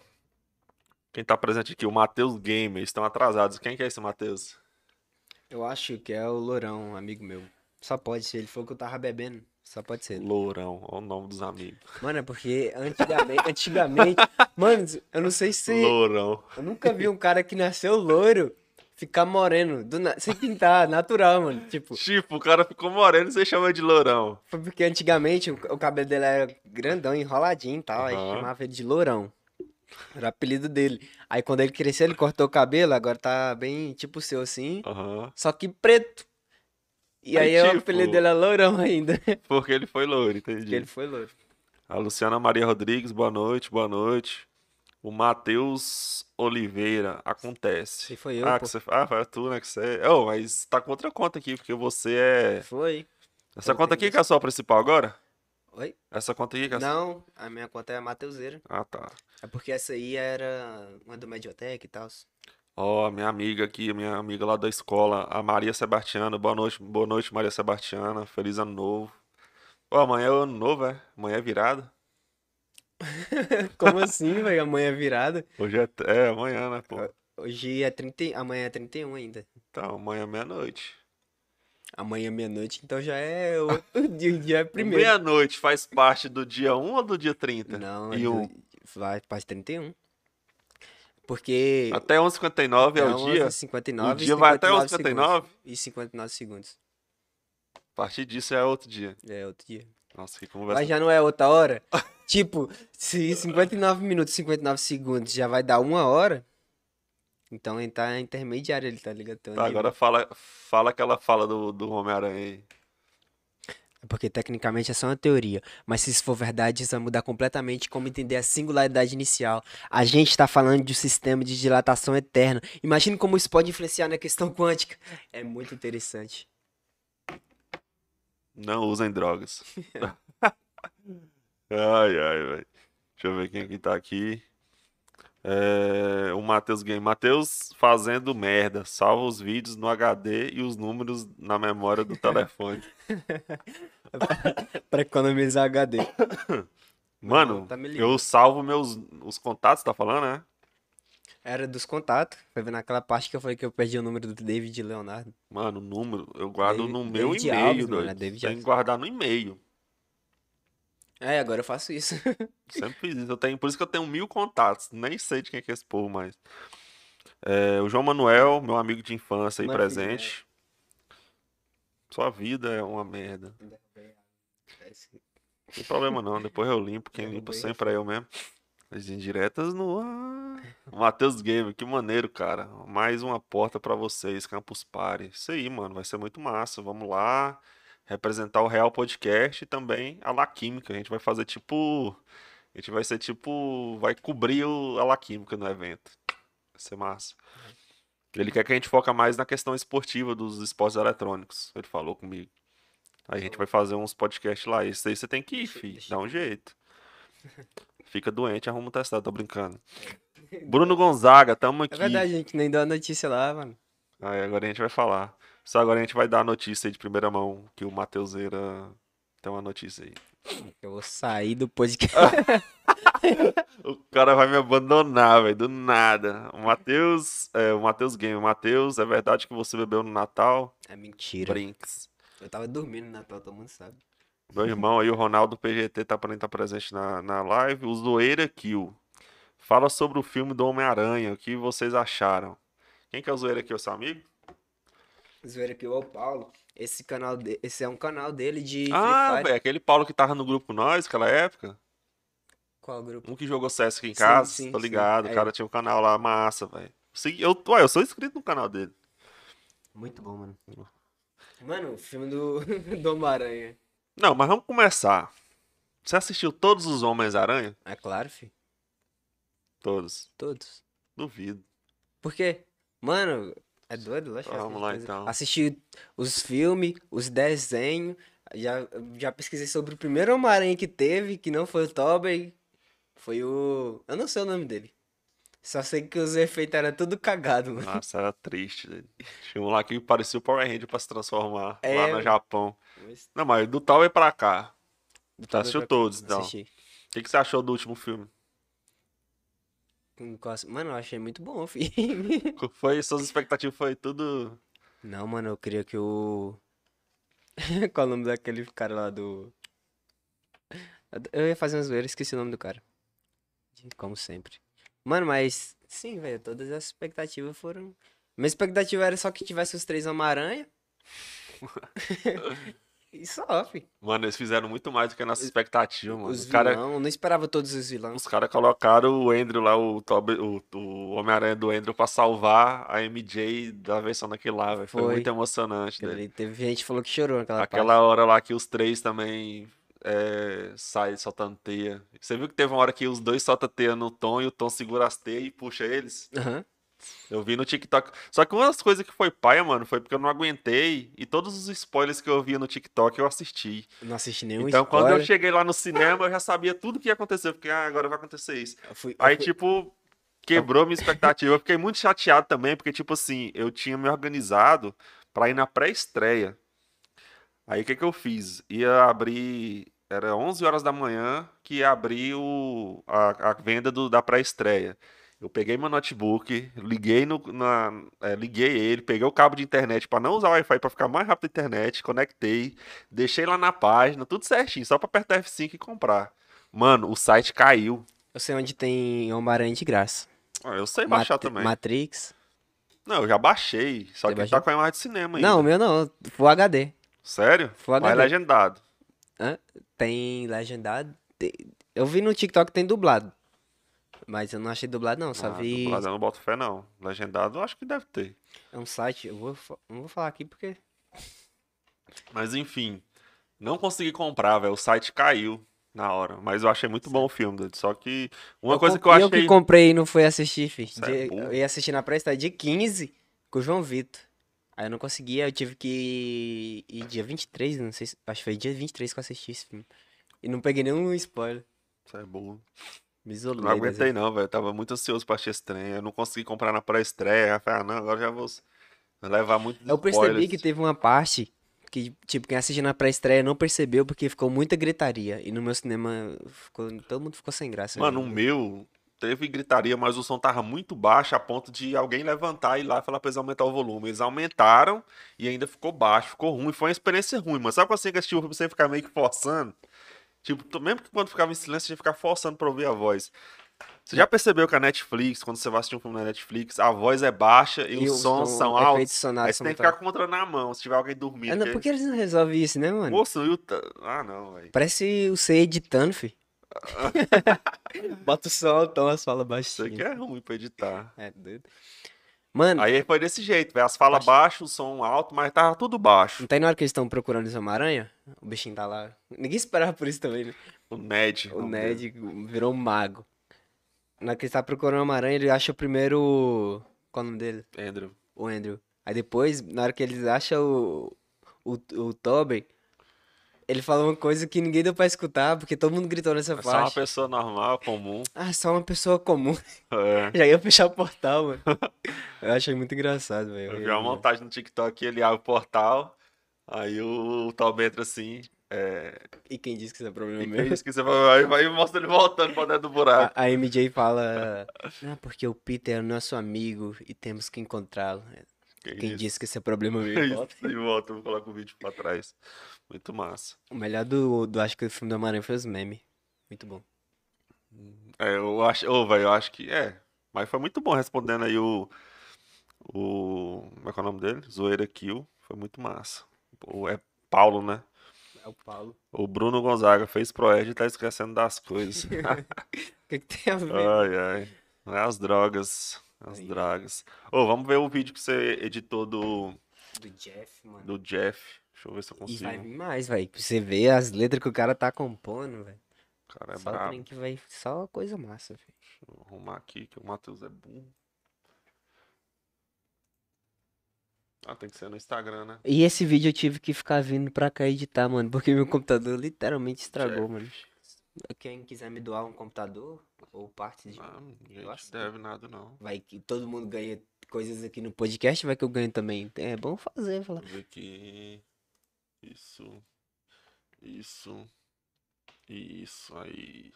S2: Quem tá presente aqui, o Matheus Gamer, estão atrasados. Quem que é esse Matheus?
S1: Eu acho que é o Lourão, um amigo meu. Só pode ser, ele falou que eu tava bebendo. Só pode ser.
S2: Lourão, olha o nome dos amigos.
S1: Mano, é porque antigamente, antigamente. Mano, eu não sei se.
S2: Lourão.
S1: Eu nunca vi um cara que nasceu loiro ficar moreno. do na- Sem pintar, natural, mano. Tipo,
S2: Tipo, o cara ficou moreno e você chama de Lourão.
S1: foi porque antigamente o, o cabelo dele era grandão, enroladinho e tal. Aí
S2: Aham.
S1: chamava ele de lourão. Era o apelido dele. Aí quando ele cresceu, ele cortou o cabelo, agora tá bem tipo o seu assim.
S2: Aham.
S1: Só que preto. E
S2: Aí,
S1: aí, o
S2: tipo-
S1: apelido dele é lourão ainda.
S2: Porque ele foi louro, entendi.
S1: Porque ele foi louro.
S2: A Luciana Maria Rodrigues, boa noite, boa noite. O Matheus Oliveira, acontece.
S1: Se foi eu,
S2: ah,
S1: pô.
S2: que você... ah, foi tu, né? Que você... Oh, mas tá com outra conta aqui, porque você é.
S1: Foi.
S2: Essa
S1: Eu
S2: conta
S1: tenho
S2: aqui que é a sua principal agora?
S1: Oi?
S2: Essa conta aqui que é a sua.
S1: Não, a minha conta é a Mateuseira.
S2: Ah, tá.
S1: É porque essa aí era uma do Mediotec e tal.
S2: Ó, a minha amiga aqui, a minha amiga lá da escola, a Maria Sebastiana. Boa noite, boa noite, Maria Sebastiana. Feliz ano novo. Ó, amanhã é ano novo, é? Amanhã é virada.
S1: Como assim, velho? Amanhã é virada.
S2: Hoje é. É, amanhã, né, pô?
S1: Hoje é 30, e- amanhã é 31 ainda.
S2: Então, amanhã é meia-noite.
S1: Amanhã é meia-noite, então já é outro dia, o dia é primeiro.
S2: Meia-noite faz parte do dia 1 ou do dia 30?
S1: Não,
S2: E
S1: é
S2: o-
S1: do- vai para 31. Porque
S2: Até 11h59 é o dia?
S1: 59
S2: O dia vai até
S1: 11
S2: 11h59?
S1: E 59 segundos.
S2: A partir disso é outro dia.
S1: É outro dia.
S2: Nossa, que
S1: Mas
S2: conversa.
S1: já não é outra hora? tipo, se 59 minutos e 59 segundos já vai dar uma hora, então ele tá intermediário ele tá ligado? Então,
S2: Tá,
S1: ele-
S2: agora fala, fala aquela fala do, do Homem-Aranha aí.
S1: É Porque tecnicamente é só uma teoria, mas se isso for verdade, isso vai mudar completamente como entender a singularidade inicial. A gente está falando de um sistema de dilatação eterna. Imagine como isso pode influenciar na questão quântica. É muito interessante.
S2: Não usem drogas. ai, ai, velho. Deixa eu ver quem que tá aqui. É, o Matheus Game. Matheus fazendo merda. Salva os vídeos no HD e os números na memória do telefone.
S1: Para economizar HD.
S2: Mano,
S1: tá me ligando.
S2: eu salvo meus os contatos, tá falando, né?
S1: Era dos contatos. Foi vendo aquela parte que eu falei que eu perdi o número do David Leonardo.
S2: Mano, o número, eu guardo
S1: David-
S2: no meu
S1: David
S2: e-mail,
S1: Alves, mano,
S2: doido.
S1: é David
S2: Tem que
S1: Alves.
S2: guardar no e-mail.
S1: É, agora eu faço isso.
S2: Sempre fiz isso. Eu tenho, por isso que eu tenho mil contatos. Nem sei de quem é que é esse povo mais. É, o João Manuel, meu amigo de infância aí
S1: Mano,
S2: presente. Sua vida é uma merda. Não tem problema não, depois eu limpo. Quem
S1: Eu
S2: limpa
S1: roubei.
S2: sempre é eu mesmo. As indiretas no ar. Matheus Game, que maneiro, cara. Mais uma porta pra vocês, Campus Party. Isso aí, mano, vai ser muito massa. Vamos lá representar o Real Podcast e também a La Química. A gente vai fazer tipo. A gente vai ser tipo. Vai cobrir o- a La Química no evento. Vai ser massa. Ele quer que a gente foca mais na questão esportiva dos esportes eletrônicos. Ele falou comigo. Aí a gente vai fazer uns podcasts lá. Isso aí você tem que ir, filho. Dá um jeito. Fica doente, arruma um testado, tô brincando. Bruno Gonzaga, tamo aqui.
S1: É verdade, a gente nem deu a notícia lá, mano.
S2: Aí agora a gente vai falar. Só agora a gente vai dar a notícia aí de primeira mão, que o Mateuseira tem uma notícia aí.
S1: Eu vou sair do podcast.
S2: O cara vai me abandonar, velho, do nada. O Matheus, é, o Matheus Game, Matheus, é verdade que você bebeu no Natal?
S1: É mentira.
S2: Brinks.
S1: Eu tava dormindo no Natal, todo mundo sabe.
S2: Meu irmão aí, o Ronaldo PGT, tá pra estar presente na, na live. O Zoeira Kill. Fala sobre o filme do Homem-Aranha, o que vocês acharam? Quem que é o Zoeira Kill, seu amigo?
S1: Zoeira que o Paulo. Esse canal, de- esse é um canal dele de Free
S2: Ah,
S1: Fire.
S2: velho, aquele Paulo que tava no grupo com nós, aquela época.
S1: Qual grupo?
S2: Um que jogou CS aqui em
S1: Sim,
S2: casa,
S1: sim,
S2: tô
S1: sim.
S2: ligado. O
S1: É.
S2: cara tinha um canal lá, massa, velho. Segui- Eu, ué, eu sou inscrito no canal dele.
S1: Muito bom, mano. Mano, o filme do, do Homem-Aranha.
S2: Não, mas vamos começar. Você assistiu todos os Homens-Aranha?
S1: É claro, fi.
S2: Todos.
S1: Todos.
S2: Duvido.
S1: Por quê? Mano, é doido, lógico.
S2: Vamos lá, então.
S1: Assisti os filmes, os desenhos. Já, já pesquisei sobre o primeiro Homem-Aranha que teve, que não foi o Tobey. Foi o. Eu não sei o nome dele. Só sei que os efeitos eram tudo cagado, mano.
S2: Nossa, era triste. né? Tinha um lá que parecia o Power Ranger pra se transformar
S1: É,
S2: lá no Japão.
S1: Mas-
S2: Não, mas do tal é pra cá. Tá, assistiu todos, então. O
S1: Assisti.
S2: que, que você achou do último filme?
S1: Com cos- Mano, eu achei muito bom, filho.
S2: Foi, suas expectativas foi tudo.
S1: Não, mano, eu queria que o. Qual o nome daquele cara lá do. Eu ia fazer uma zoeira, esqueci o nome do cara. Como sempre. Mano, mas. Sim, velho, todas as expectativas foram. Minha expectativa era só que tivesse os três Homem-Aranha. e só, fi.
S2: Mano, eles fizeram muito mais do que a nossa expectativa, mano.
S1: Os
S2: O cara, é
S1: vilão, eu não esperava todos os vilões.
S2: Os caras colocaram o Andrew lá, o, Toby- o, o Homem-Aranha do Andrew, pra salvar a MJ da versão daquele lá, velho. Foi
S1: Foi.
S2: muito emocionante, né?
S1: Ele Teve gente que falou que chorou naquela parte.
S2: Aquela hora lá que os três também é, saem soltando teia. Você viu que teve uma hora que os dois soltam teia no Tom e o Tom segura as teias e puxa eles?
S1: Aham.
S2: Eu vi no TikTok. Só que uma das coisas que foi paia, mano, foi porque eu não aguentei e todos os spoilers que eu via no TikTok eu assisti.
S1: Não assisti nenhum
S2: Então quando eu
S1: Um spoiler.
S2: cheguei lá no cinema eu já sabia tudo que ia acontecer, porque ah, agora vai acontecer isso.
S1: Eu fui- eu
S2: Aí,
S1: fui-
S2: tipo, quebrou minha expectativa. Eu fiquei muito chateado também, porque, tipo assim, eu tinha me organizado pra ir na pré-estreia. Aí, o que que eu fiz? Ia abrir... Era 11 horas da manhã que ia abrir o, a, a venda do- da pré-estreia. Eu peguei meu notebook, liguei no, na, é, liguei ele, peguei o cabo de internet pra não usar o Wi-Fi, pra ficar mais rápido a internet, conectei, deixei lá na página, tudo certinho, só pra apertar F5 e comprar. Mano, o site caiu.
S1: Eu sei onde tem Homem-Aranha de graça.
S2: Ah, eu sei baixar
S1: Matri-
S2: também.
S1: Matrix.
S2: Não, eu já baixei. Só
S1: Você
S2: que ele
S1: baixou?
S2: tá com a imagem de cinema ainda.
S1: Não, o meu não. Full HD.
S2: Sério?
S1: Full
S2: Mas é
S1: HD.
S2: legendado.
S1: Tem legendado. tem- Eu vi no TikTok que tem dublado. Mas eu não achei dublado, não. Só
S2: Ah,
S1: vi.
S2: dublado eu não boto fé, não. Legendado eu acho que deve ter.
S1: É um site. Eu vou... fa- não vou falar aqui porque.
S2: Mas enfim, não consegui comprar, velho. O site caiu na hora. Mas eu achei muito bom o filme, dude. Só que uma
S1: Eu
S2: coisa
S1: comp-
S2: que eu achei...
S1: Eu que comprei e não fui assistir, fi.
S2: Isso é
S1: De-
S2: burro.
S1: Eu ia assistir na pré-estreia dia 15 com o João Vitor. Aí eu não conseguia, eu tive que ir dia 23, não sei se. Acho que foi dia 23 que eu assisti esse filme. E não peguei nenhum spoiler.
S2: Isso é burro.
S1: Me isolei.
S2: Não
S1: das-
S2: aguentei não, velho. Eu Tava muito ansioso pra assistir esse trem. Eu não consegui comprar na pré-estreia. Eu Falei, ah, não, agora já vou levar muito
S1: Eu percebi
S2: spoilers.
S1: que teve uma parte que, tipo, quem assistiu na pré-estreia não percebeu porque ficou muita gritaria. E no meu cinema, ficou, todo mundo ficou sem graça. né?
S2: Mano, um o meu teve gritaria, mas o som tava muito baixo a ponto de alguém levantar e ir lá falar pra eles aumentar o volume. Eles aumentaram e ainda ficou baixo, ficou ruim. Foi uma experiência ruim, mas sabe quando você assistiu você ficar meio que forçando? Tipo, tu- mesmo que quando ficava em silêncio, você ia ficar forçando pra ouvir a voz. Você já percebeu que a Netflix, quando você vai assistir um filme na Netflix, a voz é baixa e, os sons são
S1: efeitos
S2: altos? Aí
S1: sonoros
S2: você
S1: são
S2: tem que
S1: muito
S2: ficar com outra na mão, se tiver alguém dormindo. é
S1: altos. Ah, não,
S2: porque-
S1: por que eles não resolvem isso, né, mano?
S2: Moço, eu... ta- Ah, não, velho.
S1: Parece o C editando, fi. Bota o som, então as falas
S2: Isso aqui
S1: baixinhas.
S2: é ruim pra editar.
S1: É doido. Mano,
S2: Aí foi desse jeito, velho. As falas baixas, o som alto, mas tava tudo baixo.
S1: não tem na hora que eles estão procurando essa aranha? O bichinho tá lá. Ninguém esperava por isso também, né?
S2: O Ned.
S1: O
S2: não,
S1: Ned virou um mago. Na hora que ele tá procurando uma aranha, ele acha primeiro. Qual o nome dele?
S2: Andrew.
S1: O Andrew. Aí depois, na hora que eles acham o. O, o Tobin, ele fala uma coisa que ninguém deu pra escutar, porque todo mundo gritou nessa
S2: É só uma
S1: parte.
S2: pessoa normal, comum.
S1: Ah, só uma pessoa comum.
S2: É.
S1: Já ia fechar o portal, mano. Eu achei muito engraçado, velho.
S2: Eu vi uma montagem no TikTok, ele abre o portal, aí o Tom entra assim, é,
S1: E quem disse que isso é problema
S2: e
S1: meu?
S2: quem disse que você vai, vai e mostra ele voltando pra dentro do buraco.
S1: A, a MJ fala. Ah, porque o Peter é nosso amigo e temos que encontrá-lo. É, Quem disse que isso é problema meu?
S2: Isso, E volta, eu vou colocar o vídeo pra trás. Muito massa.
S1: O melhor do, do acho que do filme do Homem-Aranha foi os memes. Muito bom.
S2: É, eu acho, ô, velho, eu acho que é. Mas foi muito bom respondendo aí o. O. Como é que é o nome dele? Zoeira Kill. Foi muito massa. O, é Paulo, né?
S1: É o Paulo.
S2: O Bruno Gonzaga fez proed e tá esquecendo das coisas.
S1: O que, que tem a ver?
S2: Ai, ai. Não é as drogas. As
S1: Aí.
S2: drogas. Ô, vamos ver o vídeo que você editou do,
S1: Do Jeff, mano.
S2: do Jeff. Deixa eu ver se eu
S1: E vai
S2: consigo.
S1: vir mais, velho. Você vê as letras que o cara tá compondo, velho.
S2: O cara é
S1: só trem
S2: brabo.
S1: que vai. Só coisa massa, velho.
S2: Vou arrumar aqui que o Matheus é burro. Ah, tem que ser no Instagram, né?
S1: E esse vídeo eu tive que ficar vindo pra cá editar, mano, porque meu computador literalmente estragou, mano. Quem quiser me doar um computador ou partes de.
S2: Ah, ninguém
S1: Eu
S2: te
S1: acho que-
S2: deve nada, não.
S1: Vai que todo mundo ganha coisas aqui no podcast, vai que eu ganho também. É bom fazer, falar.
S2: Deixa eu ver aqui. Isso. Isso. Isso aí.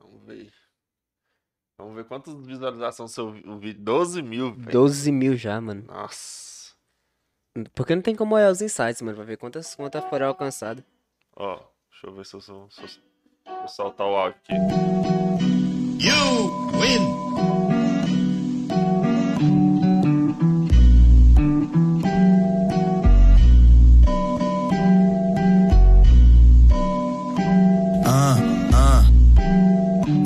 S2: Vamos ver. Vamos ver quantas visualizações seu vi- o vídeo. 12 mil, velho.
S1: 12 mil já, mano.
S2: Nossa.
S1: Porque não tem como olhar os insights, mano, pra ver quantas, quantas foram alcançadas.
S2: Ó, deixa eu ver se eu, sou- se eu, se eu vou soltar o áudio aqui.
S7: Ah, ah.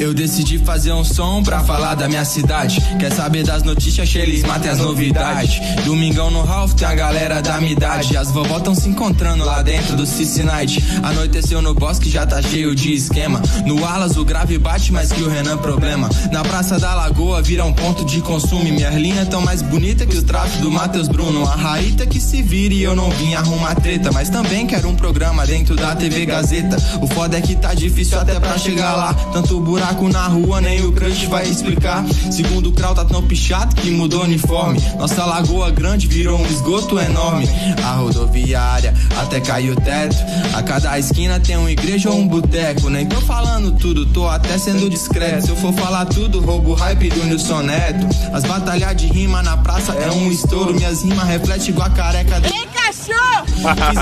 S7: Eu decidi fazer um som pra falar da minha cidade. Quer saber das notícias, eles matem as novidades. Domingão no Ralph tem a galera da minha idade. As vovó tão se encontrando lá dentro do Cici Night. Anoiteceu no bosque, já tá cheio de esquema. No Alas o grave bate, mas que o Renan problema. Na Praça da Lagoa vira um ponto de consumo. E minhas linhas tão mais bonita que os traços do Matheus Bruno. A Raíta que se vire, eu não vim arrumar treta. Mas também quero um programa dentro da TV Gazeta. O foda é que tá difícil até pra chegar lá. Tanto buraco na rua, nem o crush vai explicar. Segundo o Krau, tá tão pichado que mudou o uniforme. Nossa lagoa grande virou um esgoto enorme. A rodoviária até caiu o teto. A cada esquina tem uma igreja ou um boteco. Nem tô falando tudo, tô até sendo discreto. Se eu for falar tudo, roubo o hype do Nilson Neto. As batalhas de rima na praça é um estouro. Minhas rimas refletem igual a careca do Fiz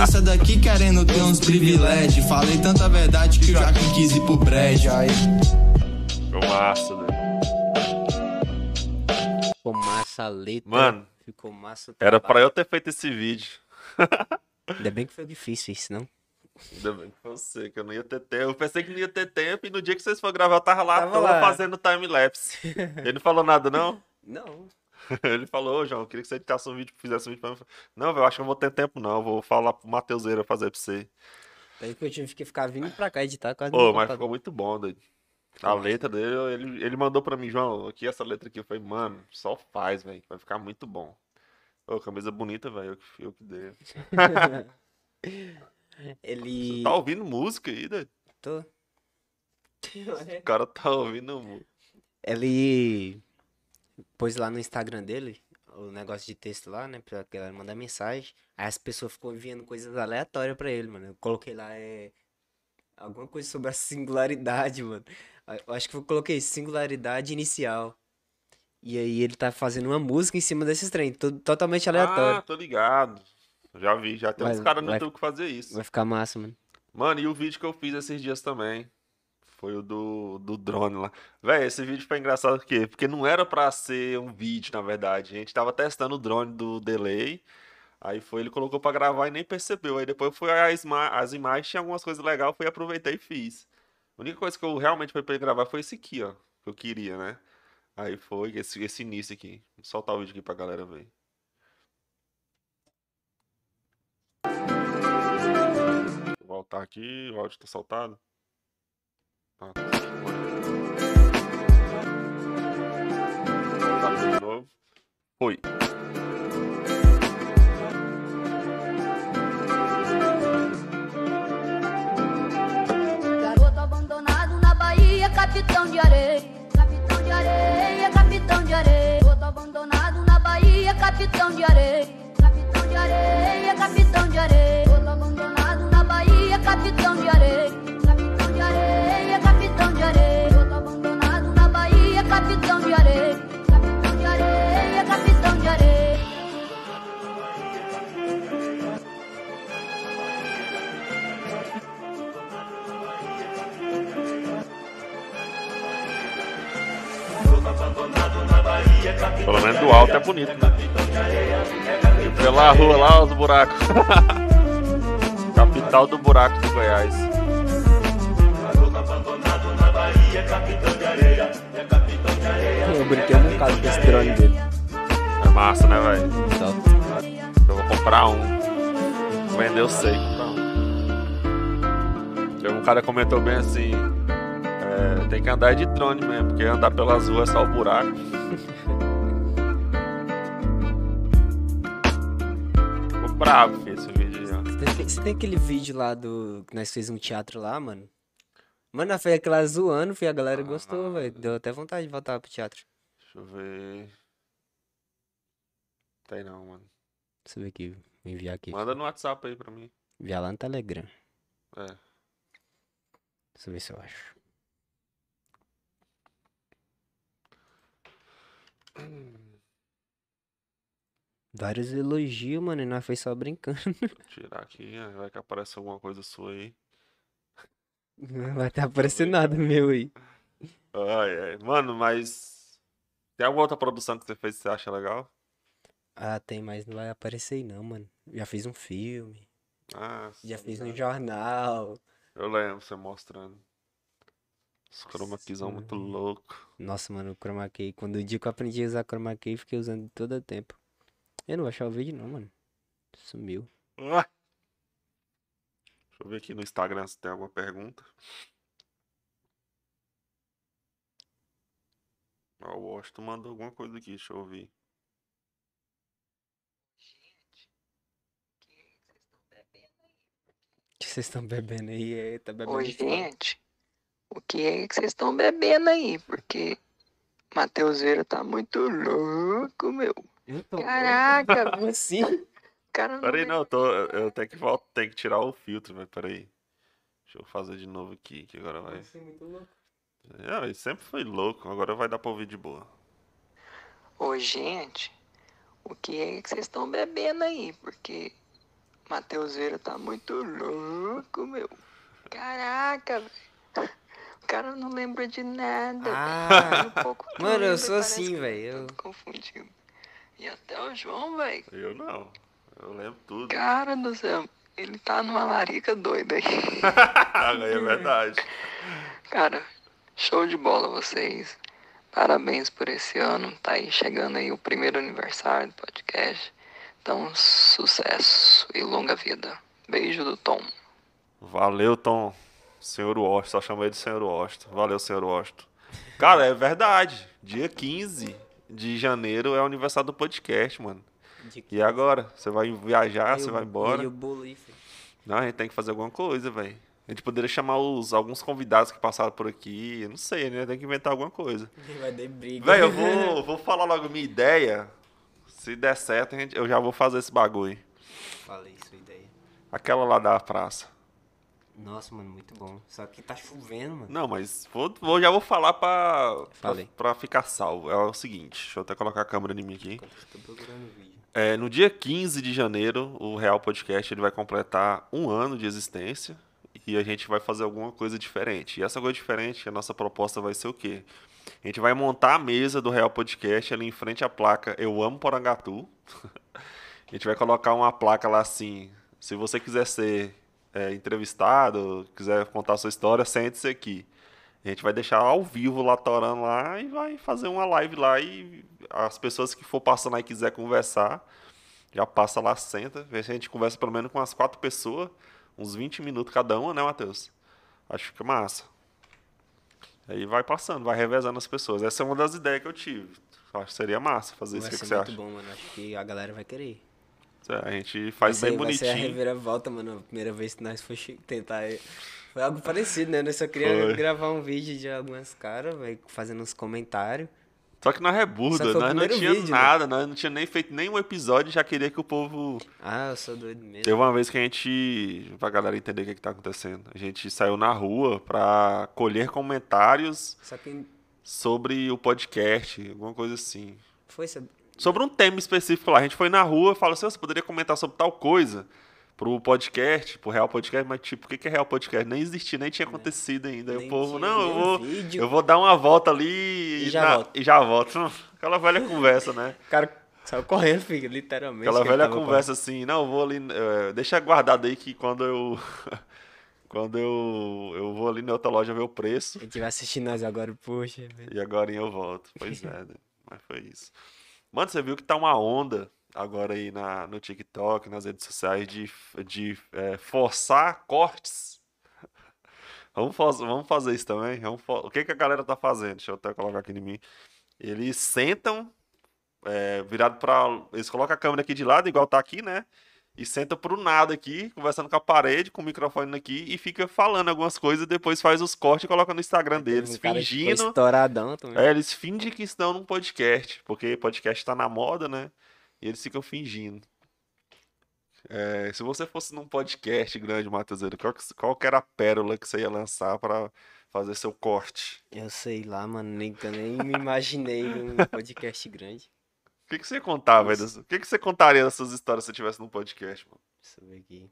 S7: essa daqui querendo ter uns privilégios. Falei tanta verdade que o Joaquim quis ir pro prédio. Aí.
S2: Ficou massa, né?
S1: Ficou massa a letra.
S2: Mano.
S1: Ficou massa. o
S2: Era pra
S1: trabalho.
S2: eu ter feito esse vídeo.
S1: Ainda bem que foi difícil isso, não?
S2: Ainda bem que eu sei que eu não ia ter tempo. Eu pensei que não ia ter tempo e no dia que vocês foram gravar, eu tava lá, à
S1: Tava
S2: toa
S1: lá.
S2: fazendo time-lapse. Ele não falou nada, não?
S1: Não.
S2: Ele falou, ô João, eu queria que você editasse um vídeo, fizesse um vídeo pra mim. Não, velho, eu acho que eu não vou ter tempo, não. Eu vou falar pro Mateuseira fazer pra você.
S1: Daí que eu tive que ficar vindo pra cá editar quase
S2: Ô,
S1: meu
S2: mas
S1: computador.
S2: ficou muito bom, doido. A letra dele, ele, ele mandou pra mim, João, aqui essa letra aqui. Eu falei, mano, só faz, velho. Vai ficar muito bom. Ô, camisa bonita, velho. Eu, que- eu que dei. Você
S1: Ele.
S2: tá ouvindo música aí, doido?
S1: Tô.
S2: O cara tá ouvindo música.
S1: Ele pôs lá no Instagram dele o negócio de texto lá, né? Pra que ela mandar mensagem. Aí as pessoas ficam enviando coisas aleatórias pra ele, mano. Eu coloquei lá é, alguma coisa sobre a singularidade, mano. Aí Eu acho que eu coloquei singularidade inicial. E aí ele tá fazendo uma música em cima desses trem, tudo totalmente
S2: Ah,
S1: aleatório.
S2: tô ligado. Já vi, já tem
S1: Vai-
S2: uns caras no
S1: vai-
S2: YouTube que faziam isso.
S1: Vai ficar massa, mano.
S2: Mano, e o vídeo que eu fiz esses dias também. Foi o do, do drone lá. Véi, esse vídeo foi engraçado por quê? Porque não era pra ser um vídeo, na verdade. A gente tava testando o drone do delay. Aí foi, ele colocou pra gravar e nem percebeu. Aí depois foi as, ima- as imagens, tinha algumas coisas legais, fui aproveitar e fiz. A única coisa que eu realmente foi pra ele gravar foi esse aqui, ó. Que eu queria, né? Aí foi esse, esse início aqui. Vou soltar o vídeo aqui pra galera ver. Deixa eu voltar aqui, o áudio tá saltado. Tá. Voltar aqui de novo. Foi.
S8: Garoto abandonado na Bahia, capitão de areia. Capitão de areia, capitão de areia. Garoto abandonado na Bahia, capitão de areia. Capitão de areia, capitão de areia. Garoto abandonado na Bahia, capitão de areia. Capitão de areia, capitão de areia. Garoto abandonado na Bahia, capitão de areia. Capitão de areia, capitão de areia.
S2: Pelo menos do alto é bonito, né? E pela rua lá, os buracos. Capital do buraco do Goiás.
S1: Eu brinquei um bocado com esse drone dele. Então.
S2: É massa, né, velho? Eu vou comprar um. Vender eu sei. comprar um. Teve Um cara comentou bem assim. é, tem que andar de drone mesmo, porque andar pelas ruas é só o buraco. Ficou bravo filho, esse vídeo aí, ó.
S1: Você tem, você tem aquele vídeo lá do. que nós fizemos um teatro lá, mano? Mano, nós foi aquela zoando, fi, a galera gostou, velho. Deu até vontade de voltar pro teatro.
S2: Deixa eu ver. Tem não, mano.
S1: Deixa eu ver aqui, vou enviar aqui.
S2: Manda no WhatsApp aí pra mim.
S1: Enviar lá no Telegram.
S2: É.
S1: Deixa eu ver se eu acho. Vários elogios, mano, e nós foi só brincando.
S2: Tirar aqui, ó, vai que aparece alguma coisa sua aí.
S1: Não vai estar aparecendo nada meu aí.
S2: Ai, ai. Mano, mas. Tem alguma outra produção que você fez que você acha legal?
S1: Ah, tem, mas não vai aparecer aí não, mano. Já fiz um filme,
S2: Ah,
S1: já
S2: sim,
S1: fiz
S2: né?
S1: um jornal.
S2: Eu lembro você mostrando. Os chroma keysão muito louco.
S1: Nossa, mano, o chroma key. Quando o dia que eu aprendi a usar chroma key, fiquei usando todo o tempo. Eu não vou achar o vídeo não, mano. Sumiu.
S2: Ah! Deixa eu ver aqui no Instagram se tem alguma pergunta. Ó, o Washington mandou alguma coisa aqui, deixa eu ouvir.
S1: O que vocês estão bebendo aí? É, tá bebendo
S9: Ô,
S1: fora.
S9: gente, o que é que vocês estão bebendo aí? Porque Matheus Veira tá muito louco, meu.
S1: Eu tô...
S9: Caraca, o
S1: Como assim?
S9: cara não
S2: Peraí, não, eu, tô, eu tenho que, vol- tenho que tirar o filtro, velho. Peraí. Deixa eu fazer de novo aqui, que agora vai. É, ele sempre foi louco, agora vai dar pra ouvir de boa.
S9: Ô, gente, o que é que vocês estão bebendo aí? Porque Matheus Veira tá muito louco, meu. Caraca, velho. O cara não lembra de nada.
S1: Ah,
S9: velho. Um pouco que
S1: mano, eu
S9: lembra,
S1: sou
S9: parece
S1: assim,
S9: que tá
S1: velho, eu-
S9: todo confundido. E até o João, velho.
S2: Eu não. Eu lembro tudo.
S9: Cara do céu, ele tá numa larica doida aí.
S2: é verdade.
S9: Cara, show de bola vocês. Parabéns por esse ano. Tá aí chegando aí o primeiro aniversário do podcast. Então, sucesso e longa vida. Beijo do Tom.
S2: Valeu, Tom. Senhor Washington, só chamei de Senhor Washington. Valeu, Senhor Washington. Cara, é verdade. Dia 15 de janeiro é o aniversário do podcast, mano.
S1: De-
S2: E agora? Você vai viajar, você
S1: Eu-
S2: vai embora?
S1: E o bolo aí, filho?
S2: Não, a gente tem que fazer alguma coisa, velho. A gente poderia chamar os, alguns convidados que passaram por aqui. eu Não sei, né? Tem que inventar alguma coisa.
S1: Vai dar briga.
S2: Velho, eu vou, vou falar logo minha ideia. Se der certo, a gente- eu já vou fazer esse bagulho.
S1: Falei sua ideia.
S2: Aquela lá da praça.
S1: Nossa, mano, muito bom. Só que tá chovendo, mano.
S2: Não, mas vou, vou- já vou falar pra, pra,
S1: Falei.
S2: pra ficar salvo. É o seguinte, deixa eu até colocar a câmera em mim aqui.
S1: Tô procurando o vídeo.
S2: É, no dia 15 de janeiro, o Real Podcast ele vai completar um ano de existência e a gente vai fazer alguma coisa diferente. E essa coisa diferente, a nossa proposta vai ser o quê? A gente vai montar a mesa do Real Podcast ali em frente à placa Eu Amo Porangatu. a gente vai colocar uma placa lá assim, se você quiser ser é, entrevistado, quiser contar sua história, sente-se aqui. A gente vai deixar ao vivo lá torando lá e vai fazer uma live lá e as pessoas que for passando aí e quiser conversar, já passa lá, senta, vê se a gente conversa pelo menos com umas quatro pessoas, uns 20 minutos cada uma, né, Matheus? Acho que é massa. Aí vai passando, vai revezando as pessoas. Essa é uma das ideias que eu tive. Acho que seria massa fazer isso. O
S1: vai
S2: que, que
S1: ser
S2: você
S1: é muito
S2: acha? É,
S1: bom, mano. Acho que a galera vai querer.
S2: A gente faz
S1: vai ser,
S2: bem
S1: vai ser a
S2: bonitinho.
S1: reviravolta, mano. A primeira vez que nós foi chi- tentar. Foi algo parecido, né? Nós só queria
S2: Foi.
S1: gravar um vídeo de algumas caras, vai fazendo uns comentários.
S2: Só que nós é
S1: Só
S2: burda,
S1: foi o
S2: nós não
S1: primeiro
S2: tinha
S1: vídeo, né?
S2: nada, nós não tinha nem feito nenhum episódio e já queria que o povo.
S1: Ah, eu sou doido mesmo.
S2: Teve uma vez que a gente. Pra galera entender o que, que tá acontecendo. A gente saiu na rua pra colher comentários
S1: Só que
S2: sobre o podcast, alguma coisa assim.
S1: foi, sabe?
S2: Sobre um tema específico lá. A gente foi na rua e falou assim: "Ô, você poderia comentar sobre tal coisa pro podcast, pro Real Podcast, mas tipo, o que que é Real Podcast? Nem existia, nem tinha acontecido ainda. Aí
S1: Né? Nem
S2: o povo,
S1: tinha
S2: não, eu
S1: nenhum
S2: vou.
S1: vídeo."
S2: Eu vou dar uma volta ali
S1: E já
S2: na-
S1: volto.
S2: e já volto. Aquela velha conversa, né?
S1: O cara saiu correndo, filho, literalmente.
S2: Aquela
S1: que ele
S2: velha
S1: tava
S2: conversa assim, não, eu vou ali. eh, deixa guardado aí que quando eu. quando eu, eu vou ali na outra loja ver o preço.
S1: correndo. Ele vai assistir nós agora, poxa. velho.
S2: E agora eu volto. Pois é, né? Mas foi isso. Mano, você viu que tá uma onda agora aí na, no TikTok, nas redes sociais, de, de eh, forçar cortes. Vamos, faz- vamos fazer isso também? Vamos fo- o que, que a galera tá fazendo? Deixa eu até colocar aqui em mim. Eles sentam, eh, virado pra. Eles colocam a câmera aqui de lado, igual tá aqui, né? E sentam pro nada aqui, conversando com a parede, com o microfone aqui, e fica falando algumas coisas, e depois faz os cortes e coloca no Instagram deles,
S1: Um cara que ficou
S2: fingindo.
S1: Estouradão também.
S2: É, eles fingem que estão num podcast, porque podcast tá na moda, né? E eles ficam fingindo. É, se você fosse num podcast grande, Matheuseiro, qual, que- qual que era a pérola que você ia lançar pra fazer seu corte?
S1: Eu sei lá, mano. Nem, eu nem me imaginei num podcast grande.
S2: O que, que você contava? aí
S1: Nossa.
S2: das- O que, que você contaria dessas histórias se você tivesse num podcast, mano?
S1: Deixa eu ver aqui.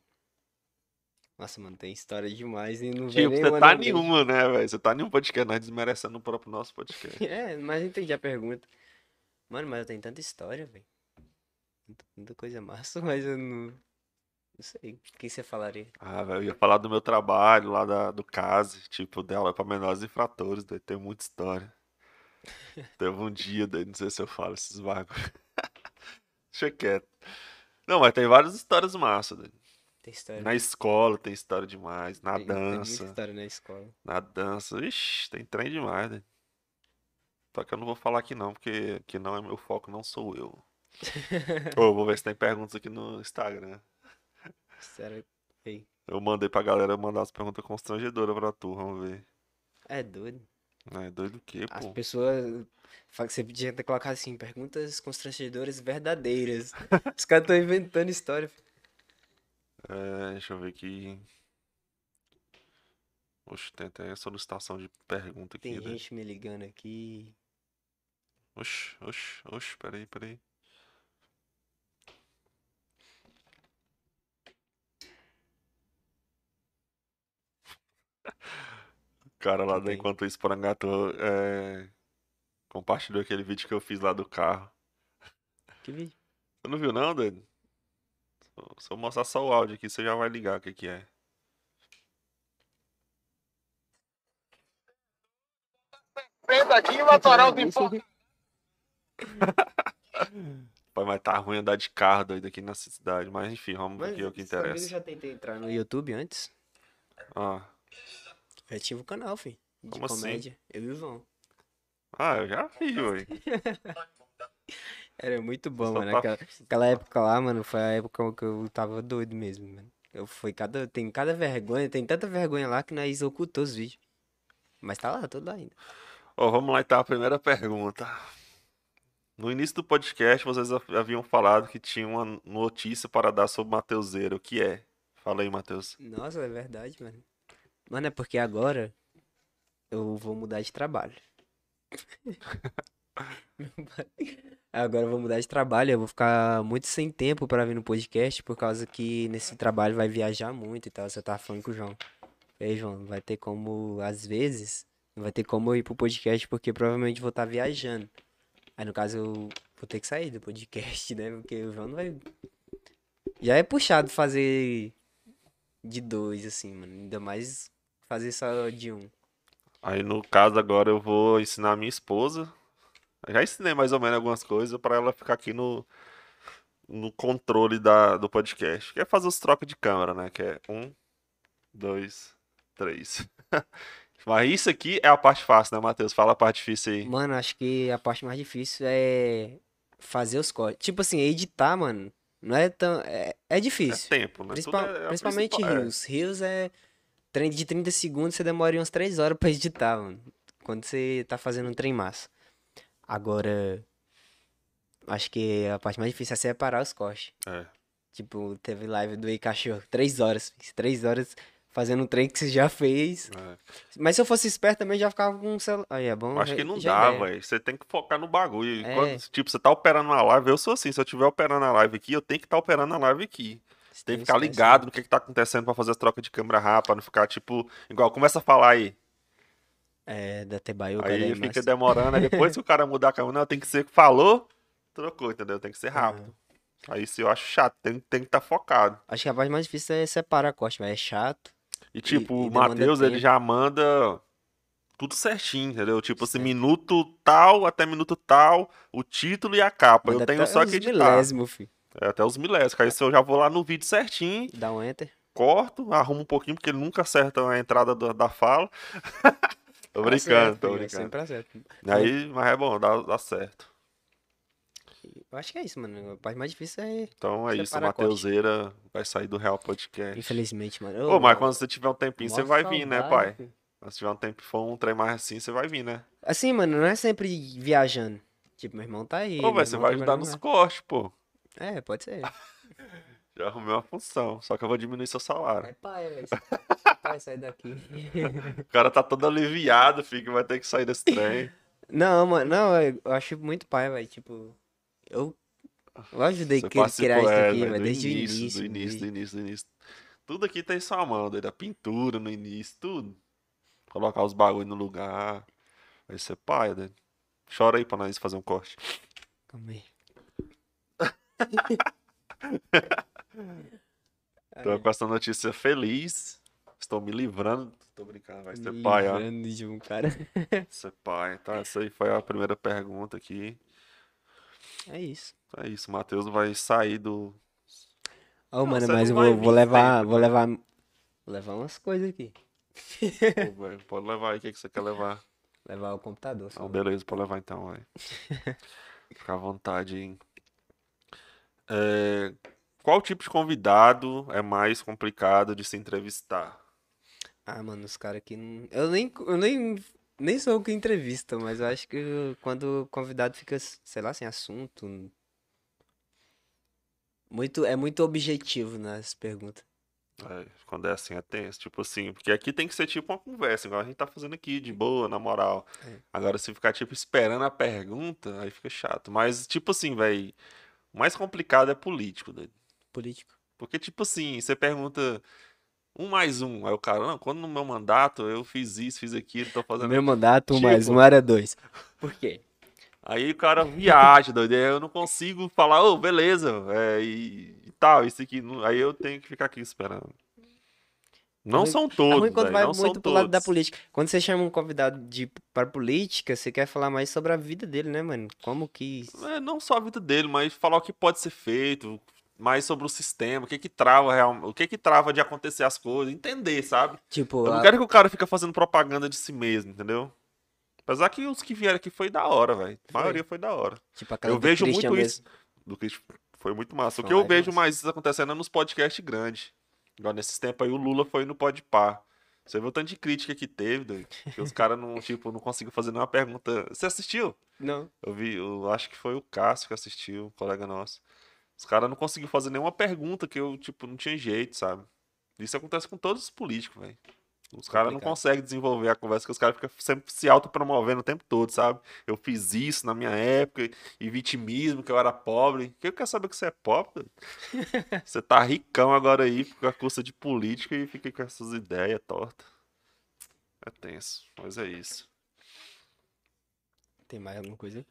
S1: Nossa, mano, tem história demais e não vem
S2: Tipo, você
S1: nenhuma
S2: tá
S1: na mente.
S2: nenhuma, né, velho? Você tá nenhum podcast, nós desmerecendo o próprio nosso podcast.
S1: É, mas entendi a pergunta. Mano, mas eu tenho tanta história, velho. Tanta- Tanta coisa massa, mas eu não. Não sei. O que você falaria?
S2: Ah, velho, eu ia falar do meu trabalho lá da- do CASE, tipo, dela para menores infratores, daí tem muita história. Teve um dia, daí não sei se eu falo esses bagulho. Deixa quieto. Não, mas tem várias histórias massas, daí.
S1: Tem história.
S2: Na escola tem história demais, na
S1: É. tem, tem muita
S2: dança,
S1: história na escola.
S2: na dança, ixi, tem trem demais, daí. Só que eu não vou falar aqui não, porque que não é meu foco, não sou eu. Ô, vou ver se tem perguntas aqui no Instagram.
S1: História.
S2: Eu mandei pra galera mandar as perguntas constrangedoras pra tu, vamos ver.
S1: É doido.
S2: Ah, É doido o quê,
S1: As
S2: pô?
S1: pessoas. fa- Você podia até colocar assim, perguntas constrangedoras verdadeiras. Os caras estão inventando história.
S2: É, deixa eu ver aqui. Oxe, tem até solicitação de pergunta
S1: Tem
S2: aqui, né?
S1: gente me ligando aqui.
S2: Oxe, oxe, oxe, peraí, peraí. O cara lá
S1: Que
S2: da
S1: tem?
S2: Enquanto Isso Porangatu é... compartilhou aquele vídeo que eu fiz lá do carro.
S1: Que vídeo?
S2: Você não viu não, Dani? Se eu mostrar só o áudio aqui, você já vai ligar o que que é. Pai, mas tá ruim andar de carro doido aqui nessa cidade. Mas enfim, vamos ver
S1: Mas
S2: aqui é o que
S1: você sabia que
S2: interessa.
S1: Eu já tentei entrar no YouTube antes.
S2: Ah,
S1: Eu tive o canal, filho. De
S2: Como assim?
S1: comédia. Eu e o João.
S2: ah, eu já vi, ué.
S1: Era muito bom,
S2: Só
S1: mano.
S2: tá-
S1: Aquela, aquela época lá, mano, foi a época que eu tava doido mesmo, mano. Eu fui cada. Tem cada vergonha, tem tanta vergonha lá que nós ocultou os vídeos. Mas tá lá, tudo lá ainda.
S2: Ó, vamos lá então, a primeira pergunta. No início do podcast, vocês ha- haviam falado que tinha uma notícia para dar sobre o Mateuseiro. O que é? Fala aí, Matheus.
S1: Nossa, é verdade, mano. Mano, é porque agora eu vou mudar de trabalho. Meu pai- Agora eu vou mudar de trabalho, eu vou ficar muito sem tempo pra vir no podcast, por causa que nesse trabalho vai viajar muito e tal. Você tava falando com o João. E aí, João, vai ter como, às vezes, não vai ter como eu ir pro podcast, porque provavelmente vou estar viajando. Aí, no caso, eu vou ter que sair do podcast, né? Porque o João não vai. Já é puxado fazer de dois, assim, mano. Ainda mais fazer só de um.
S2: Aí no caso agora eu vou ensinar a minha esposa. Eu Já ensinei mais ou menos algumas coisas pra ela ficar aqui no, no controle da, do podcast. Que é fazer os trocos de câmera, né? Que é um, dois, três. Mas isso aqui é a parte fácil, né, Matheus? Fala a parte difícil aí.
S1: Mano, acho que a parte mais difícil é fazer os cortes. Tipo assim, editar, mano, não é tão. É, é
S2: É
S1: difícil.
S2: tempo, né? Tudo
S1: Principal-
S2: é- é a
S1: principalmente
S2: principal- é.
S1: rios. Rios é. Trem de 30 segundos, você demora umas 3 horas pra editar, mano. Quando você tá fazendo um trem massa. Agora. Acho que a parte mais difícil é separar os cortes.
S2: É.
S1: Tipo, teve live do Ei Cachorro, 3 horas. 3 horas fazendo um trem que você já fez.
S2: É.
S1: Mas se eu fosse esperto também, já ficava com um celular. Aí é bom.
S2: Eu Acho
S1: re-
S2: que não
S1: já
S2: dá,
S1: é.
S2: velho. Você tem que focar no bagulho.
S1: É.
S2: Quando, tipo, você tá operando na live, eu sou assim. Se eu tiver operando a live aqui, eu tenho que estar operando a live aqui.
S1: Você
S2: Tem que
S1: um
S2: ficar
S1: stress,
S2: ligado
S1: né?
S2: no que, que tá acontecendo pra fazer as trocas de câmera rápida, pra não ficar, tipo, igual começa a falar aí.
S1: É, da Tebaio,
S2: aí
S1: cadê,
S2: fica
S1: mas-
S2: demorando, aí depois que o cara mudar a câmera, não, tem que ser que falou, trocou, entendeu? Tem que ser rápido. Aí isso eu acho chato, tem, tem que estar focado.
S1: Acho que a parte mais difícil é separar corte, mas é chato.
S2: E tipo,
S1: e
S2: o
S1: demanda
S2: Matheus, ele
S1: tempo.
S2: já manda tudo certinho, entendeu? Tipo assim, minuto tal até minuto tal, o título e a capa.
S1: Manda
S2: eu tenho
S1: até
S2: só
S1: uns
S2: que editar.
S1: milésimo, fi.
S2: É, até os milésimos. Aí se eu já vou lá no vídeo certinho,
S1: Dá um enter.
S2: corto, arrumo um pouquinho, porque ele nunca acerta a entrada da, da fala. tô brincando, tô
S1: Acerta, filho,
S2: brincando.
S1: Tá é Sempre assim. acerta.
S2: Aí, mas é bom, dá, dá certo.
S1: Eu acho que é isso, mano. A parte mais difícil é.
S2: Então é isso, a
S1: Separa corte.
S2: Mateuseira vai sair do Real Podcast.
S1: Infelizmente, mano.
S2: É. Ô, mas quando você tiver um tempinho, você
S1: mó
S2: vai vir, né,
S1: saudade,
S2: pai?
S1: filho.
S2: Se tiver um tempo, for um trem mais assim, você vai vir, né?
S1: Assim, mano, não é sempre viajando. Tipo, meu irmão tá aí.
S2: Ô,
S1: meu
S2: velho, você
S1: irmão trabalha
S2: vai ajudar
S1: no
S2: nos
S1: mar.
S2: cortes, pô.
S1: É, pode ser.
S2: Já arrumei uma função, só que eu vou diminuir seu salário.
S1: É pai, velho. Pai, sai daqui.
S2: O cara tá todo aliviado, filho, que vai ter que sair desse trem.
S1: Não, mano, não, eu eu acho muito pai, velho. Tipo, eu. Eu ajudei
S2: Você
S1: a criar isso
S2: participou, é,
S1: aqui,
S2: velho,
S1: velho,
S2: do
S1: desde o
S2: início,
S1: início. né?
S2: do
S1: mano,
S2: início, do
S1: desde-
S2: início, do início. Tudo aqui tá tem sua mão, doido. A pintura no início, tudo. Colocar os bagulho no lugar. Vai ser paia, doido. Chora aí pra nós fazer um corte.
S1: Calma aí. É.
S2: Então, com essa notícia feliz, estou me livrando. Tô brincando, vai ser
S1: Me
S2: paia.
S1: livrando de um cara.
S2: Vai ser paia. Tá, essa aí foi a primeira pergunta aqui.
S1: É isso.
S2: Então É isso, o Matheus vai sair do.
S1: Ô,
S2: Não,
S1: mano,
S2: você
S1: mas eu
S2: não
S1: vou,
S2: vai
S1: vou
S2: vir
S1: levar,
S2: sempre,
S1: vou levar, vou levar umas coisas aqui.
S2: Pô, velho, pode levar aí, o que, que você quer levar?
S1: Levar o computador. só.
S2: Não, beleza, pode levar então, velho. Fica à vontade, hein? É, Qual tipo de convidado é mais complicado de se entrevistar?
S1: Ah, mano, os caras aqui não... Eu nem, eu nem, nem sou o que entrevista, mas eu acho que quando o convidado fica, sei lá, sem assunto... Muito, é muito objetivo nas perguntas.
S2: É, quando é assim, é tenso, tipo assim, porque aqui tem que ser tipo uma conversa, igual a gente tá fazendo aqui, de boa, na moral.
S1: É.
S2: Agora, se ficar, tipo, esperando a pergunta, aí fica chato. Mas, tipo assim, velho, o mais complicado é político, doido.
S1: Político.
S2: Porque, tipo assim, você pergunta um mais um, aí o cara, não, quando no meu mandato eu fiz isso, fiz aquilo, tô fazendo
S1: Meu mandato, um mais
S2: Tipo-
S1: um era dois. Por quê?
S2: Aí o cara viaja, doido. Aí eu não consigo falar, ô, beleza, é, e, e tal, isso aqui. não- Aí eu tenho que ficar aqui esperando. Não
S1: É ruim-
S2: são
S1: É
S2: todos,
S1: ruim quando
S2: velho,
S1: vai
S2: não são
S1: muito pro lado da
S2: todos.
S1: política. Quando você chama um convidado de para política, você quer falar mais sobre a vida dele, né, mano? Como que
S2: É, não só a vida dele, mas falar o que pode ser feito, mais sobre o sistema, o que que trava real, o que que trava de acontecer as coisas, entender, sabe?
S1: tipo
S2: Eu não
S1: a-
S2: quero que o cara fique fazendo propaganda de si mesmo, entendeu? Apesar que os que vieram aqui foi da hora, velho. A
S1: Foi.
S2: maioria foi da hora.
S1: tipo a casa
S2: Eu
S1: do
S2: vejo
S1: Christian
S2: muito
S1: mesmo.
S2: isso. Do que foi muito massa. O
S1: Foi
S2: que eu
S1: live
S2: vejo
S1: massa.
S2: mais isso acontecendo é nos podcasts grandes. Igual nesses tempos aí, o Lula foi no Podpah. Você viu o tanto de crítica que teve, doido? Que os caras não, tipo, não conseguiram fazer nenhuma pergunta. Você assistiu?
S1: Não.
S2: Eu vi, eu acho que foi o Cássio que assistiu, um colega nosso. Os caras não conseguiram fazer nenhuma pergunta que eu, tipo, não tinha jeito, sabe? Isso acontece com todos os políticos, velho. Os caras não
S1: Complicado.
S2: conseguem desenvolver a conversa, que os caras ficam sempre se autopromovendo o tempo todo, sabe? Eu fiz isso na minha época, e vitimismo, que eu era pobre. Quem quer saber que você é pobre? doido? você tá ricão agora aí, fica a custa de política e fica com essas ideias tortas. É tenso, mas é isso.
S1: Tem mais alguma coisa?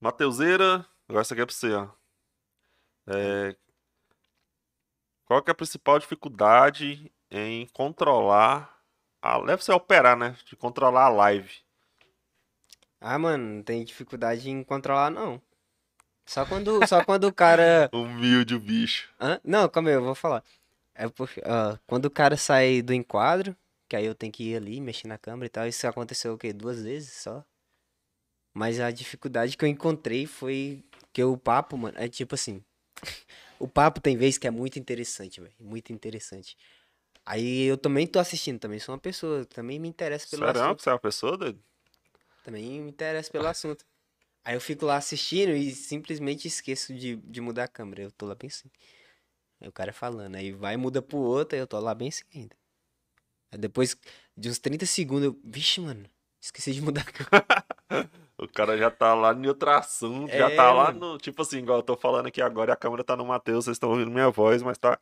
S2: Mateuseira, agora essa aqui é pra você, ó. É, Qual que é a principal dificuldade em controlar a... Deve ser operar, né? De controlar a live.
S1: Ah, mano, não tem dificuldade em controlar, não. Só quando, só quando o cara.
S2: Humilde o bicho.
S1: Hã? Não, calma aí, eu vou falar. É porque, ó, quando o cara sai do enquadro, que aí eu tenho que ir ali, mexer na câmera e tal, isso aconteceu o quê? Duas vezes só. Mas a dificuldade que eu encontrei foi que o papo, mano, é tipo assim. O papo tem vez que é muito interessante, velho. Muito interessante. Aí eu também tô assistindo, também sou uma pessoa, também me interessa pelo
S2: Será
S1: assunto.
S2: que você é uma pessoa, doido?
S1: Também me interessa pelo assunto. Aí eu fico lá assistindo e simplesmente esqueço de, de mudar a câmera. Eu tô lá bem assim. Aí o cara falando. Aí vai, muda pro outro, aí eu tô lá bem assim ainda. Aí depois de uns 30 segundos eu. Vixe, mano, esqueci de mudar a câmera.
S2: O cara já tá lá em outro assunto, já
S1: É,
S2: tá lá
S1: mano.
S2: no. Tipo assim, igual eu tô falando aqui agora e a câmera tá no Matheus, vocês estão ouvindo minha voz, mas tá.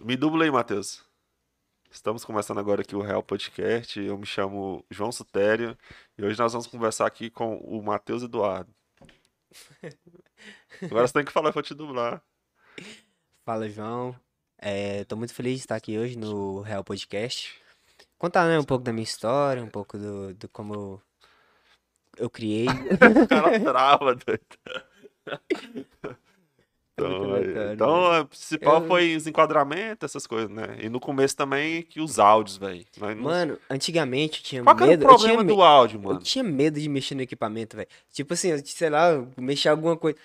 S2: Me dublei, Matheus. Estamos começando agora aqui o Real Podcast. Eu me chamo João Sutério e hoje nós vamos conversar aqui com o Matheus Eduardo. Agora você tem que falar pra eu te dublar.
S1: Fala, João. É, tô muito feliz de estar aqui hoje no Real Podcast. Contar, né, um pouco da minha história, um pouco do, do como eu- eu criei.
S2: O cara trava, doido. Então,
S1: muito aleatório,
S2: é- então a principal
S1: Eu-
S2: foi os enquadramentos, essas coisas, né? E no começo também que os áudios, velho. Nós não
S1: Mano, antigamente eu tinha
S2: Qual que era o
S1: medo. eu tinha
S2: problema
S1: me-
S2: do áudio,
S1: Eu
S2: mano?
S1: tinha medo de mexer no equipamento, velho. Tipo assim, eu, sei lá, eu mexer alguma coisa.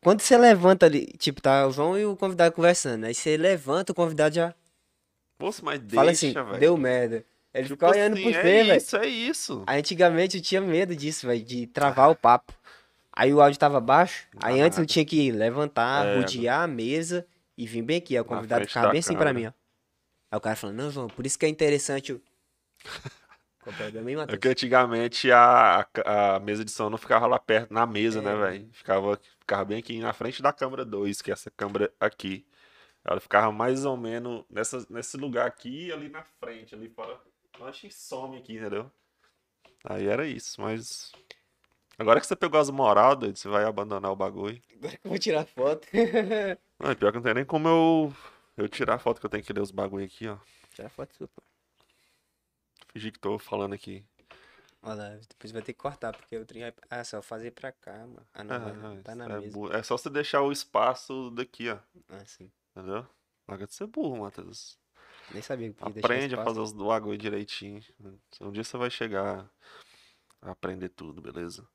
S1: Quando você levanta ali, tipo, tá o João e o convidado conversando. Aí você levanta, o convidado já
S2: Poxa, mas
S1: fala assim,
S2: deixa, velho.
S1: deu merda. Ele
S2: Tipo
S1: fica olhando
S2: assim,
S1: por você,
S2: é
S1: velho.
S2: isso, é isso.
S1: Aí, Antigamente eu tinha medo disso, velho, de travar o papo. Aí o áudio tava baixo, aí antes eu tinha que levantar,
S2: É,
S1: rodear a mesa e vir bem aqui. Aí o
S2: Na
S1: convidado
S2: frente
S1: ficava
S2: da
S1: bem assim pra
S2: câmera.
S1: mim, ó. Aí o cara falando, não, João, por isso que é interessante o. Qual o problema, hein,
S2: É
S1: Matheus?
S2: que antigamente a, a, a mesa de som não ficava lá perto, na mesa, né, velho? Ficava, ficava bem aqui na frente da câmera 2, que é essa câmera aqui. Ela ficava mais ou menos nessa, nesse lugar aqui e ali na frente, ali fora. Eu acho que some aqui, entendeu? Aí era isso, mas. Agora que você pegou as moral, doido, você vai abandonar o bagulho.
S1: Agora que eu vou tirar foto.
S2: Não, é pior que não tem nem como eu, eu tirar a foto que eu tenho que ler os bagulho aqui, ó.
S1: tirar foto sua, pô.
S2: Fingir que tô falando aqui.
S1: Olha lá, depois vai ter que cortar, porque o trem vai. Ah, só fazer pra cá, mano. Ah, não, vai-
S2: Ah,
S1: tá
S2: isso
S1: na
S2: é,
S1: mesa.
S2: burro. É só você deixar o espaço daqui, ó.
S1: Ah, sim.
S2: Entendeu? Larga de ser burro, Matheus.
S1: Nem sabia que podia deixar
S2: Aprende a
S1: espaço.
S2: fazer os bagulho direitinho. Um dia você vai chegar a aprender tudo, beleza?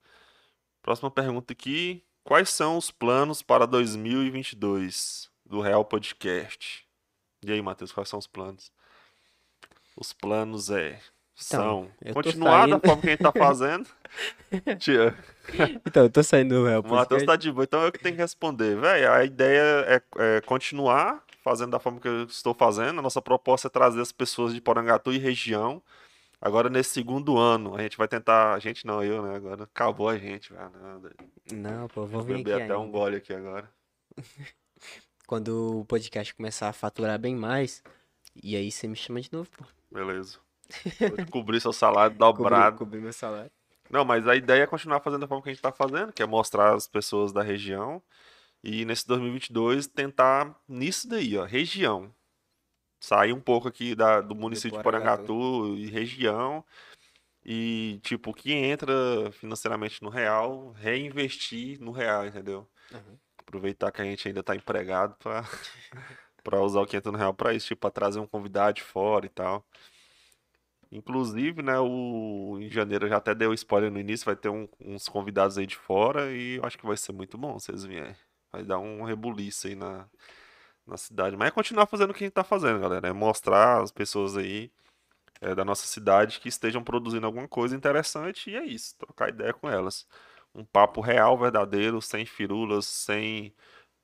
S2: Próxima pergunta aqui. Quais são os planos para 2022 do Real Podcast? E aí, Matheus, quais são os planos? Os planos é...
S1: Então,
S2: são
S1: eu tô
S2: continuar da
S1: saindo-
S2: forma que a gente tá fazendo. Tia,
S1: Então, eu tô saindo do réu,
S2: o Matheus tá de boa, então eu que tenho que responder. Véi, a ideia é, é continuar fazendo da forma que eu estou fazendo. A nossa proposta é trazer as pessoas de Porangatu e região. Agora, nesse segundo ano, a gente vai tentar. A gente não, eu, né? Agora acabou a gente. Ah, não, doido.
S1: Não, pô, eu vou
S2: Vou
S1: vir aqui
S2: beber até
S1: ainda.
S2: um gole aqui agora.
S1: Quando o podcast começar a faturar bem mais, e aí você me chama de novo, pô.
S2: Beleza. Vou cobrir seu salário
S1: Cobrir,
S2: dobrado.
S1: cobrir meu salário.
S2: Não, mas a ideia é continuar fazendo da forma que a gente está fazendo, que é mostrar as pessoas da região. E nesse 2022 tentar nisso daí, ó, região. Sair um pouco aqui da- do município de
S1: Porangatu.
S2: Porangatu e região. E, tipo, o que entra financeiramente no real, reinvestir no real, entendeu?
S1: Aham.
S2: Aproveitar que a gente ainda tá empregado pra, pra usar o que entra no real pra isso, tipo, pra trazer um convidado de fora e tal. Inclusive, né, o, em janeiro eu já até dei o spoiler no início, vai ter um- uns convidados aí de fora e eu acho que vai ser muito bom se vocês vierem. Vai dar um rebuliço aí na, na cidade. Mas é continuar fazendo o que a gente tá fazendo, galera. É mostrar as pessoas aí é, da nossa cidade que estejam produzindo alguma coisa interessante e é isso, trocar ideia com elas. Um papo real, verdadeiro, sem firulas, sem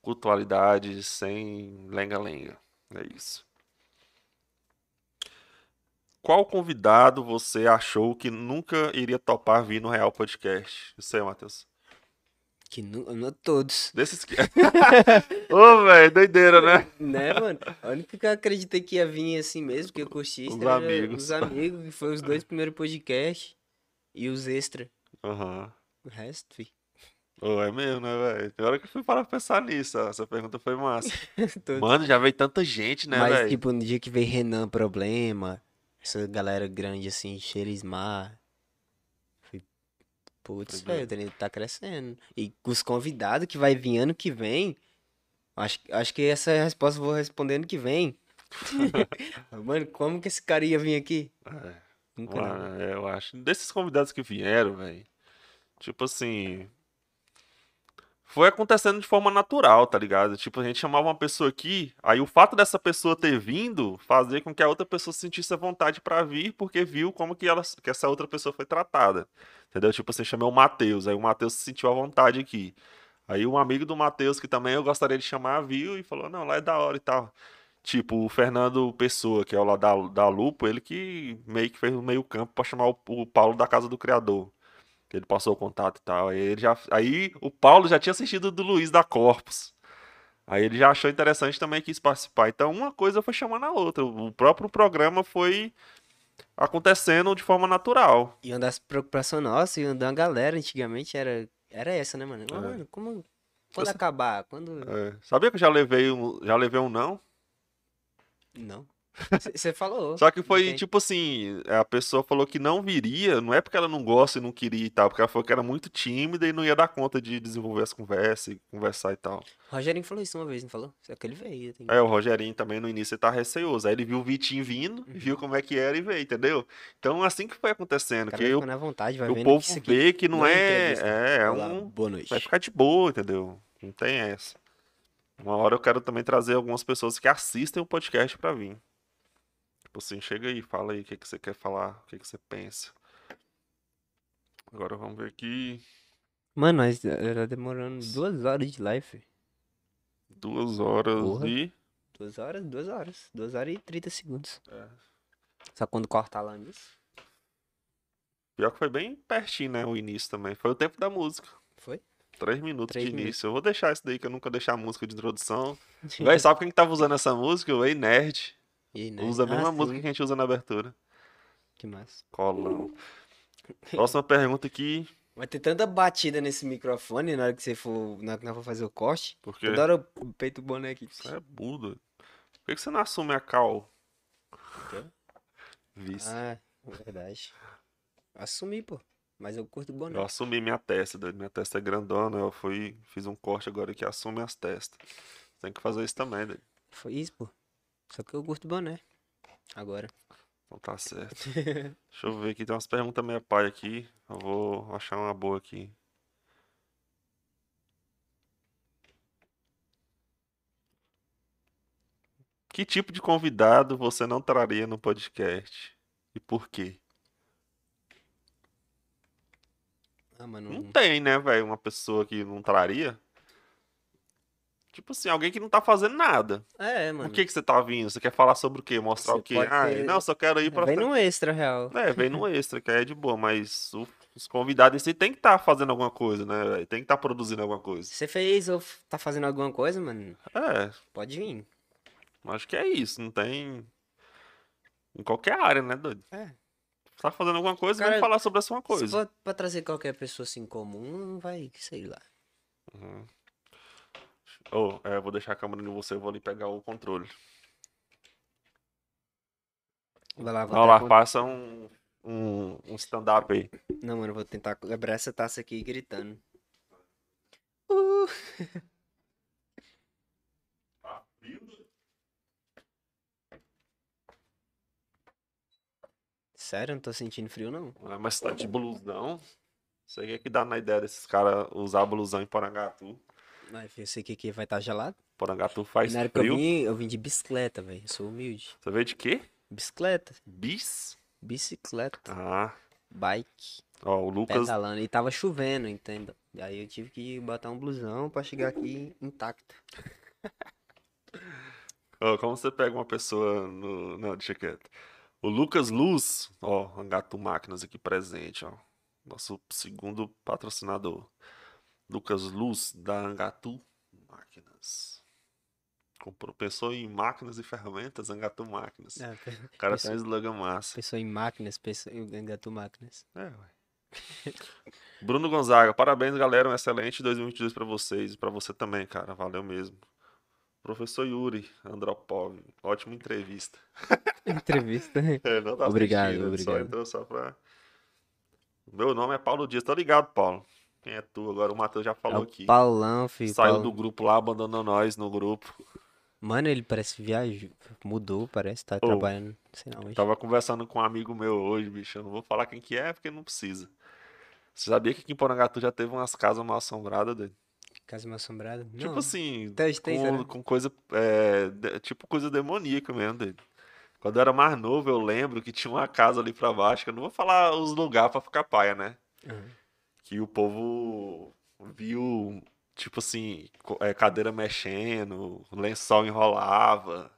S2: cultualidade, sem lenga-lenga. É isso. Qual convidado você achou que nunca iria topar vir no Real Podcast? Isso aí, Matheus.
S1: Que nu- nu- todos.
S2: Desses que. Ô, velho, doideira, né?
S1: Né, mano? O único que eu acreditei que ia vir assim mesmo, que eu curti,
S2: Os
S1: era
S2: amigos.
S1: os amigos, que foi os dois primeiros podcasts e os extra.
S2: Aham.
S1: O resto, fi.
S2: Ô, é mesmo, né, velho? Tem hora que eu fui parar pra pensar nisso, ó. Essa pergunta foi massa.
S1: Tô-
S2: Mano, já veio tanta gente, né,
S1: Mas,
S2: velho?
S1: tipo, no dia que veio Renan Problema, essa galera grande assim, Xerismar. Fui. Putz,
S2: Foi bem.
S1: velho, o Danilo tá crescendo. E com os convidados que vai vir ano que vem. Acho, acho que essa resposta eu vou responder ano que vem. Mano, como que esse cara ia vir aqui?
S2: É,
S1: Nunca não.
S2: mano, eu acho. Desses convidados que vieram, velho. Tipo assim. Foi acontecendo de forma natural, tá ligado? Tipo, a gente chamava uma pessoa aqui, aí o fato dessa pessoa ter vindo fazia com que a outra pessoa sentisse a vontade pra vir, porque viu como que, ela, que essa outra pessoa foi tratada. Entendeu? Tipo, você chamou o Matheus, aí o Matheus se sentiu à vontade aqui. Aí um amigo do Matheus, que também eu gostaria de chamar, viu e falou, não, lá é da hora e tal. Tipo, o Fernando Pessoa, que é o lá da, da Lupo, ele que meio que fez o meio campo pra chamar o, o Paulo da Casa do Criador. Ele passou o contato e tal. Aí, ele já, aí o Paulo já tinha assistido do Luiz da Corpus. Aí ele já achou interessante também e quis participar. Então uma coisa foi chamando a outra. O próprio programa foi acontecendo de forma natural.
S1: E uma das preocupações nossas, e uma da galera antigamente era, era essa, né, mano? Ah,
S2: É.
S1: Mano, como. Quando
S2: Você-
S1: acabar? Quando.
S2: É. Sabia que eu já levei um, já levei um não?
S1: Não. Você falou.
S2: Só que foi
S1: Entende?
S2: tipo assim, a pessoa falou que não viria, não é porque ela não gosta e não queria e tal, porque ela falou que era muito tímida e não ia dar conta de desenvolver as conversas e conversar e tal.
S1: O Rogerinho falou isso uma vez, não falou? Só que ele veio. tem-
S2: É, o Rogerinho também no início ele tá receoso. Aí ele viu o Vitinho vindo,
S1: Uhum.
S2: viu como é que era e veio, entendeu? Então assim que foi acontecendo,
S1: O cara
S2: que
S1: vai
S2: o,
S1: ficando à vontade, vai
S2: o
S1: vendo
S2: povo
S1: que isso aqui
S2: vê que não
S1: é
S2: é.
S1: entrevista.
S2: É, é
S1: Olá,
S2: um.
S1: Boa noite.
S2: Vai ficar de boa, entendeu? Não tem essa. Uma hora eu quero também trazer algumas pessoas que assistem o podcast pra vir. Tipo assim, chega aí, fala aí o que, que você quer falar, o que, que você pensa. Agora vamos ver aqui.
S1: Mano, nós tá demorando duas horas de live.
S2: Duas horas
S1: Porra.
S2: e.
S1: Duas horas, duas horas. Duas horas e trinta segundos.
S2: É.
S1: Só quando cortar lá nisso.
S2: Pior que foi bem pertinho, né? O início também. Foi o tempo da música.
S1: Foi?
S2: Três minutos
S1: Três
S2: de
S1: minutos.
S2: início. Eu vou deixar isso daí que eu nunca deixar a música de introdução. Véi, sabe quem que tava usando essa música? O Ei Nerd.
S1: E aí, né?
S2: Usa a
S1: Ah,
S2: mesma música
S1: sim,
S2: que a gente usa na abertura.
S1: Que massa.
S2: Colão. Próxima pergunta aqui.
S1: Vai ter tanta batida nesse microfone na hora que você for. Na hora que nós for fazer o corte.
S2: Porque
S1: Toda hora eu peito o boné aqui.
S2: você é Buda. Por que que você não assume a cal?
S1: quê?
S2: Vice.
S1: Ah, verdade. Assumi, pô. Mas eu curto o boné.
S2: Eu assumi minha testa, doido. Minha testa é grandona. Eu fui, fiz um corte agora que assume as testas. Tem que fazer isso também, né? doido.
S1: Foi isso, pô. Só que eu curto o boné. Agora.
S2: Então tá certo. Deixa eu ver aqui, tem umas perguntas meio pai aqui. Eu vou achar uma boa aqui. Que tipo de convidado você não traria no podcast? E por quê?
S1: Ah, mano.
S2: Não
S1: não-
S2: tem, né, velho? Uma pessoa que não traria? Tipo assim, alguém que não tá fazendo nada.
S1: É,
S2: Por
S1: mano.
S2: que que você tá vindo? Você quer falar sobre o quê? Mostrar
S1: Você
S2: o quê?
S1: pode
S2: Ah,
S1: ter-
S2: não, só quero ir pra
S1: É, Vem no extra, real.
S2: É, vem no extra, que aí é de boa, mas o- os convidados em si tem que estar fazendo alguma coisa, né? velho? Tem que estar produzindo alguma coisa.
S1: Você fez ou f- tá fazendo alguma coisa, mano?
S2: É,
S1: Pode vir.
S2: acho que é isso, não tem. Em qualquer área, né, doido?
S1: É.
S2: Tá fazendo alguma coisa,
S1: Cara,
S2: vamos falar sobre essa uma
S1: Se
S2: coisa.
S1: for pra trazer qualquer pessoa assim comum, vai, sei lá.
S2: Ô, é, vou deixar a câmera de você, eu vou ali pegar o controle.
S1: Vai lá, vou
S2: Vai lá,
S1: tentar-
S2: faça um, um, um stand-up aí.
S1: Não, mano, eu vou tentar quebrar essa taça aqui gritando. Uh! Sério, eu não tô sentindo frio, não.
S2: Ah, Mas tá de blusão. Isso aí é que dá na ideia desses caras usar blusão em Porangatu.
S1: Mas eu sei que aqui vai estar gelado.
S2: Porangatu faz
S1: E na hora que eu
S2: frio.
S1: vim, eu vim de bicicleta, velho. Eu sou humilde.
S2: Você vê de quê?
S1: Bicicleta.
S2: Bis?
S1: Bicicleta.
S2: Ah,
S1: Bike.
S2: ó, o Lucas
S1: Pedalando. E tava chovendo, entenda. E aí eu tive que botar um blusão pra chegar aqui intacto.
S2: Ó, como você pega uma pessoa no. Não, deixa quieto. O Lucas Luz, ó, Angato Máquinas aqui presente, ó. Nosso segundo patrocinador. Lucas Luz, da Angatu Máquinas. Comprou, pensou em máquinas e ferramentas, Angatu Máquinas.
S1: É,
S2: O cara
S1: pensou-
S2: tem um slogan massa.
S1: Pensou em máquinas, pensou em engatou máquinas.
S2: É, ué. Bruno Gonzaga, parabéns, galera. Um excelente 2022 pra vocês e pra você também, cara. Valeu mesmo. Professor Yuri Andropov, ótima entrevista.
S1: Entrevista.
S2: É, não tá
S1: Obrigado,
S2: assistindo, ele Só
S1: obrigado.
S2: entrou só pra. Meu nome é Paulo Dias, tá ligado, Paulo? Quem é tu? Agora o Matheus já
S1: É
S2: falou
S1: o
S2: aqui.
S1: Paulão, filho.
S2: Saiu
S1: Paulão.
S2: do grupo lá, abandonou nós no grupo.
S1: Mano, ele parece viajou. Mudou, parece. Tá trabalhando. Sei lá, hoje.
S2: Tava conversando com um amigo meu hoje, bicho. Eu não vou falar quem que é, porque não precisa. Você sabia que aqui em Porangatu já teve umas casas mal assombradas, doido?
S1: Casa mal assombrada.
S2: Tipo
S1: Não.
S2: assim,
S1: Até hoje tem,
S2: com,
S1: será?
S2: com coisa. é, de- tipo coisa demoníaca mesmo, doido. Quando eu era mais novo, eu lembro que tinha uma casa ali pra baixo, que eu não vou falar os lugares pra ficar paia, né?
S1: Uhum.
S2: Que o povo viu, tipo assim, co- é, cadeira mexendo, lençol enrolava,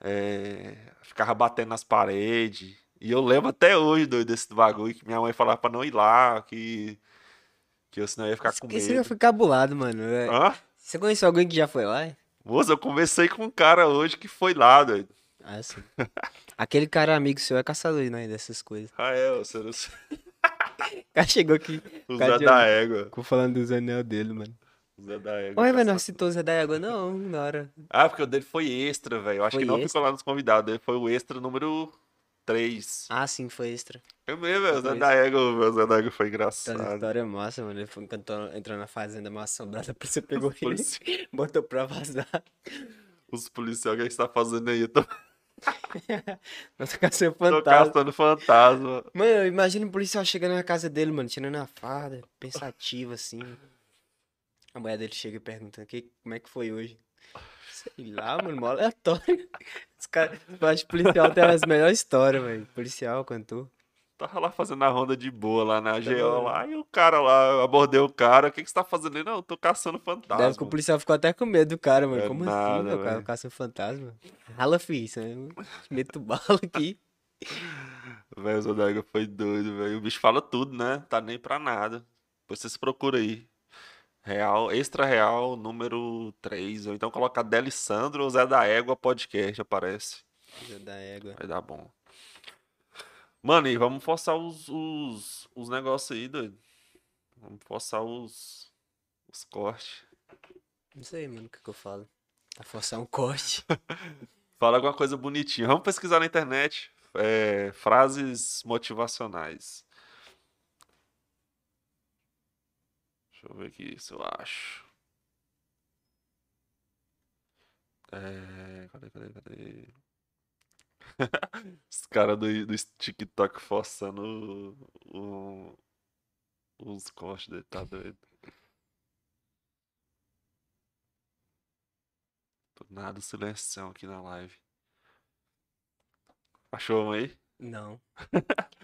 S2: é, ficava batendo nas paredes. E eu lembro até hoje, doido, desse bagulho, que minha mãe falava pra não ir lá, que, que eu senão ia ficar com
S1: Esse ia
S2: medo. Ah.
S1: ficar bolado, mano. É.
S2: Hã?
S1: Você conheceu alguém que já foi lá?
S2: Moça, eu conversei com um cara hoje que foi lá, doido.
S1: Ah, sim. Aquele cara amigo seu é caçador, né? Dessas coisas.
S2: Ah, é, você não sei.
S1: O cara chegou aqui.
S2: O
S1: Cadê
S2: Zé da Égua.
S1: Ficou falando dos anel dele, mano.
S2: O Zé da Égua.
S1: Ué, mas
S2: caçador.
S1: não citou o Zé da Égua, não, na hora.
S2: Ah, porque o dele foi extra, velho. Eu acho
S1: Foi
S2: que não
S1: extra?
S2: ficou lá nos convidados. Ele foi o extra número 3.
S1: Ah, então sim, foi extra.
S2: Eu mesmo, velho. O Zé
S1: Foi
S2: da Égua, o Zé da Égua foi
S1: Tá uma
S2: engraçado.
S1: história massa, mano. Ele foi, cantou, entrou na fazenda mal assombrada, por você pegou
S2: Os
S1: ele,
S2: polici-
S1: botou pra vazar.
S2: Os policiais, o que a gente tá fazendo aí? Eu tô,
S1: Não tá caçando
S2: tô
S1: fantasma.
S2: caçando fantasma.
S1: Mano, imagina um policial chegando na casa dele, mano, tirando a farda, pensativo assim. A mulher dele chega e pergunta: "Que- como é que foi hoje? Sei lá, mano, mó aleatório. Os caras, eu acho que policial tem as melhores histórias, velho. Policial, cantor.
S2: Tava lá fazendo a ronda de boa lá na GO
S1: doido.
S2: lá. E o cara lá, eu abordei o cara. O que, que você tá fazendo aí? Não, eu tô caçando fantasma.
S1: Deve que o policial ficou até com medo do cara, mano.
S2: Tá, É
S1: como
S2: nada,
S1: assim, meu cara?
S2: velho.
S1: O caça um fantasma. Rala, fi, isso aí, eu meto bala aqui.
S2: Velho, o Zodaiga foi doido, velho. O bicho fala tudo, né? Tá nem pra nada. Depois vocês procuram aí. Real, extra real, número 3. Ou então colocar Delissandro ou Zé da Égua podcast, aparece.
S1: Filha da égua.
S2: Vai dar bom. Mano, e vamos forçar os, os, os negócios aí, doido. Vamos forçar os, os cortes.
S1: Não sei, mano, o que, que eu falo. Tá forçar um corte.
S2: Fala alguma coisa bonitinha. Vamos pesquisar na internet. é, frases motivacionais. Deixa eu ver aqui se eu acho. É, cadê, cadê, cadê? Os caras do, do TikTok forçando o, o- os cortes dele, tá doido? Do nada, silêncio aqui na live. Achou um aí?
S1: Não.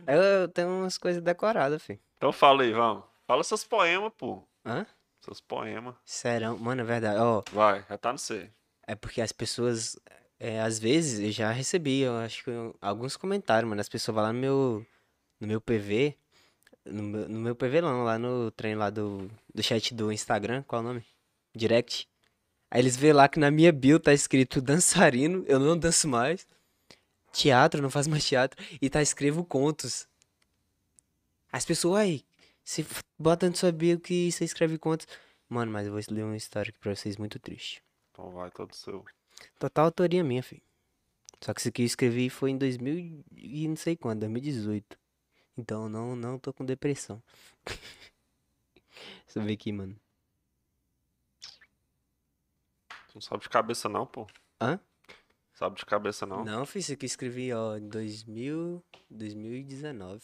S1: Eu tenho umas coisas decoradas, filho.
S2: Então fala aí, vamos. Fala seus poemas, pô.
S1: Hã?
S2: Seus poemas.
S1: Serão? Mano, é verdade. Ó,
S2: Vai, já tá no C.
S1: é porque as pessoas. é, às vezes eu já recebi, eu acho que eu- alguns comentários, mano. As pessoas vão lá no meu. No meu PV. No meu, no meu PV não, lá no trem lá do, do chat do Instagram. Qual é o nome? Direct. Aí eles vê lá que na minha bio tá escrito dançarino, eu não danço mais. Teatro, não faço mais teatro. E tá escrevo contos. As pessoas, aí, se f- bota na sua bio que você escreve contos. Mano, mas eu vou ler uma história aqui pra vocês muito triste.
S2: Então vai, todo seu.
S1: Total autoria minha, filho. Só que isso aqui eu escrevi foi em 2000 e não sei quando, 2018. Então não, não tô com depressão. Deixa eu ver aqui, mano.
S2: Tu não sabe de cabeça não, pô.
S1: Hã?
S2: Sabe de cabeça não.
S1: Não, filho, isso aqui eu escrevi, ó, em 2000, 2019.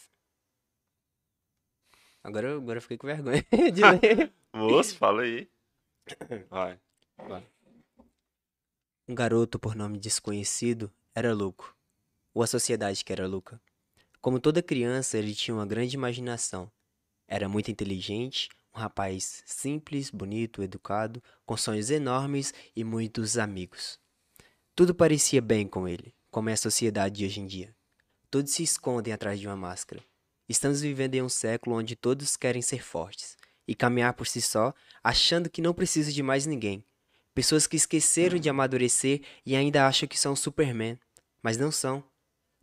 S1: Agora, eu- agora eu fiquei com vergonha de ler.
S2: Moço, fala aí. Vai.
S1: Um garoto por nome desconhecido era louco. Ou a sociedade que era louca. Como toda criança, ele tinha uma grande imaginação. Era muito inteligente, um rapaz simples, bonito, educado, com sonhos enormes e muitos amigos. Tudo parecia bem com ele, como é a sociedade de hoje em dia. Todos se escondem atrás de uma máscara. Estamos vivendo em um século onde todos querem ser fortes e caminhar por si só, achando que não precisa de mais ninguém. Pessoas que esqueceram de amadurecer e ainda acham que são Superman, mas não são.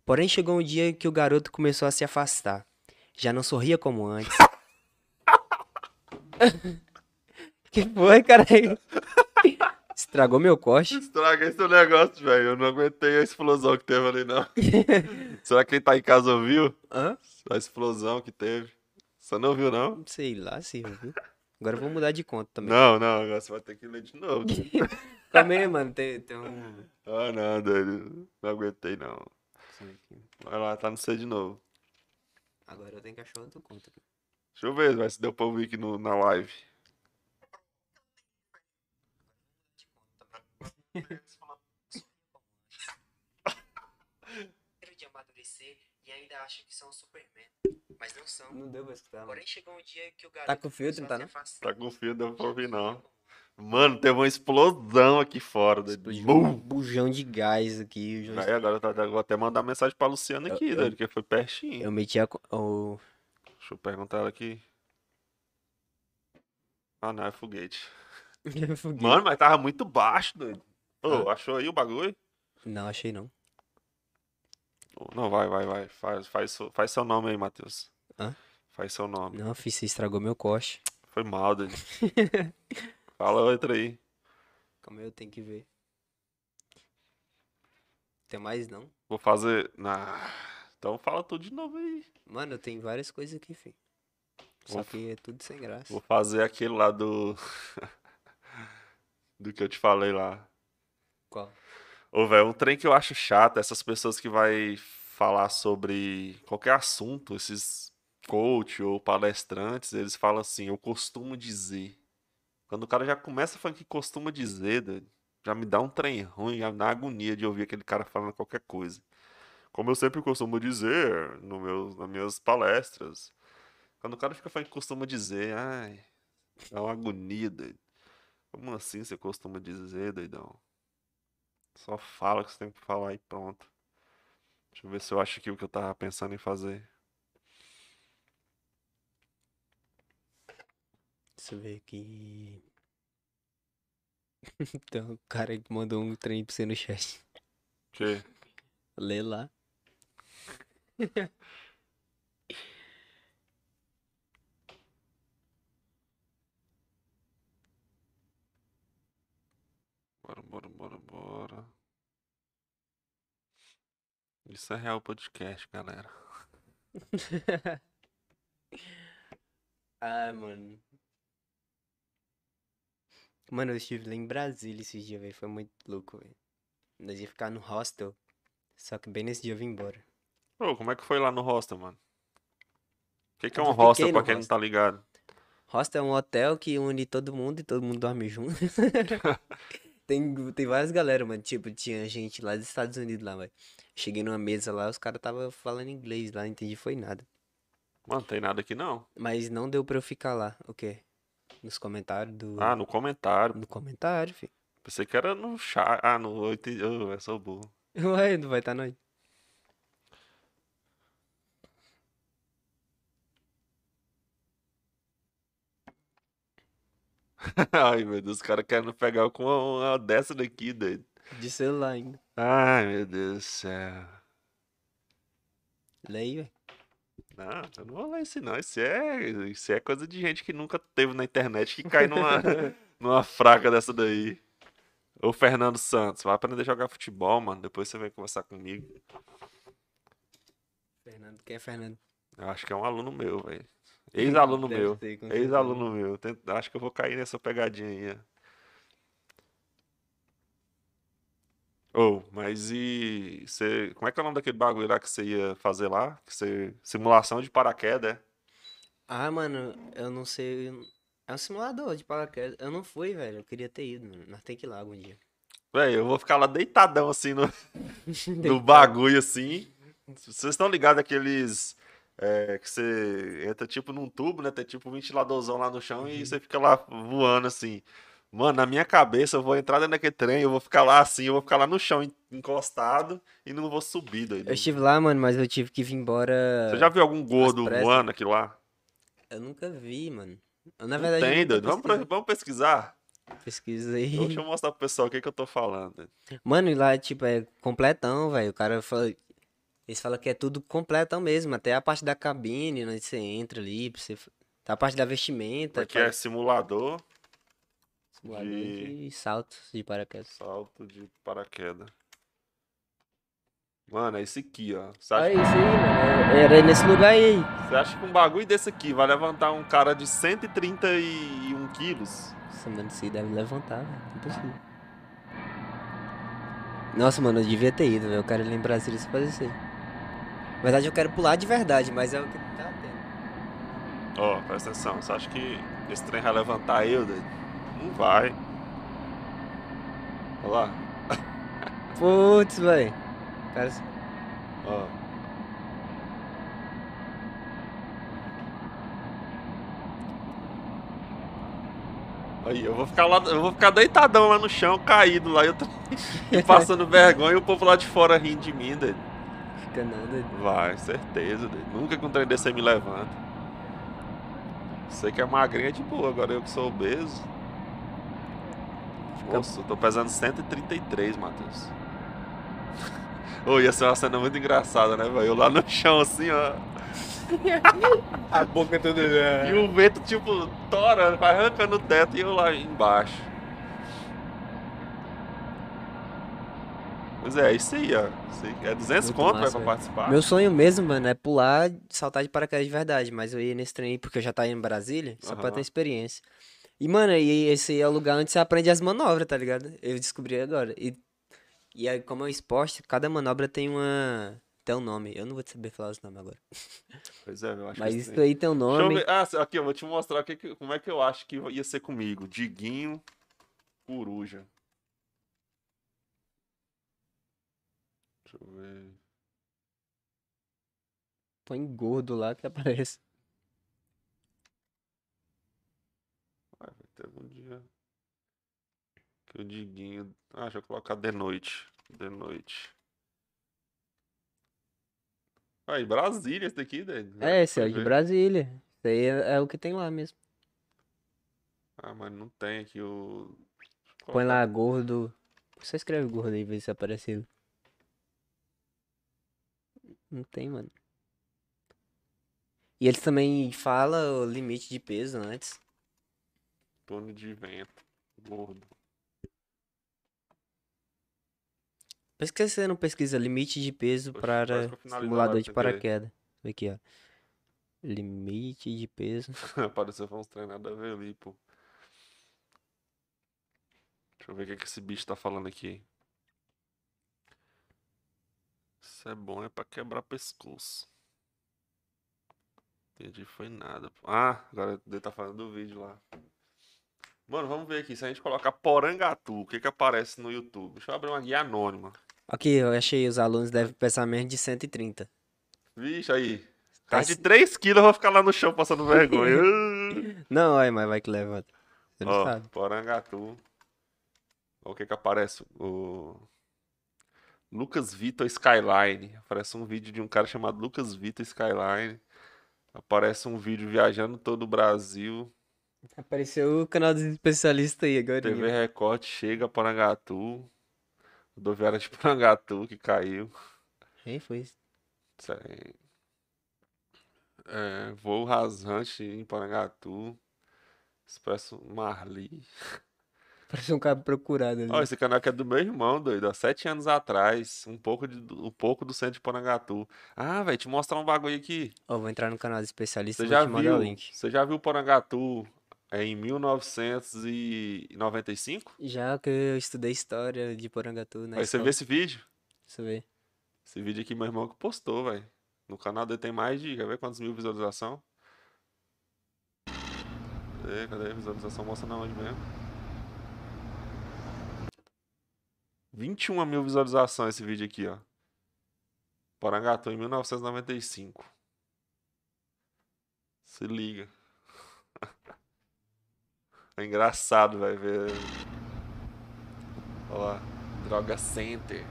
S1: Porém, chegou um dia em que o garoto começou a se afastar. Já não sorria como antes. que foi, cara? Estragou meu corte.
S2: Estraga esse negócio, velho. Eu não aguentei a explosão que teve ali, não. Será que quem tá em casa ouviu?
S1: Hã?
S2: A explosão que teve. Você não ouviu, não?
S1: Sei lá, se viu? Agora eu vou mudar de conta também.
S2: Não, não. Agora você vai ter que ler de novo.
S1: Calma aí, mano. Tem, tem um.
S2: ah, não, doido. Não aguentei, não. Vai lá, tá no C de novo.
S1: Agora eu tenho que achar outra conta.
S2: Deixa eu ver vai, se deu pra ouvir aqui no, na live.
S1: de amadurecer e ainda acha que são Superman. Mas não são.
S3: Não deu pra escutar, mano.
S1: Porém, chegou um dia que o garoto.
S3: com filtro, não tá, não?
S2: Tá com fio, deu pra ouvir, não. Mano, teve uma explosão aqui fora. doido. Bum!
S1: Um bujão de gás aqui. eu já-
S2: Aí agora tá, vou até mandar mensagem pra Luciana aqui, doido, que foi pertinho.
S1: Eu meti a. co- o-
S2: Deixa eu perguntar ela aqui. Ah, não, é foguete.
S1: Foguete.
S2: Mano, mas tava muito baixo, doido. Ô, achou aí o bagulho?
S1: Não, achei não.
S2: Ô, Não, vai, vai, vai. Faz, faz, seu- faz seu nome aí, Matheus.
S1: Hã?
S2: Faz seu nome.
S1: Não, fiz, você estragou meu corte.
S2: Foi mal, doido. Fala outra aí.
S1: Calma aí, eu tenho que ver. Tem mais não?
S2: Vou fazer. na Então fala tudo de novo aí.
S1: Mano, eu tenho várias coisas aqui, filho. Só
S2: Vou-
S1: que é tudo sem graça.
S2: Vou fazer aquele lá do. do que eu te falei lá.
S1: Qual?
S2: Ô, velho, um trem que eu acho chato, é essas pessoas que vai falar sobre qualquer assunto, esses coach ou palestrantes, eles falam assim, eu costumo dizer. Quando o cara já começa falando que costuma dizer, doido, já me dá um trem ruim, já me dá uma agonia de ouvir aquele cara falando qualquer coisa. Como eu sempre costumo dizer no meus, nas minhas palestras. Quando o cara fica falando que costuma dizer, ai, dá uma agonia, doido. Como assim você costuma dizer, doidão? Só fala o que você tem pra falar e pronto. Deixa eu ver se eu acho aqui o que eu tava pensando em fazer.
S1: Deixa eu ver aqui. Então, o cara que mandou um trem pra você no chat.
S2: Que?
S1: Lê lá.
S2: Bora, bora, bora, bora. Isso é real podcast, galera.
S1: Ah, mano. Mano, eu estive lá em Brasília esse dia, velho. Foi muito louco, velho. Nós ia ficar no hostel. Só que bem nesse dia eu vim embora.
S2: Ô, como é que foi lá no hostel, mano? O que que é
S1: Eu
S2: um
S1: fiquei
S2: hostel
S1: no
S2: pra quem não
S1: hostel.
S2: tá ligado?
S1: Hostel é um hotel que une todo mundo e todo mundo dorme junto. Tem, tem várias galera, mano. Tipo, tinha gente lá dos Estados Unidos lá, velho. Cheguei numa mesa lá, os caras tava falando inglês lá, não entendi foi nada.
S2: Mano, não tem nada aqui não.
S1: Mas não deu pra eu ficar lá. O quê? Nos comentários do.
S2: Ah, no comentário.
S1: No comentário, filho.
S2: Pensei que era no chat. Ah, no. Eu entendi. Ô, eu sou burro.
S1: Ué, não vai estar tá nós.
S2: Ai, meu Deus, os caras querendo pegar com uma, uma dessa daqui, doido.
S1: De celular ainda.
S2: Ai, meu Deus do céu.
S1: Lê aí, velho.
S2: Não, eu não vou ler isso não. Isso é, isso é coisa de gente que nunca teve na internet que cai numa, numa fraca dessa daí. Ô Fernando Santos, vai aprender a jogar futebol, mano. Depois você vem conversar comigo.
S1: Fernando, quem é Fernando?
S2: Eu acho que é um aluno meu, velho. Ex-aluno
S1: Deve
S2: meu.
S1: ser, com certeza.
S2: Ex-aluno meu. Tenta- Acho que eu vou cair nessa pegadinha aí, ó. Ô, mas e. Você, como é que é o nome daquele bagulho lá que você ia fazer lá? Que você, simulação de paraquedas, é?
S1: Ah, mano, eu não sei. É um simulador de paraquedas. Eu não fui, velho. Eu queria ter ido, mano. Nós tem que ir lá algum dia.
S2: Véi, eu vou ficar lá deitadão assim no, no bagulho assim. Vocês estão ligados aqueles é, que você entra tipo num tubo, né? Tem tipo um ventiladorzão lá no chão e
S1: Uhum.
S2: você fica lá voando assim. Mano, na minha cabeça eu vou entrar dentro daquele trem, eu vou ficar lá assim, eu vou ficar lá no chão en- encostado e não vou subir, doido.
S1: Eu estive lá, mano, mas eu tive que vir embora.
S2: Você já viu algum gordo
S1: pressas.
S2: voando aqui lá?
S1: Eu nunca vi, mano. Eu, na
S2: Não
S1: verdade, eu
S2: tem,
S1: nunca
S2: doido. Vamos, pra-
S1: pesquisei.
S2: vamos pesquisar?
S1: Pesquisa aí.
S2: Deixa eu mostrar pro pessoal o que, que eu tô falando.
S1: Mano, e lá, tipo, é completão, velho. O cara fala. Eles falam que é tudo completão mesmo, até a parte da cabine, onde você entra ali, pra você... tá a parte da vestimenta,
S2: Aqui é simulador,
S1: simulador
S2: de-
S1: de saltos de paraquedas.
S2: salto de paraquedas. Mano, é esse aqui, ó. Você
S1: Olha
S2: acha,
S1: isso aí, mano. Era nesse lugar aí.
S2: você acha que um bagulho desse aqui vai levantar um cara de 131 quilos?
S1: Nossa, mano, isso aí deve levantar, velho. Não é possível. Nossa, mano, eu devia ter ido, velho. Eu quero ir lá em Brasília se parecer. Na verdade, eu quero pular de verdade, mas é o que tá tendo.
S2: Ó, presta atenção, você acha que esse trem vai levantar eu, doido? Não vai. Olha lá,
S1: Putz, velho. Cara,
S2: ó. Aí, eu vou ficar lá, eu vou ficar deitadão lá no chão, caído lá, eu tô passando vergonha e o povo lá de fora rindo de mim, doido.
S1: fica nada.
S2: Vai, certeza, doido. Nunca com um trem desse aí me levanta. Sei que é magrinha de boa, agora eu que sou obeso. Nossa, eu tô pesando 133, Matheus. Ô, ia ser uma cena muito engraçada, né, velho? Eu lá no chão assim, ó.
S3: A boca toda.
S1: É.
S2: E o vento, tipo, torando, vai arrancando o teto e eu lá embaixo. Pois é, é isso aí, ó. Isso aí. É 200
S1: Muito
S2: conto,
S1: massa,
S2: vai pra
S1: velho.
S2: participar.
S1: Meu sonho mesmo, mano, é pular, saltar de paraquedas de verdade, mas eu ia nesse trem aí porque eu já tava em Brasília, só pra
S2: Aham.
S1: ter experiência. E, mano, e esse aí é o lugar onde você aprende as manobras, tá ligado? Eu descobri agora. E, e aí, como é um esporte, cada manobra tem uma. tem um nome. Eu não vou saber falar os nomes agora.
S2: Pois é, eu acho
S1: Mas
S2: que
S1: isso aí tem um
S2: Deixa eu
S1: nome.
S2: ver. Ah, se- aqui, eu vou te mostrar o que que- como é que eu acho que ia ser comigo. Diguinho, coruja. Deixa eu ver.
S1: Põe gordo lá que aparece.
S2: Vai, vai ter algum dia. Que o Diguinho. Ah, deixa eu colocar de noite. De noite. Aí, Brasília, esse daqui, né?
S1: É, esse é o
S2: Vai
S1: de
S2: ver.
S1: Brasília. Isso aí é, é o que tem lá mesmo.
S2: Ah, mas não tem aqui o. Deixa eu
S1: Põe
S2: colocar-
S1: lá gordo. Só escreve gordo aí, vê se tá aparece ele. Não tem, mano. E eles também falam o limite de peso antes.
S2: Torno de vento. Gordo.
S1: Por isso que você não pesquisa limite de peso
S2: Poxa,
S1: para
S2: quase que eu finalizei a
S1: simulador
S2: live
S1: de
S2: sem querer.
S1: paraquedas. Aqui, ó. Limite de peso.
S2: Apareceu foi uns trem nada a ver ali, pô. Deixa eu ver o que, que esse bicho tá falando aqui. Isso é bom, é pra quebrar pescoço. Entendi, foi nada. pô. Ah, agora ele tá falando do vídeo lá. Mano, vamos ver aqui. Se a gente colocar Porangatu, o que que aparece no YouTube? Deixa eu abrir uma guia anônima.
S1: Aqui, eu achei. Os alunos devem pesar menos de 130.
S2: Vixe, aí.
S1: Tá
S2: Cara de
S1: se-
S2: 3 quilos, eu vou ficar lá no chão passando vergonha.
S1: Não, aí, mas vai que levanta. Você não
S2: Ó,
S1: sabe.
S2: Porangatu. Ó, o que que aparece? O Lucas Vitor Skyline. Aparece um vídeo de um cara chamado Lucas Vitor Skyline. Aparece um vídeo viajando todo o Brasil.
S1: Apareceu o canal dos especialistas aí agora.
S2: TV Record chega a Porangatu. Rodoviária de Porangatu que caiu.
S1: Quem foi isso?
S2: Isso aí. É, voo rasante em Porangatu. Expresso Marli.
S1: Parece um cara procurado ali.
S2: Ó, esse canal aqui é do meu irmão, doido. Há sete anos atrás. Um pouco, de, um pouco do centro de Porangatu. Ah, velho, te mostrar um bagulho aqui.
S1: Ó, vou entrar no canal dos especialistas
S2: Você
S1: e
S2: já
S1: vou te mandar
S2: viu?
S1: o link.
S2: Você já viu Porangatu é, em 1995?
S1: Já que eu estudei história de Porangatu na
S2: Aí você
S1: escola.
S2: vê esse vídeo?
S1: Você vê.
S2: Esse vídeo aqui, meu irmão que postou, velho. No canal dele tem mais de. Quer ver quantos mil visualização? Cadê? Cadê a visualização? Mostra na onde mesmo. 21 mil visualizações esse vídeo aqui, ó. Porangatu em 1995. Se liga. É engraçado, vai ver. Olha lá. Droga Center.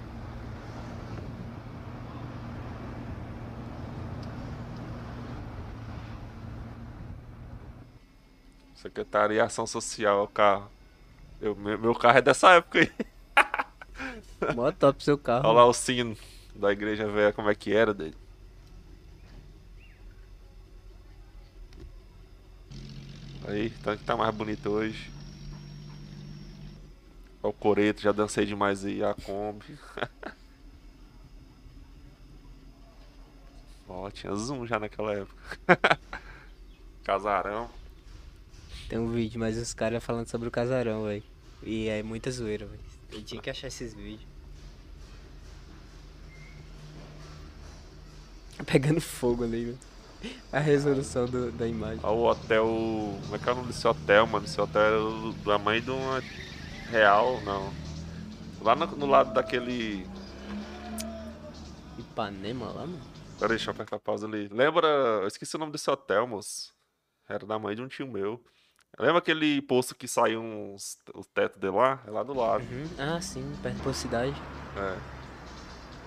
S2: Secretaria Ação Social é o carro. Eu- meu, meu carro é dessa época aí.
S1: Mó top seu carro.
S2: Olha lá o sino. da igreja velha, como é que era dele. Aí, tá, tá mais bonito hoje. Ó o coreto, já dancei demais aí, a Kombi. Ó, tinha zoom já naquela época. Casarão.
S1: Tem um vídeo, mas os caras falando sobre o casarão, velho. E é muita zoeira, velho. Eu tinha que achar esses vídeos. Tá Pegando fogo ali, velho. A resolução do- da imagem.
S2: Ó o hotel. Como é que é o nome desse hotel, mano? Esse hotel era do- da mãe de uma real, não. Lá no, no lado daquele.
S1: Ipanema lá, mano.
S2: Pera aí, deixa eu apertar a pausa ali. Lembra. Eu esqueci o nome desse hotel, moço. Era da mãe de um tio meu. Lembra aquele poço que saiu uns, o teto de lá? É lá do lado.
S1: Ah, sim, perto da cidade.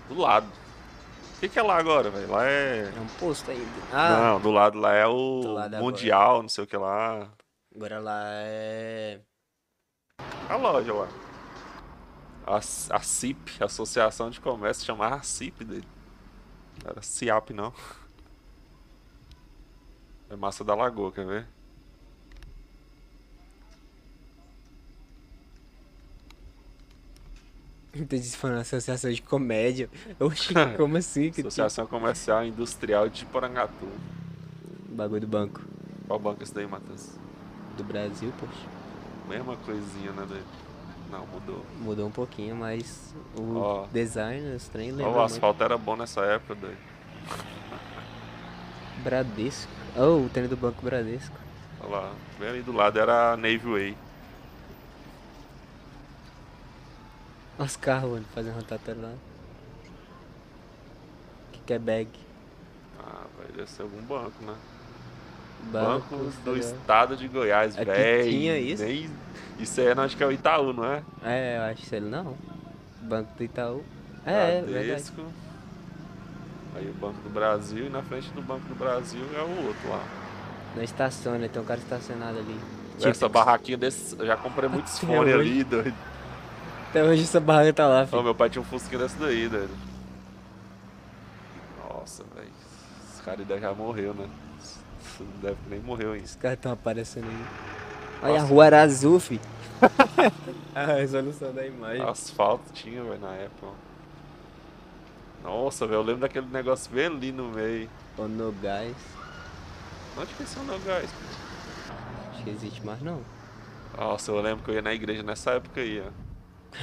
S2: Do lado. O que, que é lá agora, velho? Lá é.
S1: É um posto aí. Ah,
S2: Não, do lado lá é o
S1: Do lado agora.
S2: Mundial, não sei o que lá.
S1: agora lá é.
S2: A loja lá. A, a CIP, Associação de Comércio, chamava a CIP dele. Não era CIAP, não. É Massa da Lagoa, quer ver?
S1: Tô falando associação de comédia. Oxi, como assim? Que
S2: Associação Comercial e Industrial de Porangatu.
S1: tipo- Bagulho do Banco
S2: Qual banco é esse daí, Matheus?
S1: do Brasil, poxa.
S2: Mesma coisinha, né, dele? Não, mudou.
S1: Mudou um pouquinho, mas o
S2: Ó.
S1: design, os trem
S2: Ó,
S1: lembra
S2: o
S1: muito.
S2: asfalto era bom nessa época, doido.
S1: Bradesco. Oh, o tênis do Banco Bradesco.
S2: Olha lá, bem ali do lado era a Navy Way.
S1: Olha os carros, mano, fazendo rotatório lá. Que que é bag?
S2: Ah, vai deve ser algum banco, né?
S1: Banco,
S2: Bancos
S1: sei
S2: do
S1: lá.
S2: Estado de Goiás,
S1: Aqui
S2: velho.
S1: tinha isso?
S2: Nem... Isso aí não, acho que é o Itaú, não é?
S1: É, eu acho que ele não. Banco do Itaú. É, é verdade.
S2: Bradesco. Aí o Banco do Brasil e na frente do Banco do Brasil é o outro lá.
S1: Na estação, né? Tem um cara estacionado ali. Tipo,
S2: Essa barraquinha desse. Eu já comprei muitos
S1: Até
S2: fones
S1: hoje.
S2: ali, doido.
S1: Até hoje essa barra tá lá,
S2: Ô,
S1: filho.
S2: meu pai tinha um fusquinha desse daí, doido. Nossa, velho. Esse cara ainda já morreu, né? Não deve nem morreu ainda.
S1: Os caras estão aparecendo aí. Olha, a
S2: Nossa.
S1: rua era azul, fi. a resolução da imagem.
S2: Asfalto tinha, velho, na época. ó. Nossa, velho, eu lembro daquele negócio bem ali no meio.
S1: Ou no gás.
S2: Onde que esse é o meu gás?
S1: Acho que existe mais não.
S2: Nossa, eu lembro que eu ia na igreja nessa época aí, ó.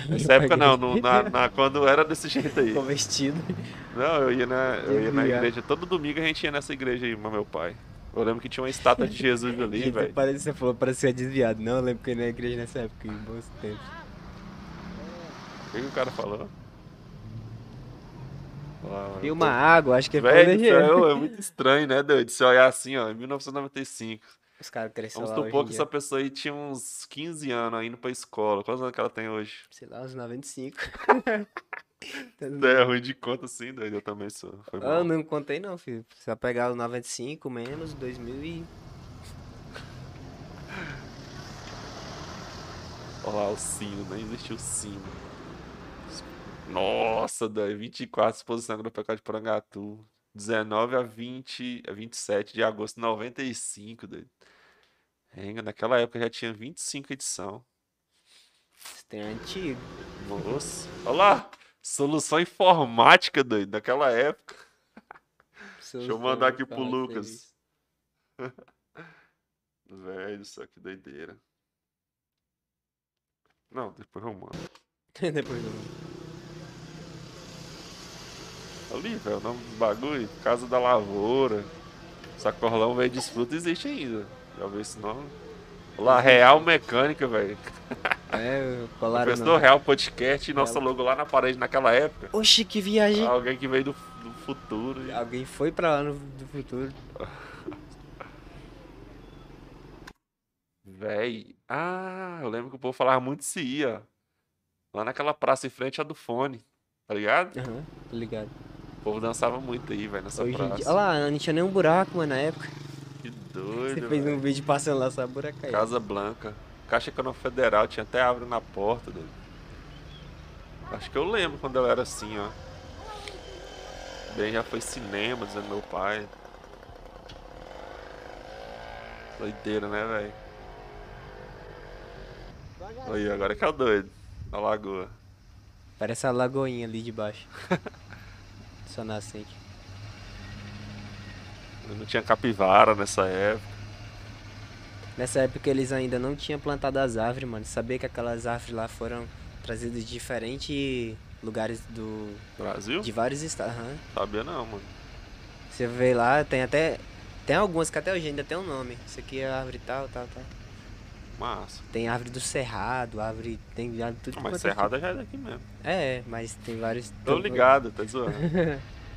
S1: Meu
S2: Nessa
S1: pai
S2: época não,
S1: grita.
S2: no- na, na- quando era desse jeito aí.
S1: Ficou vestido.
S2: Não, eu ia na, eu ia na
S1: Desviar.
S2: igreja. Todo domingo a gente ia nessa igreja aí, mas meu pai. Eu lembro que tinha uma estátua de Jesus ali,
S1: Gente,
S2: velho.
S1: parece, você falou, parece que é desviado. Não, eu lembro que eu ia na igreja nessa época, em bons tempos.
S2: O que, que o cara falou? Ah,
S1: E
S2: eu
S1: uma
S2: tô-
S1: água, acho que é
S2: Velho, do
S1: planejamento.
S2: céu, é muito estranho, né, doido? Se olhar assim, ó, em 1995.
S1: Os caras cresceram
S2: Vamos
S1: lá
S2: supor
S1: hoje
S2: que
S1: em
S2: essa
S1: dia.
S2: pessoa aí tinha uns 15 anos indo pra escola. Quantos anos que ela tem hoje?
S1: Sei lá, uns 95.
S2: É ruim de conta assim, doido. Eu também sou. Foi
S1: Ah,
S2: mal.
S1: eu não contei não, filho. Você vai pegar os 95 menos 2000 e...
S2: Olha lá o sino, nem existiu o sino. Nossa, doido. 24, exposição agropecuária de Porangatu. 19 a 20, a 27 de agosto de 95, doido. Renga, naquela época já tinha 25 edição.
S1: Você tem é antigo.
S2: Nossa. Olha lá. Solução informática, doido, daquela época. Deixa eu mandar aqui pro Lucas. Velho, só que doideira. Não, depois eu mando.
S1: Depois eu...
S2: Ali, velho, é o nome do bagulho, Casa da Lavoura. Sacorlão Velho Desfruta existe ainda. Já ouviu esse nome? Olha lá, Real Mecânica, velho.
S1: É, colaram o
S2: Professor
S1: nome.
S2: Real Podcast e nossa logo lá na parede naquela época.
S1: Oxi, que viagem.
S2: Alguém que veio do, do futuro. e-
S1: Alguém foi pra lá no, do futuro.
S2: Véi. Ah, eu lembro que o povo falava muito se ia. Lá naquela praça em frente à do fone. Tá ligado?
S1: Aham, tô ligado.
S2: O povo dançava muito aí, velho, nessa
S1: Hoje em dia... Olha
S2: praça.
S1: lá, não tinha nem um buraco, mano, na época.
S2: Que
S1: Você
S2: doido,
S1: fez
S2: velho.
S1: um vídeo passando lá, só buraco aí.
S2: né? É. Casa Blanca. Caixa Econômica Federal, tinha até árvore na porta dele. Acho que eu lembro quando ela era assim, ó. Daí já foi cinema, dizendo meu pai. Doideira, né, velho? Aí, agora que é o doido. Na lagoa.
S1: Parece a lagoinha ali de baixo. Só nasce aqui.
S2: Eu não tinha capivara nessa época.
S1: Nessa época eles ainda não tinham plantado as árvores, mano. Sabia que aquelas árvores lá foram trazidas de diferentes lugares do.
S2: Brasil?
S1: de vários estados. Aham.
S2: Sabia não, mano.
S1: Você vê lá, tem até. Tem algumas que até hoje ainda tem um nome. Isso aqui é árvore tal, tal, tal.
S2: Massa.
S1: Tem árvore do Cerrado, árvore. Tem árvore tudo
S2: Ah,
S1: quanto
S2: mas
S1: é
S2: Cerrada já é daqui mesmo.
S1: tipo. É, mas tem vários.
S2: Tô ligado, tá zoando.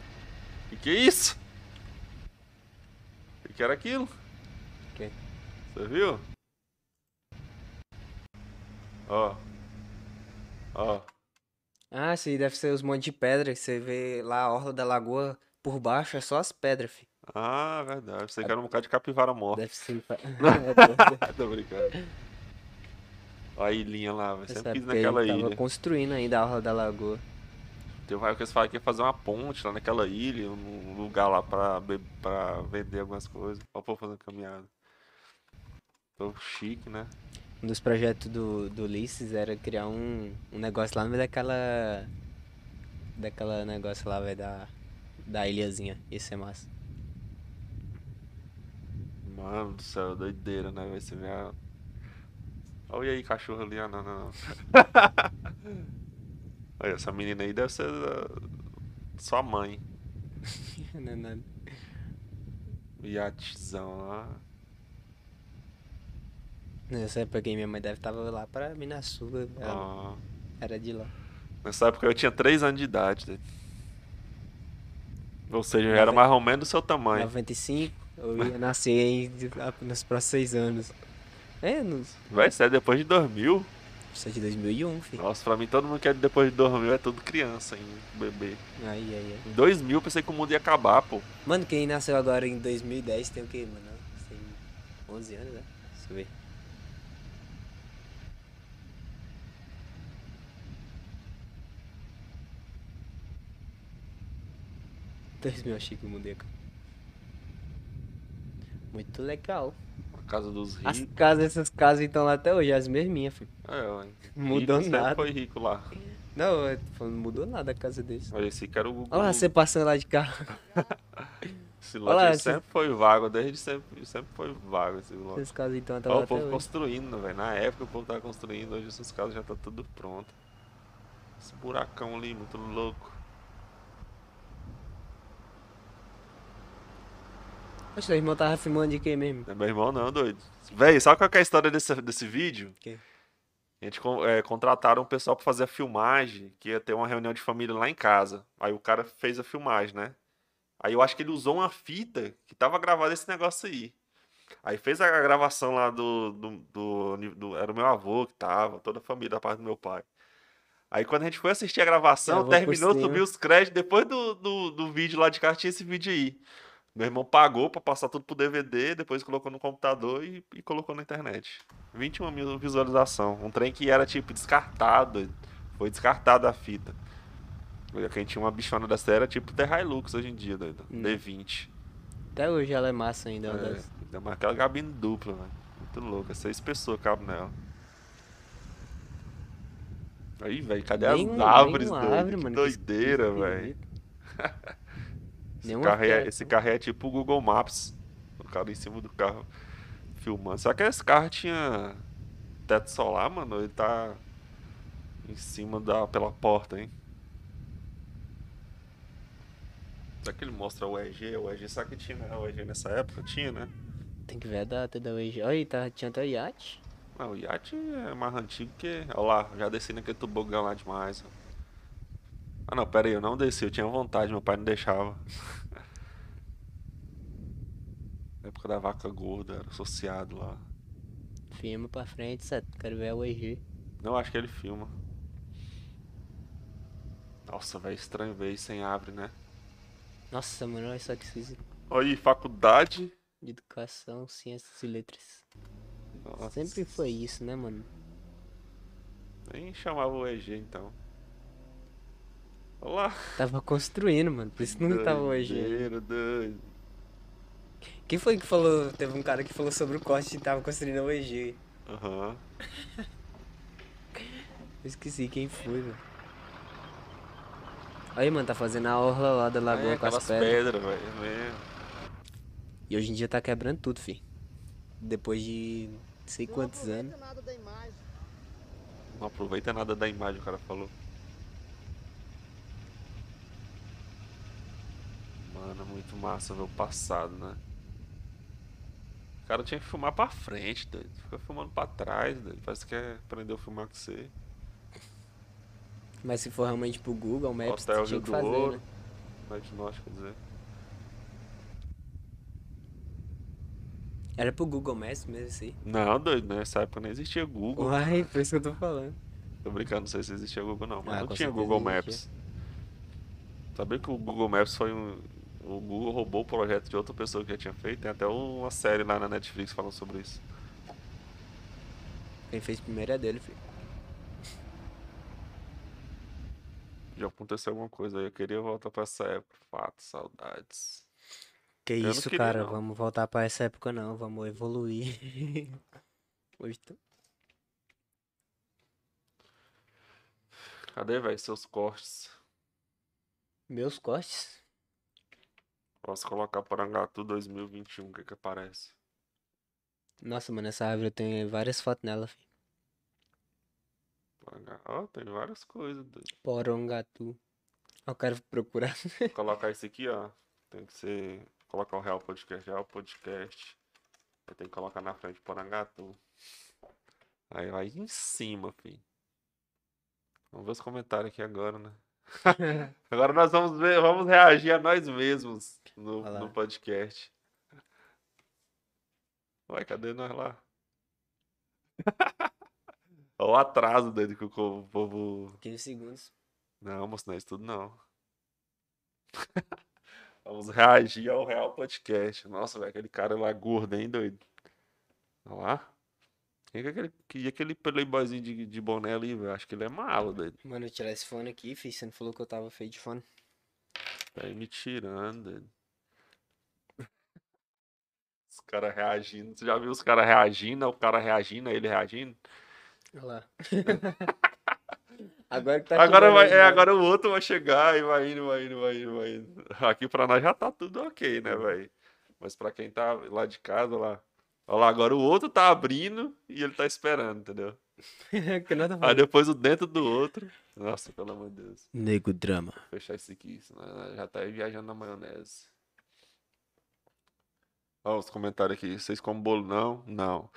S2: que que é isso? O que, que era aquilo?
S1: Quê?
S2: Você viu? Ó. Ó.
S1: Ah, isso aí deve ser os montes de pedra que você vê lá a orla da lagoa por baixo, é só as pedras, fi.
S2: Ah, verdade. Pensei que era um bocado de capivara morta.
S1: Deve ser.
S2: Tô brincando. Ó a ilhinha lá, velho.
S1: Essa
S2: Sempre quis
S1: época
S2: naquela
S1: ele tava
S2: ilha.
S1: construindo ainda a orla da lagoa.
S2: Tem um raio que eles falam que ia fazer uma ponte lá naquela ilha, um lugar lá pra, be- pra vender algumas coisas. Ó, o povo fazendo caminhada. Tô chique, né?
S1: Um dos projetos do, do Ulisses era criar um, um negócio lá no meio daquela. Daquela negócio lá, velho, da. Da ilhazinha. Isso é massa.
S2: Mano do céu, doideira, né? Vai ser minha. Olha aí, cachorro ali. Ah, não, não, não. Olha, essa menina aí deve ser da- sua mãe.
S1: Não é nada.
S2: Iatezão lá.
S1: Nessa época aí minha mãe deve tava lá pra Minassuba. Ela
S2: Ó.
S1: era de lá.
S2: Nessa época eu tinha 3 anos de idade. né? Ou seja, eu
S1: Noven-
S2: era mais ou menos do seu tamanho.
S1: 95, eu ia nascer em, nos próximos seis anos. É, nos,
S2: Vai ser depois de 2000.
S1: isso é de 2001, filho.
S2: Nossa, pra mim todo mundo que é depois de 2000 é tudo criança ainda, bebê.
S1: Aí, aí, aí.
S2: Em 2000 eu pensei que o mundo ia acabar, pô.
S1: Mano, quem nasceu agora em 2010 tem o quê, mano? Tem 11 anos, né? Deixa eu ver. Dois mil, achei que eu mudei. a cor. Muito legal.
S2: A casa dos
S1: As
S2: ricos.
S1: casas, essas casas estão lá até hoje, as mesminhas, filho.
S2: É, ué.
S1: Mudou
S2: Rico sempre
S1: nada.
S2: foi rico lá.
S1: Não, eu tô falando, não mudou nada a casa deles.
S2: Olha, esse cara era o Gugu.
S1: Olha lá, você passando lá de carro.
S2: Esse
S1: olha
S2: lote
S1: lá,
S2: ele
S1: esse-
S2: sempre foi vago, desde sempre, sempre foi vago esse lote.
S1: Essas casas então estão
S2: Olha
S1: lá
S2: o
S1: até
S2: povo
S1: hoje.
S2: construindo, velho. Na época o povo tava construindo, hoje essas casas já tá tudo pronto. Esse buracão ali, muito louco.
S1: Poxa, seu irmão tava filmando de quem mesmo?
S2: Não é meu irmão não, doido. Véi, sabe qual que é a história desse, desse vídeo?
S1: Quê?
S2: A gente con- é, contrataram um pessoal pra fazer a filmagem, que ia ter uma reunião de família lá em casa. Aí o cara fez a filmagem, né? Aí eu acho que ele usou uma fita que tava gravada esse negócio aí. Aí fez a gravação lá do, do, do, do- Era o meu avô que tava, toda a família da parte do meu pai. Aí quando a gente foi assistir a gravação,
S1: Gravou por
S2: terminou,
S1: cima.
S2: subiu os créditos. Depois do, do, do vídeo lá de casa, tinha esse vídeo aí. Meu irmão pagou pra passar tudo pro DVD, depois colocou no computador e, e colocou na internet. 21 mil visualização. Um trem que era tipo descartado. Foi descartada a fita. Olha, Quem tinha uma bichona dessa era tipo The Hilux hoje em dia, doido.
S1: Hum.
S2: D20.
S1: Até hoje ela é massa ainda. uma
S2: É,
S1: das-
S2: ainda mais aquela cabine dupla, velho. Muito louca. Seis pessoas cabem nela. Aí, velho, cadê as
S1: Nenhum-
S2: árvores,
S1: nenhuma
S2: doido?
S1: um, árvore,
S2: que
S1: mano, que esquisito,
S2: doideira,
S1: que
S2: velho. Esse
S1: Nenhuma
S2: carro, é,
S1: alteração.
S2: esse carro é tipo o Google Maps. O cara em cima do carro filmando. Só que esse carro tinha teto solar, mano. Ele tá em cima da pela porta, hein? Será que ele mostra o EG? O EG, será que tinha né? o EG nessa época? Tinha, né?
S1: Tem que ver a data da hoje. Olha, aí, tá, tinha até o iate.
S2: Ah, o iate é mais antigo que. Olha lá, já desci naquele tobogã lá demais. ó. Ah não, pera aí, eu não desci, eu tinha vontade, meu pai não deixava. Na época da vaca gorda, era associado lá.
S1: Filma pra frente, certo? Quero ver a OEG.
S2: Não acho que ele filma. Nossa, velho, estranho ver isso sem árvore, né?
S1: Nossa, mano, olha só que esquisito.
S2: Olha aí, faculdade.
S1: De educação, ciências e letras.
S2: Nossa,
S1: Sempre foi isso, né, mano?
S2: Nem chamava o EG então. Olha lá.
S1: Tava construindo, mano. Por isso não tava hoje.
S2: Doideira, doido.
S1: Quem foi que falou? Teve um cara que falou sobre o corte e tava construindo o EG.
S2: Aham.
S1: Eu esqueci quem foi, mano. Aí, mano, tá fazendo a orla lá da lagoa
S2: É,
S1: com as
S2: aquelas
S1: pedras.
S2: pedras, velho. é mesmo.
S1: E hoje em dia tá quebrando tudo, fi. Depois de não sei quantos anos.
S2: Não aproveita nada da imagem, o cara falou. Mano, muito massa ver o passado, né? O cara tinha que filmar pra frente, doido. Fica filmando pra trás, doido. Parece que é aprendeu a filmar com você.
S1: Mas se for realmente pro Google Maps,
S2: Costa é o
S1: tinha
S2: Rio
S1: que
S2: do
S1: fazer,
S2: Ouro.
S1: né?
S2: Norte Norte, quer dizer.
S1: Era pro Google Maps mesmo, assim.
S2: Não, doido, nessa época não existia Google.
S1: Uai, por isso que eu tô falando.
S2: Tô brincando, não sei se existia Google não, mas
S1: Ah,
S2: não
S1: com
S2: tinha
S1: certeza
S2: Google
S1: existia.
S2: Maps. Sabia que o Google Maps foi um. O Google roubou o projeto de outra pessoa que já tinha feito. Tem até uma série lá na Netflix falando sobre isso.
S1: Quem fez primeiro é dele, fi.
S2: Já aconteceu alguma coisa aí. Eu queria voltar pra essa época. Fato, saudades.
S1: Que
S2: não
S1: isso,
S2: queria,
S1: cara.
S2: não.
S1: Vamos voltar pra essa época, não. Vamos evoluir. Hoje tá-
S2: Cadê, velho, seus cortes?
S1: Meus cortes?
S2: Posso colocar Parangatu 2021, o que que aparece?
S1: Nossa, mano, essa árvore eu tenho várias fotos nela, fi.
S2: Paranga- Ó, tem várias coisas. doido.
S1: Porongatu. Eu quero procurar.
S2: Colocar esse aqui, ó. Tem que ser. Colocar o Real Podcast, Real Podcast. Aí tem que colocar na frente Parangatu. Aí vai em cima, filho. Vamos ver os comentários aqui agora, né? agora nós vamos ver, vamos reagir a nós mesmos no,
S1: Olha lá.
S2: no podcast. Ué, cadê nós lá? Olha o atraso dele que o co- o povo
S1: 15 segundos.
S2: não, moço, não é isso tudo não. Vamos reagir ao Real Podcast. Nossa, velho, aquele cara lá gordo, hein, doido? Olha lá. E aquele, e aquele playboyzinho de, de boné ali, velho? Acho que ele é malo, doido.
S1: Mano, eu tirar esse fone aqui, fi. Você não falou que eu tava feio de fone.
S2: Tá aí me tirando, doido. Os caras reagindo. Você já viu os caras reagindo, o cara reagindo, aí ele reagindo?
S1: Olha lá. Agora que tá
S2: Agora,
S1: chegando
S2: vai,
S1: os
S2: é,
S1: novos.
S2: agora o outro vai chegar e vai indo, vai indo, vai indo, vai indo. Aqui pra nós já tá tudo ok, né, velho? Mas pra quem tá lá de casa, lá. Olha lá, agora o outro tá abrindo e ele tá esperando, entendeu?
S1: que nada
S2: Aí
S1: vai.
S2: depois o dentro do outro. Nossa, pelo amor de Deus.
S1: Nego drama.
S2: Vou fechar isso aqui, senão ela já tá aí viajando na maionese. Ó, os comentários aqui. Vocês comem bolo não? Não.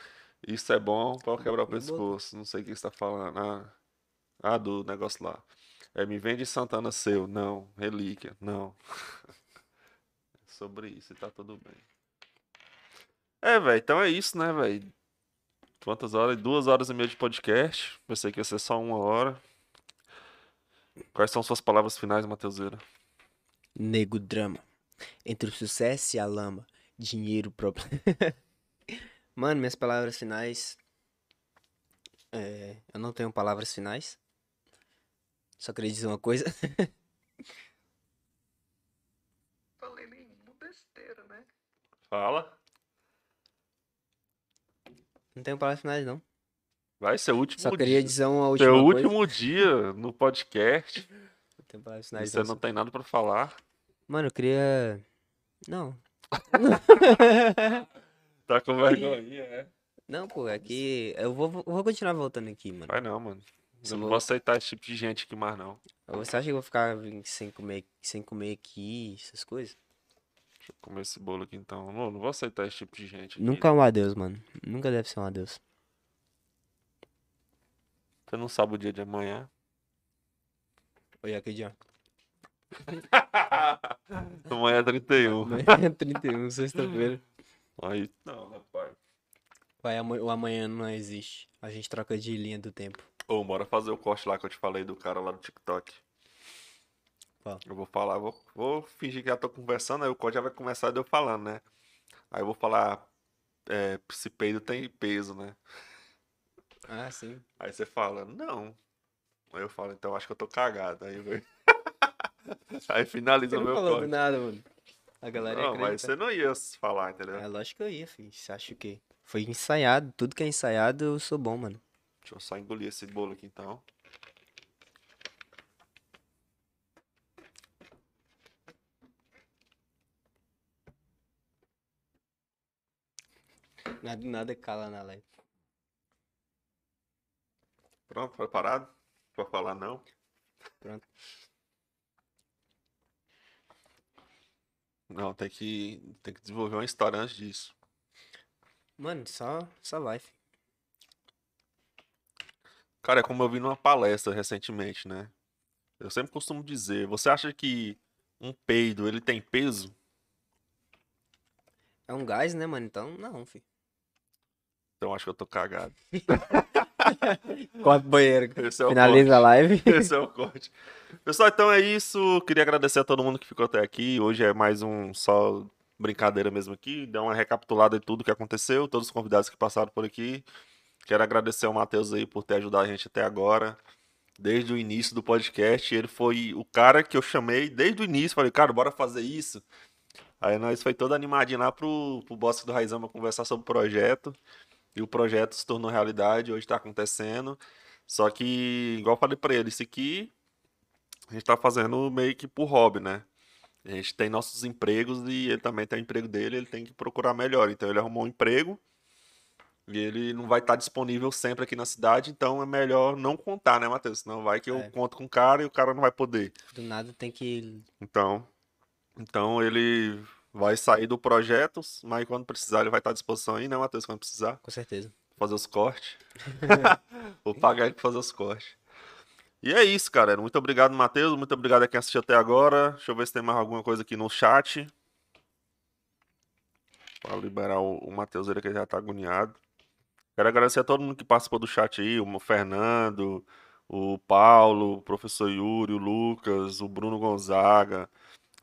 S2: Isso é bom pra quebrar o
S1: Como bolo.
S2: pescoço. Não sei o que você tá falando. Ah, ah, do negócio lá. É, me vende Santana seu. Não. Relíquia. Não. É Sobre isso, e tá tudo bem. É, velho. Então é isso, né, velho? Quantas horas? Duas horas e meia de podcast. Pensei que ia ser só uma hora. Quais são suas palavras finais, Matheuseira?
S1: Nego drama. Entre o sucesso e a lama. Dinheiro problema. Mano, minhas palavras finais. É, eu não tenho palavras finais. Só queria dizer uma coisa.
S9: Falei nenhuma besteira, né?
S2: Fala.
S1: Não tenho palavras finais, não.
S2: Vai ser o último
S1: Só queria
S2: dia.
S1: dizer uma última
S2: Seu
S1: coisa.
S2: último dia no podcast.
S1: Não tenho palavras
S2: e
S1: finais,
S2: você
S1: não.
S2: não tem nada pra falar.
S1: Mano, eu queria. Não.
S2: Tá com vergonha, é.
S1: Não, pô, é que. Eu vou, eu vou continuar voltando aqui, mano.
S2: Vai não, mano.
S1: Você
S2: Eu não
S1: vou-
S2: vou aceitar esse tipo de gente aqui mais, não.
S1: Você acha que eu vou ficar sem comer, sem comer aqui, essas coisas?
S2: Deixa eu comer esse bolo aqui então. Não, não vou aceitar esse tipo de gente aqui.
S1: Nunca é um adeus, mano. Nunca deve ser um adeus.
S2: Você não sabe o dia de amanhã.
S1: Olha aqui, dia.
S2: amanhã é 31.
S1: Amanhã é 31, sexta-feira.
S2: Aí. Não, rapaz.
S1: Vai, ama- o amanhã não existe. A gente troca de linha do tempo.
S2: Ô, bora fazer o corte lá que eu te falei do cara lá do TikTok.
S1: Fala.
S2: Eu vou falar, vou, vou fingir que já tô conversando, aí o corte já vai começar de eu falando, né? Aí eu vou falar, é, se peido tem peso, né?
S1: Ah, sim.
S2: Aí você fala, não. Aí eu falo, então acho que eu tô cagado. Aí eu... Aí finaliza
S1: Você não
S2: o meu
S1: falou do
S2: corte.
S1: nada, mano. A galera ia
S2: Não, mas
S1: acreditar.
S2: você não ia falar, entendeu?
S1: É lógico que eu ia, filho. Você acha o quê? Foi ensaiado. Tudo que é ensaiado, eu sou bom, mano.
S2: Deixa eu só engolir esse bolo aqui então.
S1: Nada, nada cala na live.
S2: Pronto, preparado? Pra falar não?
S1: Pronto.
S2: Não, tem que, tem que desenvolver uma história antes disso.
S1: Mano, só, só vai, filho.
S2: Cara, é como eu vi numa palestra recentemente, né? Eu sempre costumo dizer, você acha que um peido, ele tem peso?
S1: É um gás, né, mano? Então, não, filho.
S2: Então acho que eu tô cagado.
S1: Corta banheiro. um
S2: Esse é o
S1: Finaliza a live.
S2: Esse é o corte. Pessoal, então é isso. Queria agradecer a todo mundo que ficou até aqui. Hoje é mais um só brincadeira mesmo aqui. Dar uma recapitulada de tudo que aconteceu, todos os convidados que passaram por aqui. Quero agradecer ao Matheus aí por ter ajudado a gente até agora. Desde o início do podcast, ele foi o cara que eu chamei desde o início. Falei, cara, bora fazer isso. Aí nós foi todo animadinho lá pro, pro Bosque do Raizama conversar sobre o projeto. E o projeto se tornou realidade, hoje tá acontecendo. Só que, igual eu falei pra ele, isso aqui a gente tá fazendo meio que por hobby, né? A gente tem nossos empregos e ele também tem o emprego dele, ele tem que procurar melhor. Então ele arrumou um emprego e ele não vai estar disponível sempre aqui na cidade, então é melhor não contar, né, Matheus? Senão vai que eu
S1: É.
S2: conto com o cara e o cara não vai poder.
S1: Do nada tem que.
S2: Então, então ele vai sair do projeto, mas quando precisar ele vai estar à disposição aí, né, Matheus? Quando precisar,
S1: Com certeza.
S2: fazer os cortes. Vou pagar ele pra fazer os cortes. E é isso, cara. Muito obrigado, Matheus. Muito obrigado a quem assistiu até agora. Deixa eu ver se tem mais alguma coisa aqui no chat. Pra liberar o, o Matheus, ele que já tá agoniado. Quero agradecer a todo mundo que participou do chat aí, o Fernando, o Paulo, o professor Yuri, o Lucas, o Bruno Gonzaga,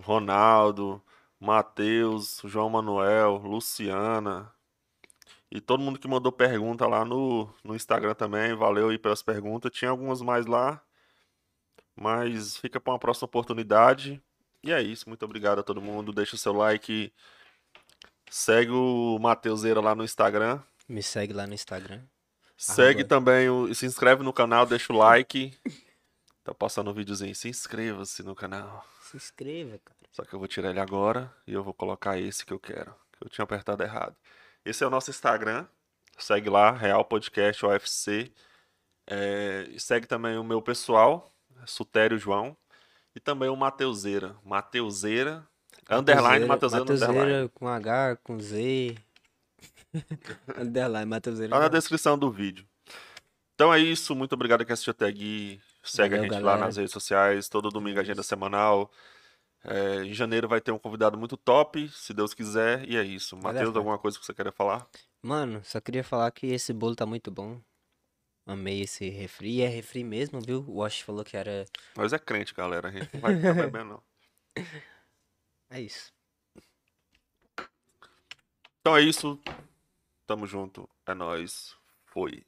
S2: Ronaldo, Matheus, João Manuel, Luciana. E todo mundo que mandou pergunta lá no, no Instagram também. Valeu aí pelas perguntas. Tinha algumas mais lá. Mas fica para uma próxima oportunidade. E é isso. Muito obrigado a todo mundo. Deixa o seu like. Segue o Mateuseira lá no Instagram.
S1: Me segue lá no Instagram.
S2: Segue
S1: Arroba.
S2: também o. Se inscreve no canal, deixa o like. Tá passando um videozinho. Se inscreva-se no canal.
S1: Se inscreva, cara.
S2: Só que eu vou tirar ele agora e eu vou colocar esse que eu quero. Que eu tinha apertado errado. Esse é o nosso Instagram. Segue lá, Real Podcast UFC. É, e segue também o meu pessoal, Sutério João. E também o Mateuseira. Mateuseira. Underline, Mateuseira, no underline.
S1: Mateuseira com H, com Z. underline, Mateuseira.
S2: Tá na
S1: com-
S2: descrição do vídeo. Então é isso. Muito obrigado que assistiu até aqui. Segue a
S1: Valeu,
S2: gente lá
S1: galera.
S2: nas redes sociais. Todo domingo, agenda semanal. É, em janeiro vai ter um convidado muito top, se Deus quiser. E é isso.
S1: Vai
S2: Matheus,
S1: dar
S2: alguma coisa que você queira falar?
S1: Mano, só queria falar que esse bolo tá muito bom. Amei esse refri. E é refri mesmo, viu? O Wash falou que era.
S2: Nós é crente, galera. A gente não vai ficar bebendo, não.
S1: É isso.
S2: Então é isso. Tamo junto. É nóis. Foi.